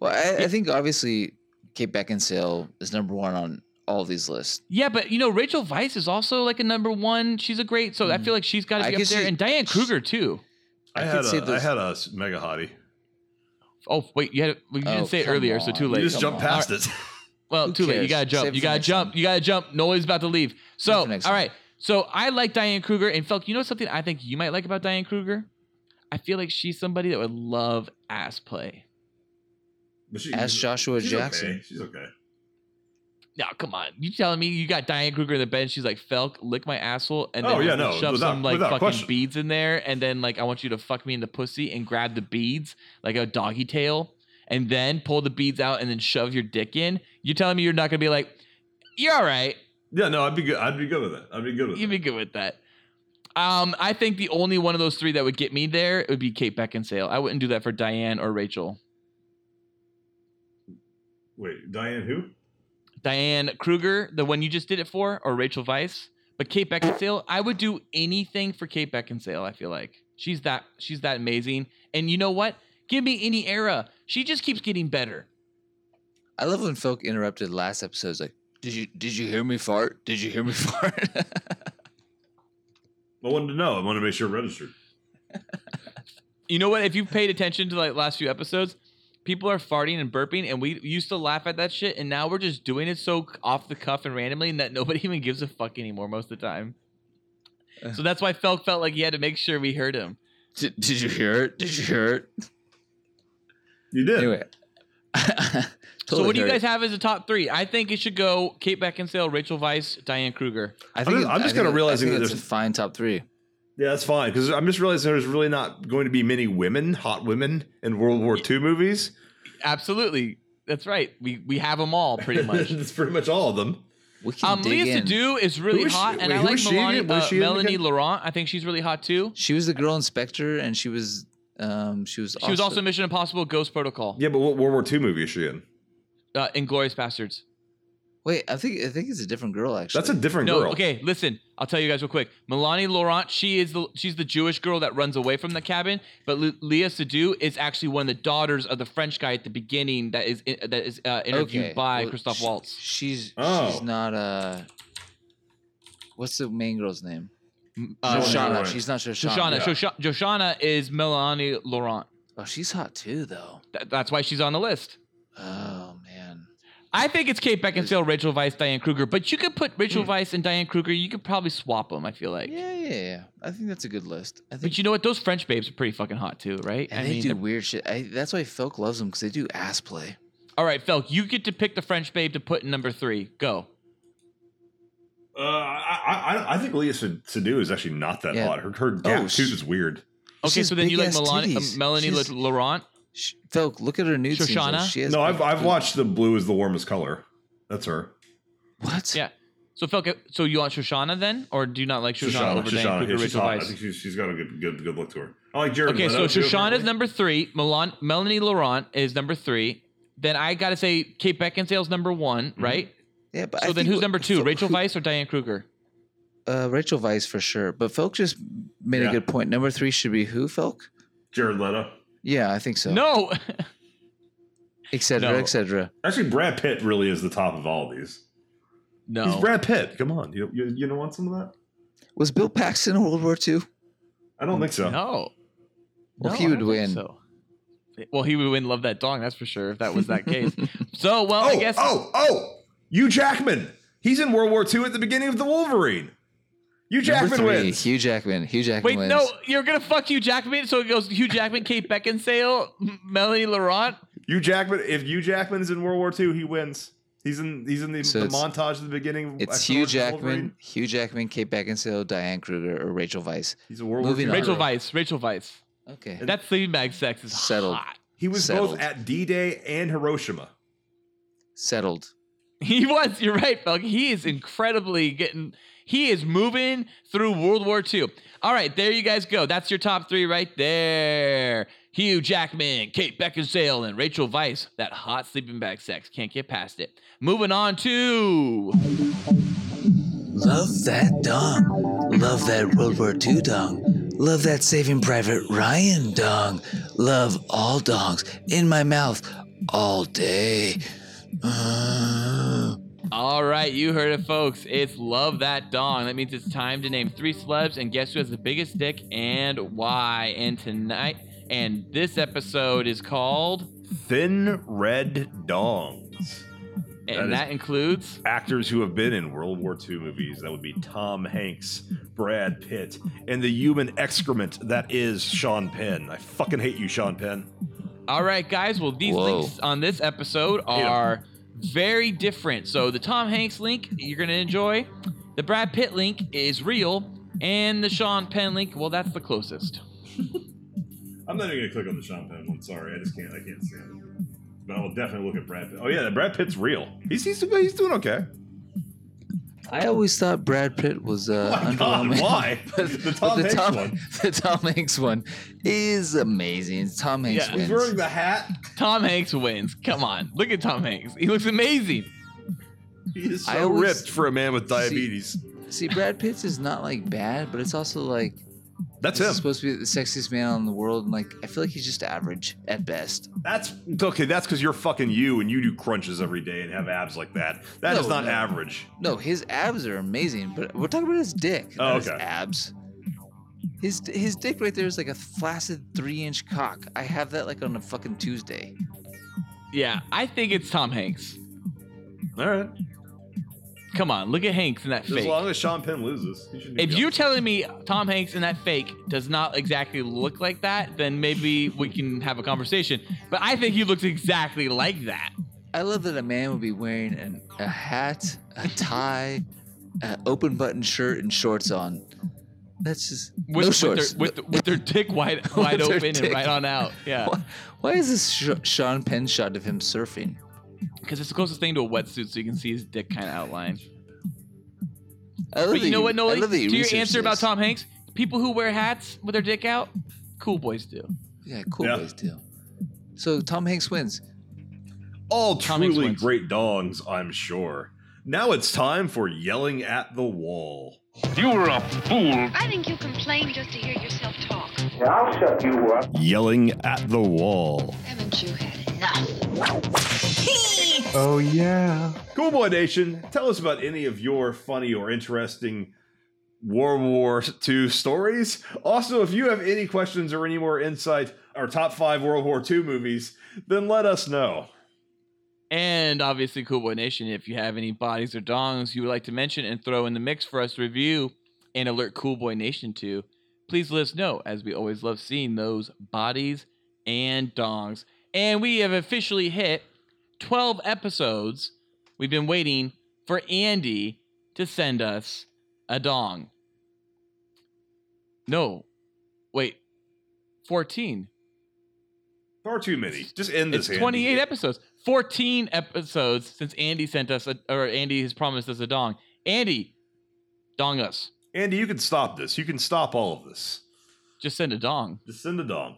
Speaker 7: Well, I, I think obviously Kate Beckinsale is number one on all these lists.
Speaker 2: Yeah, but you know, Rachel Vice is also like a number one. She's a great. So I feel like she's got to
Speaker 7: Mm-hmm. I
Speaker 2: be up
Speaker 7: guess
Speaker 2: there.
Speaker 7: she-
Speaker 2: And Diane Kruger too.
Speaker 1: I,
Speaker 7: I could
Speaker 1: had
Speaker 7: see
Speaker 1: a, I
Speaker 7: those-
Speaker 1: had a s- mega hottie.
Speaker 2: Oh wait, you had we didn't
Speaker 7: Oh,
Speaker 2: say it
Speaker 7: come
Speaker 2: earlier, so
Speaker 7: on.
Speaker 2: too
Speaker 1: You
Speaker 2: late.
Speaker 1: just
Speaker 7: come
Speaker 1: jumped
Speaker 7: on.
Speaker 1: past it.
Speaker 2: Well,
Speaker 7: Who
Speaker 2: too late. You
Speaker 7: cares?
Speaker 2: gotta jump.
Speaker 7: Save it
Speaker 2: you
Speaker 7: for
Speaker 2: gotta
Speaker 7: next
Speaker 2: jump.
Speaker 7: time.
Speaker 2: You gotta jump. Nobody's about to leave. So all
Speaker 7: for
Speaker 2: right.
Speaker 7: next time.
Speaker 2: So I like Diane Kruger. In fact, you know something I think you might like about Diane Kruger? I feel like she's somebody that would love ass play.
Speaker 1: But she-
Speaker 7: As Joshua
Speaker 1: she's
Speaker 7: Jackson.
Speaker 1: okay. She's okay.
Speaker 2: No, come on. You telling me you got Diane Kruger in the bed? She's like, "Felk, lick my asshole," and then
Speaker 1: Oh, yeah,
Speaker 2: like,
Speaker 1: no,
Speaker 2: shove
Speaker 1: without-
Speaker 2: some like
Speaker 1: without
Speaker 2: fucking
Speaker 1: question.
Speaker 2: beads in there, and then like, I want you to fuck me in the pussy and grab the beads like a doggy tail, and then pull the beads out and then shove your dick in. You telling me you're not gonna be like, "You're all right.
Speaker 1: Yeah, no, I'd be good. I'd be good with it. I'd be good with
Speaker 2: You'd
Speaker 1: it.
Speaker 2: be good with that." Um, I think the only one of those three that would get me there would be Kate Beckinsale. I wouldn't do that for Diane or Rachel.
Speaker 1: Wait, Diane who?
Speaker 2: Diane Kruger, the one you just did it for, or Rachel Vice. But Kate Beckinsale, I would do anything for Kate Beckinsale. I feel like she's that she's that amazing. And you know what? Give me any era. She just keeps getting better.
Speaker 7: I love when Folk interrupted last episode. It's like, did you did you hear me fart? Did you hear me fart?
Speaker 1: I wanted to know. I wanted to make sure it registered.
Speaker 2: You know what? If you've paid attention to like last few episodes, people are farting and burping, and we used to laugh at that shit, and now we're just doing it so off the cuff and randomly, and that nobody even gives a fuck anymore most of the time. So that's why Felk felt like he had to make sure we heard him.
Speaker 7: did, did you hear it? Did you hear it?
Speaker 1: You did.
Speaker 7: Anyway. totally
Speaker 2: so what do you
Speaker 7: heard
Speaker 2: guys
Speaker 7: it.
Speaker 2: have as the top three? I think it should go Kate Beckinsale, Rachel Weiss, Diane Kruger.
Speaker 7: I think
Speaker 1: just-
Speaker 7: it-
Speaker 1: I'm
Speaker 7: I
Speaker 1: just
Speaker 7: think
Speaker 1: kinda
Speaker 7: it- I
Speaker 1: realizing
Speaker 7: think
Speaker 1: that
Speaker 7: it's a
Speaker 1: there's-
Speaker 7: fine top three.
Speaker 1: Yeah, that's fine. Because I'm just realizing there's really not going to be many women, hot women, in World War II movies.
Speaker 2: Absolutely, that's right. We we have them all pretty much.
Speaker 1: it's pretty much all of them.
Speaker 7: We can
Speaker 2: Um,
Speaker 7: dig
Speaker 2: Leah
Speaker 7: in.
Speaker 2: Sadu is really
Speaker 1: Who is she-
Speaker 2: hot, and
Speaker 1: wait,
Speaker 2: I
Speaker 1: who
Speaker 2: like
Speaker 1: is she again?
Speaker 2: Melanie,
Speaker 1: What is
Speaker 2: uh,
Speaker 1: she in
Speaker 2: Melanie
Speaker 1: again?
Speaker 2: Laurent. I think she's really hot too.
Speaker 7: She was the girl inspector, and she was um she was
Speaker 2: She was also Mission Impossible, Ghost Protocol,
Speaker 1: Yeah, but what World War II movie is she in?
Speaker 2: uh, Inglorious Bastards.
Speaker 7: wait. I think I think it's a different girl actually.
Speaker 1: That's a different
Speaker 2: No,
Speaker 1: girl.
Speaker 2: okay, listen. I'll tell you guys real quick. Melanie Laurent, she is the she's the Jewish girl that runs away from the cabin, but Le- Leah Sadu is actually one of the daughters of the French guy at the beginning that is that is uh, interviewed
Speaker 7: Okay,
Speaker 2: by
Speaker 7: well,
Speaker 2: Christoph
Speaker 7: sh-
Speaker 2: Waltz.
Speaker 7: She's
Speaker 1: Oh.
Speaker 7: she's not uh what's the main girl's name?
Speaker 2: Uh,
Speaker 7: Shoshana.
Speaker 1: Shoshana.
Speaker 7: She's not
Speaker 2: Shoshana.
Speaker 7: Shoshana.
Speaker 2: Shosha- Shoshana is Melanie Laurent.
Speaker 7: Oh, she's hot too though.
Speaker 2: Th- that's why she's on the list.
Speaker 7: Oh man.
Speaker 2: I think it's Kate Beckinsale, Rachel Weisz, Diane Kruger, but you could put Rachel Weisz and Diane Kruger. You could probably swap them. I feel like.
Speaker 7: Hmm. Yeah, yeah, yeah. I think that's a good list. I think
Speaker 2: But you know what? Those French babes are pretty fucking hot too, right?
Speaker 7: and
Speaker 2: I
Speaker 7: they
Speaker 2: mean,
Speaker 7: do
Speaker 2: they're-
Speaker 7: weird shit. I, that's why folk loves them because they do ass play.
Speaker 2: all right, Felk, you get to pick the French babe to put in number three. Go.
Speaker 1: Uh, I, I, I think Leah Sed- Sadu is actually not that
Speaker 7: Yeah.
Speaker 1: hot. Her, her gap
Speaker 7: Oh,
Speaker 1: tooth
Speaker 7: she-
Speaker 1: is weird.
Speaker 2: Okay,
Speaker 7: has
Speaker 2: so then you like
Speaker 7: big-ass
Speaker 2: Melanie, uh,
Speaker 7: titties.
Speaker 2: Melanie
Speaker 7: She's-
Speaker 2: Le- Laurent.
Speaker 7: Sh folk, look at her nude scenes, though.
Speaker 2: Shoshana?
Speaker 7: She has
Speaker 1: No,
Speaker 7: big
Speaker 1: I've, I've
Speaker 7: boobs.
Speaker 1: watched The Blue is the Warmest Color. That's her.
Speaker 7: what?
Speaker 2: Yeah. So Felk, uh, so you want Shoshana then, or do you not like Shoshana,
Speaker 1: Shoshana.
Speaker 2: over Diane
Speaker 1: Shoshana.
Speaker 2: Kruger,
Speaker 1: Yeah, she's
Speaker 2: Rachel
Speaker 1: hot. I
Speaker 2: Weisz?
Speaker 1: think she's, she's got a good, good, good look to her. I like Jared.
Speaker 2: Okay, so
Speaker 1: Leto, too,
Speaker 2: Shoshana's
Speaker 1: apparently.
Speaker 2: number three. Milan, Melanie Laurent is number three. Then I gotta say Kate Beckinsale's number one,
Speaker 1: Mm-hmm.
Speaker 2: right?
Speaker 7: Yeah, but I
Speaker 2: So then
Speaker 7: think
Speaker 2: who's
Speaker 7: what-
Speaker 2: number two?
Speaker 7: folk-
Speaker 2: Rachel
Speaker 7: who-
Speaker 2: Weisz or Diane Kruger?
Speaker 7: Uh, Rachel Vice for sure. But folk just made
Speaker 1: Yeah.
Speaker 7: a good point. Number three should be who? Folk?
Speaker 1: Jared Leto.
Speaker 7: Yeah, I think so.
Speaker 2: No,
Speaker 7: etc.
Speaker 2: No.
Speaker 7: etc.
Speaker 1: Actually, Brad Pitt really is the top of all these. He's
Speaker 2: no.
Speaker 1: Brad Pitt. Come on, you, you you don't want some of that?
Speaker 7: Was Bill Paxton in World War II?
Speaker 1: I don't think so.
Speaker 2: No.
Speaker 7: Well,
Speaker 2: No,
Speaker 7: he
Speaker 2: I
Speaker 7: would
Speaker 2: don't think
Speaker 7: win.
Speaker 2: So. Well, he would win Love That Dong, that's for sure, if that was that case. so, well,
Speaker 1: Oh,
Speaker 2: I guess.
Speaker 1: oh, oh! Hugh Jackman. He's in World War II at the beginning of the Wolverine. Hugh
Speaker 7: Number
Speaker 1: Jackman
Speaker 7: three,
Speaker 1: wins.
Speaker 7: Hugh Jackman. Hugh Jackman
Speaker 2: Wait,
Speaker 7: wins.
Speaker 2: no, you're going to fuck Hugh Jackman? So it goes Hugh Jackman, Kate Beckinsale, M- Melanie Laurent.
Speaker 1: Hugh Jackman. If Hugh Jackman's in World War II, he wins. He's in. He's in the,
Speaker 7: So
Speaker 1: the
Speaker 7: it's-
Speaker 1: montage at the beginning. of
Speaker 7: It's
Speaker 1: X-Men
Speaker 7: Hugh
Speaker 1: versus Wolverine.
Speaker 7: Jackman, Hugh Jackman, Kate Beckinsale, Diane Kruger, or Rachel Weisz.
Speaker 1: He's a World War II.
Speaker 7: Moving on.
Speaker 2: Rachel
Speaker 1: hero.
Speaker 2: Weiss. Rachel Weiss.
Speaker 7: Okay.
Speaker 2: That sleeping bag sex is
Speaker 7: Settled.
Speaker 2: hot.
Speaker 1: He was both
Speaker 7: Settled.
Speaker 1: at D-Day and Hiroshima.
Speaker 7: Settled.
Speaker 2: He was. You're right, Felk. He is incredibly getting. He is moving through World War II. All right, there you guys go. That's your top three right there. Hugh Jackman, Kate Beckinsale, and Rachel Weisz. That hot sleeping bag sex can't get past it. Moving on to
Speaker 7: Love that dong. Love that World War II dong. Love that Saving Private Ryan dong. Love all dongs. In my mouth all day. Uh.
Speaker 2: All right, you heard it, folks. It's Love That Dong. That means it's time to name three celebs and guess who has the biggest dick and why. And tonight, and this episode is called,
Speaker 1: Thin Red Dongs. That is-
Speaker 2: and that includes.
Speaker 1: Actors who have been in World War II movies. That would be Tom Hanks, Brad Pitt, and the human excrement that is Sean Penn. I fucking hate you, Sean Penn.
Speaker 2: All right, guys. Well, these
Speaker 7: Whoa.
Speaker 2: links on this episode are very different. So the Tom Hanks link you're gonna enjoy, the Brad Pitt link is real, and the Sean Penn link. Well, that's the closest.
Speaker 10: I'm not even gonna click on the Sean Penn one. Sorry, I just can't. I can't stand it. But I will definitely look at Brad Pitt. Oh yeah, Brad Pitt's real. He's he's, he's doing okay.
Speaker 7: I always thought Brad Pitt was uh,
Speaker 10: Oh My God,
Speaker 7: underwhelming.
Speaker 10: why?
Speaker 7: But-
Speaker 10: the
Speaker 7: but
Speaker 10: Tom
Speaker 7: the
Speaker 10: Hanks
Speaker 7: Tom,
Speaker 10: one.
Speaker 7: the Tom Hanks one is amazing. Tom Hanks
Speaker 2: Yeah,
Speaker 7: wins.
Speaker 10: the hat.
Speaker 2: Tom Hanks wins. Come on, look at Tom Hanks. He looks amazing.
Speaker 1: He is
Speaker 7: I
Speaker 1: so
Speaker 7: always-
Speaker 1: ripped for a man with diabetes.
Speaker 7: See, Brad Pitt's is not like bad, but it's also like
Speaker 1: That's
Speaker 7: he's
Speaker 1: him.
Speaker 7: supposed to be the sexiest man in the world, and like I feel like he's just average at best.
Speaker 1: That's okay. That's because you're fucking you and you do crunches every day and have abs like that. That is
Speaker 7: No,
Speaker 1: not
Speaker 7: no.
Speaker 1: average.
Speaker 7: No, his abs are amazing, but we're talking about his dick,
Speaker 1: Oh,
Speaker 7: not his
Speaker 1: okay.
Speaker 7: abs. His his dick right there is like a flaccid three inch cock. I have that like on a fucking Tuesday.
Speaker 2: Yeah, I think it's Tom Hanks.
Speaker 1: All right.
Speaker 2: Come on, look at Hanks in that
Speaker 10: As
Speaker 2: fake.
Speaker 10: long as Sean Penn loses, he should. be
Speaker 2: If
Speaker 10: good.
Speaker 2: you're telling me Tom Hanks in that fake does not exactly look like that, then maybe we can have a conversation. But I think he looks exactly like that.
Speaker 7: I love that a man would be wearing an, a hat, a tie, an open button shirt, and shorts on. That's just
Speaker 2: With,
Speaker 7: no
Speaker 2: with
Speaker 7: shorts.
Speaker 2: Their, with, with their dick wide wide
Speaker 7: With their
Speaker 2: open and
Speaker 7: dick.
Speaker 2: right on out. Yeah.
Speaker 7: why, why is this Sh- Sean Penn shot of him surfing?
Speaker 2: Because it's the closest thing to a wetsuit, so you can see his dick kind of outlined.
Speaker 7: I love
Speaker 2: But
Speaker 7: that
Speaker 2: you know what,
Speaker 7: I
Speaker 2: Noli?
Speaker 7: love that you
Speaker 2: To your
Speaker 7: researched
Speaker 2: answer about
Speaker 7: this.
Speaker 2: Tom Hanks, people who wear hats with their dick out, cool boys do.
Speaker 7: Yeah, cool
Speaker 1: Yeah.
Speaker 7: boys deal. So Tom Hanks wins.
Speaker 1: All
Speaker 2: Tom Hanks
Speaker 1: truly
Speaker 2: wins.
Speaker 1: great dongs, I'm sure. Now it's time for yelling at the wall.
Speaker 8: You were a fool.
Speaker 9: I think you complain just to hear yourself talk.
Speaker 4: I'll shut you up.
Speaker 1: Yelling at the wall.
Speaker 9: Haven't you had enough?
Speaker 5: Oh, yeah.
Speaker 1: Cool Boy Nation, tell us about any of your funny or interesting World War II stories. Also, if you have any questions or any more insight, our top five World War II movies, then let us know.
Speaker 2: And obviously, Cool Boy Nation, if you have any bodies or dongs you would like to mention and throw in the mix for us to review and alert Cool Boy Nation to, please let us know, as we always love seeing those bodies and dongs. And we have officially hit 12 episodes. We've been waiting for Andy to send us a dong. No, wait, 14.
Speaker 1: Far too many. Just end
Speaker 2: It's
Speaker 1: this. Andy.
Speaker 2: 28 episodes. 14 episodes since Andy sent us, a, or Andy has promised us a dong. Andy, dong us.
Speaker 1: Andy, you can stop this. You can stop all of this.
Speaker 2: Just send a dong.
Speaker 1: Just send a dong.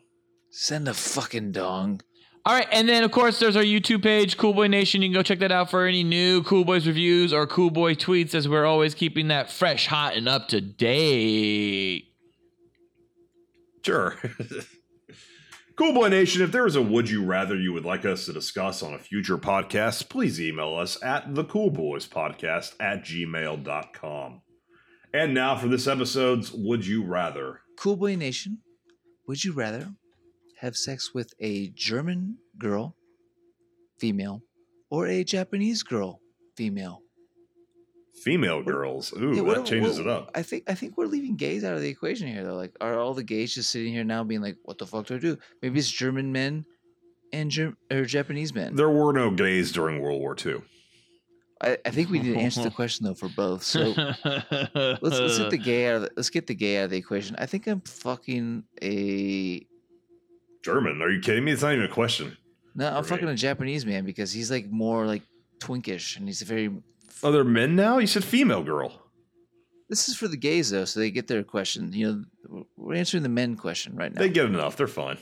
Speaker 7: Send a fucking dong.
Speaker 2: All right, and then of course there's our YouTube page, Cool Boy Nation. You can go check that out for any new Cool Boys reviews or Cool Boy tweets, as we're always keeping that fresh, hot, and up to date.
Speaker 1: Sure. cool Boy Nation, if there is a would you rather you would like us to discuss on a future podcast, please email us at thecoolboyspodcast at gmail.com. And now for this episode's Would You Rather.
Speaker 7: Cool Boy Nation, would you rather have sex with a German girl, female, or a Japanese girl, female?
Speaker 1: Female girls. Ooh,
Speaker 7: Yeah, what
Speaker 1: that
Speaker 7: do-
Speaker 1: changes it
Speaker 7: what-
Speaker 1: up.
Speaker 7: I think I think we're leaving gays out of the equation here though. Like, are all the gays just sitting here now being like, "What the fuck do I do?" Maybe it's German men and Germ- or Japanese men.
Speaker 1: There were no gays during World War II.
Speaker 7: I, I think we need to answer the question though for both. So let's let's get the gay out. Of the, let's get the gay out of the equation. I think I'm fucking a
Speaker 1: German. Are you kidding me? It's not even a question.
Speaker 7: no. I'm
Speaker 1: Right.
Speaker 7: fucking a Japanese man because he's like more like twinkish and he's a very.
Speaker 1: Are there men now? You said female girl.
Speaker 7: This is for the gays though, so they get their question. You know, we're- we're answering the men question right now.
Speaker 1: They get enough. They're fine.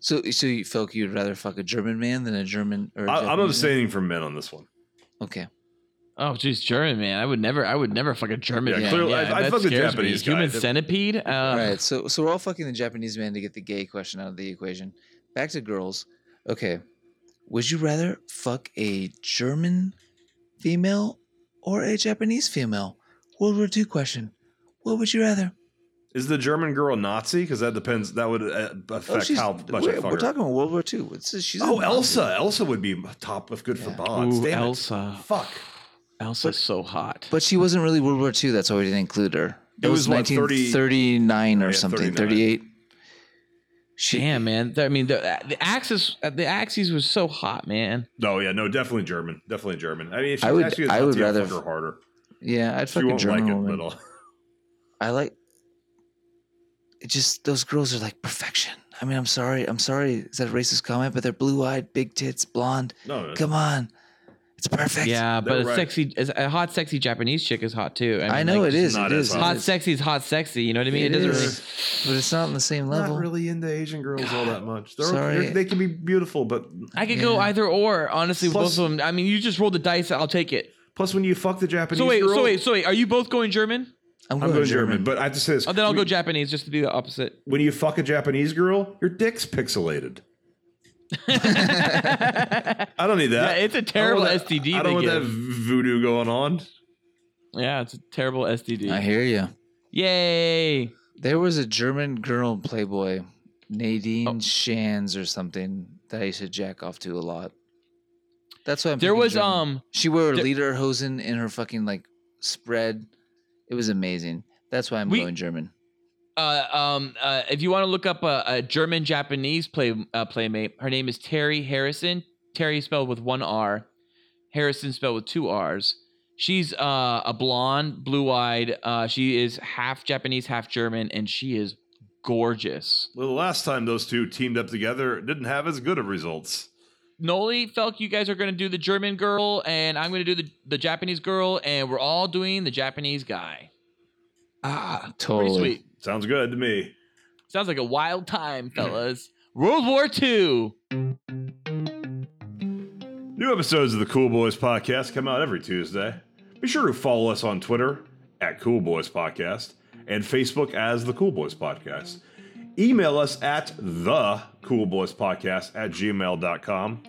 Speaker 7: so so you feel like you'd rather fuck a German man than a German or a
Speaker 1: I, I'm
Speaker 7: Japanese man?
Speaker 1: abstaining from men on this one.
Speaker 7: Okay.
Speaker 2: Oh, geez, German man. I would never. I would never fuck a German
Speaker 1: Yeah,
Speaker 2: man.
Speaker 1: clearly-
Speaker 2: yeah,
Speaker 1: I- I
Speaker 2: that
Speaker 1: fuck a
Speaker 2: scares me.
Speaker 1: Japanese guy.
Speaker 2: Human
Speaker 1: That-
Speaker 2: centipede. Uh,
Speaker 7: All right, so so we're all fucking the Japanese man to get the gay question out of the equation. Back to girls. Okay, would you rather fuck a German female or a Japanese female? World War II question. What would you rather?
Speaker 1: Is the German girl Nazi? Because that depends. That would uh,
Speaker 7: Oh,
Speaker 1: affect how much
Speaker 7: we're,
Speaker 1: I fuck
Speaker 7: we're
Speaker 1: her.
Speaker 7: talking about World War II. It's, she's a
Speaker 1: oh,
Speaker 7: Nazi.
Speaker 1: Elsa. Elsa would be top of good for
Speaker 7: Yeah.
Speaker 1: bonds.
Speaker 2: ooh,
Speaker 1: Damn it.
Speaker 2: Elsa.
Speaker 1: Fuck.
Speaker 2: Elsa's so hot.
Speaker 7: But she wasn't really World War II. That's why we didn't include her. It,
Speaker 1: It was,
Speaker 7: was,
Speaker 1: what, Oh,
Speaker 7: 1939 or
Speaker 1: Yeah,
Speaker 7: something,
Speaker 1: 39.
Speaker 7: 38. She,
Speaker 2: Damn, man. Th- I mean, the the axis uh, the axes was so hot, man.
Speaker 1: No, Oh, yeah, no, definitely German. Definitely German. I mean, if she's
Speaker 7: I would-
Speaker 1: actually a
Speaker 7: I would
Speaker 1: Nazi, I'd
Speaker 7: rather-
Speaker 1: fuck her harder.
Speaker 7: Yeah, I'd
Speaker 1: She
Speaker 7: fuck a
Speaker 1: won't
Speaker 7: German
Speaker 1: like
Speaker 7: woman.
Speaker 1: it, but I'll-
Speaker 7: I like. It just those girls are like perfection. I mean, I'm sorry, I'm sorry. Is that a racist comment? But they're blue-eyed, big tits, blonde.
Speaker 1: no, no, no.
Speaker 7: Come on, it's perfect.
Speaker 2: Yeah,
Speaker 1: They're
Speaker 2: but a
Speaker 1: right.
Speaker 2: sexy, as- a hot, sexy Japanese chick is hot too.
Speaker 7: I,
Speaker 2: mean,
Speaker 7: know
Speaker 2: like,
Speaker 7: it is.
Speaker 1: not
Speaker 7: It
Speaker 1: as
Speaker 7: is.
Speaker 1: hot.
Speaker 2: Hot, sexy is hot, sexy. You know what I mean? It,
Speaker 7: It
Speaker 2: doesn't
Speaker 7: is. but it's not on the same level.
Speaker 1: Not really into Asian girls all that much. They're,
Speaker 7: Sorry.
Speaker 1: they're- they can be beautiful, but
Speaker 2: really. I could go
Speaker 7: Yeah.
Speaker 2: either or. Honestly,
Speaker 1: Plus-
Speaker 2: both of them. I mean, you just roll the dice. I'll take it.
Speaker 1: plus when you fuck the Japanese
Speaker 2: So wait,
Speaker 1: girl,
Speaker 2: so wait, so wait. Are you both going German?
Speaker 7: I'm
Speaker 1: I'm
Speaker 7: going,
Speaker 1: going German, but I have to say this:
Speaker 2: Oh, then I'll
Speaker 1: when,
Speaker 2: go Japanese just to do the opposite.
Speaker 1: when you fuck a Japanese girl, your dick's pixelated. I don't need
Speaker 2: Yeah,
Speaker 1: that.
Speaker 2: it's a terrible STD.
Speaker 1: I
Speaker 2: they
Speaker 1: don't want that
Speaker 2: give.
Speaker 1: voodoo going on.
Speaker 2: Yeah, it's a terrible STD.
Speaker 7: I hear you.
Speaker 2: Yay!
Speaker 7: There was a German girl in Playboy, Nadine
Speaker 2: Oh.
Speaker 7: Shanz or something that I used to jack off to a lot. That's why I'm.
Speaker 2: There
Speaker 7: thinking
Speaker 2: was
Speaker 7: German.
Speaker 2: um.
Speaker 7: She wore a
Speaker 2: There-
Speaker 7: lederhosen in her fucking like spread. It was amazing. That's why I'm
Speaker 2: We-
Speaker 7: going German.
Speaker 2: Uh, um, uh, if you want to look up a, a German Japanese play uh, playmate, her name is Terry Harrison. Terry spelled with one R, Harrison spelled with two R's. She's uh, a blonde, blue eyed. Uh, she is half Japanese, half German, and she is gorgeous.
Speaker 1: Well, the last time those two teamed up together, it didn't have as good of results.
Speaker 2: Noli, Felk, you guys are going to do the German girl, and I'm going to do the, the Japanese girl, and we're all doing the Japanese guy.
Speaker 7: Ah,
Speaker 2: Pretty
Speaker 7: totally.
Speaker 2: sweet.
Speaker 1: Sounds good to me.
Speaker 2: Sounds like a wild time, fellas. World War II.
Speaker 1: New episodes of the Cool Boys Podcast come out every Tuesday. Be sure to follow us on Twitter at Cool Boys Podcast and Facebook as the Cool Boys Podcast. Email us at the Cool Boys Podcast at gmail.com.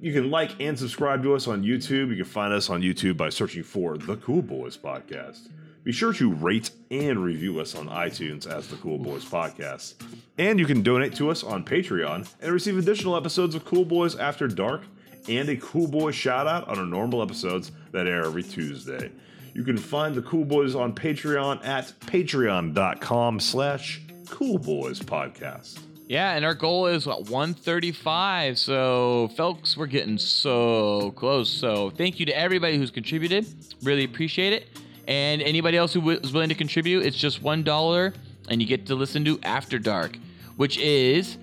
Speaker 1: You can like and subscribe to us on YouTube. You can find us on YouTube by searching for the Cool Boys Podcast. Be sure to rate and review us on iTunes as the Cool Boys Podcast. And you can donate to us on Patreon and receive additional episodes of Cool Boys After Dark and a Cool Boy shout out on our normal episodes that air every Tuesday. You can find the Cool Boys on Patreon at patreon.com slash Cool Boys Podcast.
Speaker 2: Yeah, and our goal is what 135. So, folks, we're getting so close. So, thank you to everybody who's contributed. Really appreciate it. And anybody else who wi- is willing to contribute, it's just one dollar, and you get to listen to After Dark, which is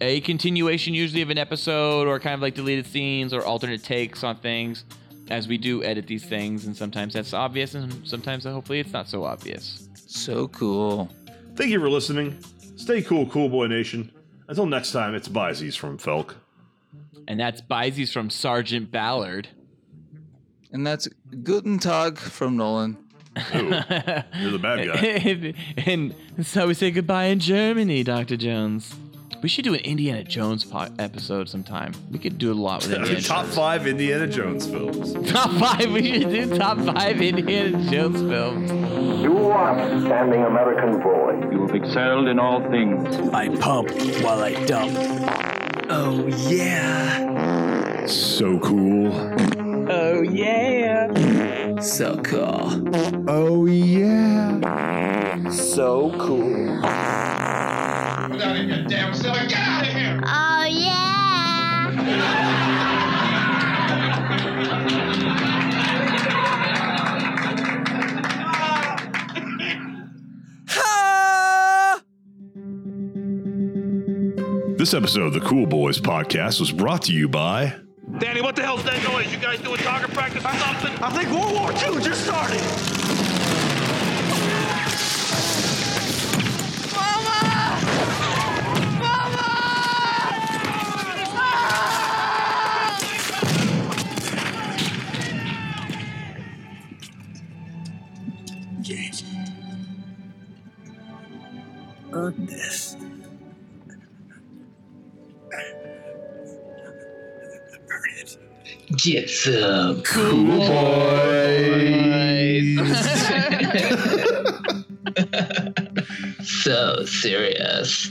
Speaker 2: a continuation usually of an episode or kind of like deleted scenes or alternate takes on things, as we do edit these things, and sometimes that's obvious, and sometimes uh, hopefully it's not so obvious.
Speaker 7: So cool.
Speaker 1: Thank you for listening. Stay cool, Cool Boy Nation. Until next time, it's Byzies from Felk.
Speaker 2: And that's Byzies from Sergeant Ballard.
Speaker 7: And that's Guten Tag from Nolan.
Speaker 1: Ooh, you're the bad guy.
Speaker 2: and so we say goodbye in Germany, Dr. Jones. We should do an Indiana Jones po- episode sometime. We could do a lot with Indiana
Speaker 1: Top
Speaker 2: Jones.
Speaker 1: five Indiana Jones films.
Speaker 2: Top five. We should do top five Indiana Jones films.
Speaker 4: You upstanding American boy.
Speaker 8: You have excelled in all things.
Speaker 12: I pump while I dump. Oh, yeah.
Speaker 1: So cool.
Speaker 11: Oh, yeah.
Speaker 12: So cool.
Speaker 5: Oh, yeah. So cool.
Speaker 3: Get out of here, damn son. Get out of here!
Speaker 9: Oh, yeah.
Speaker 1: This episode of the Cool Boys podcast was brought to you by.
Speaker 8: Danny, what the hell's that noise? You guys doing target practice or something?
Speaker 12: I think World War II just started.
Speaker 8: earned this.
Speaker 13: Get some
Speaker 8: cool
Speaker 13: so serious.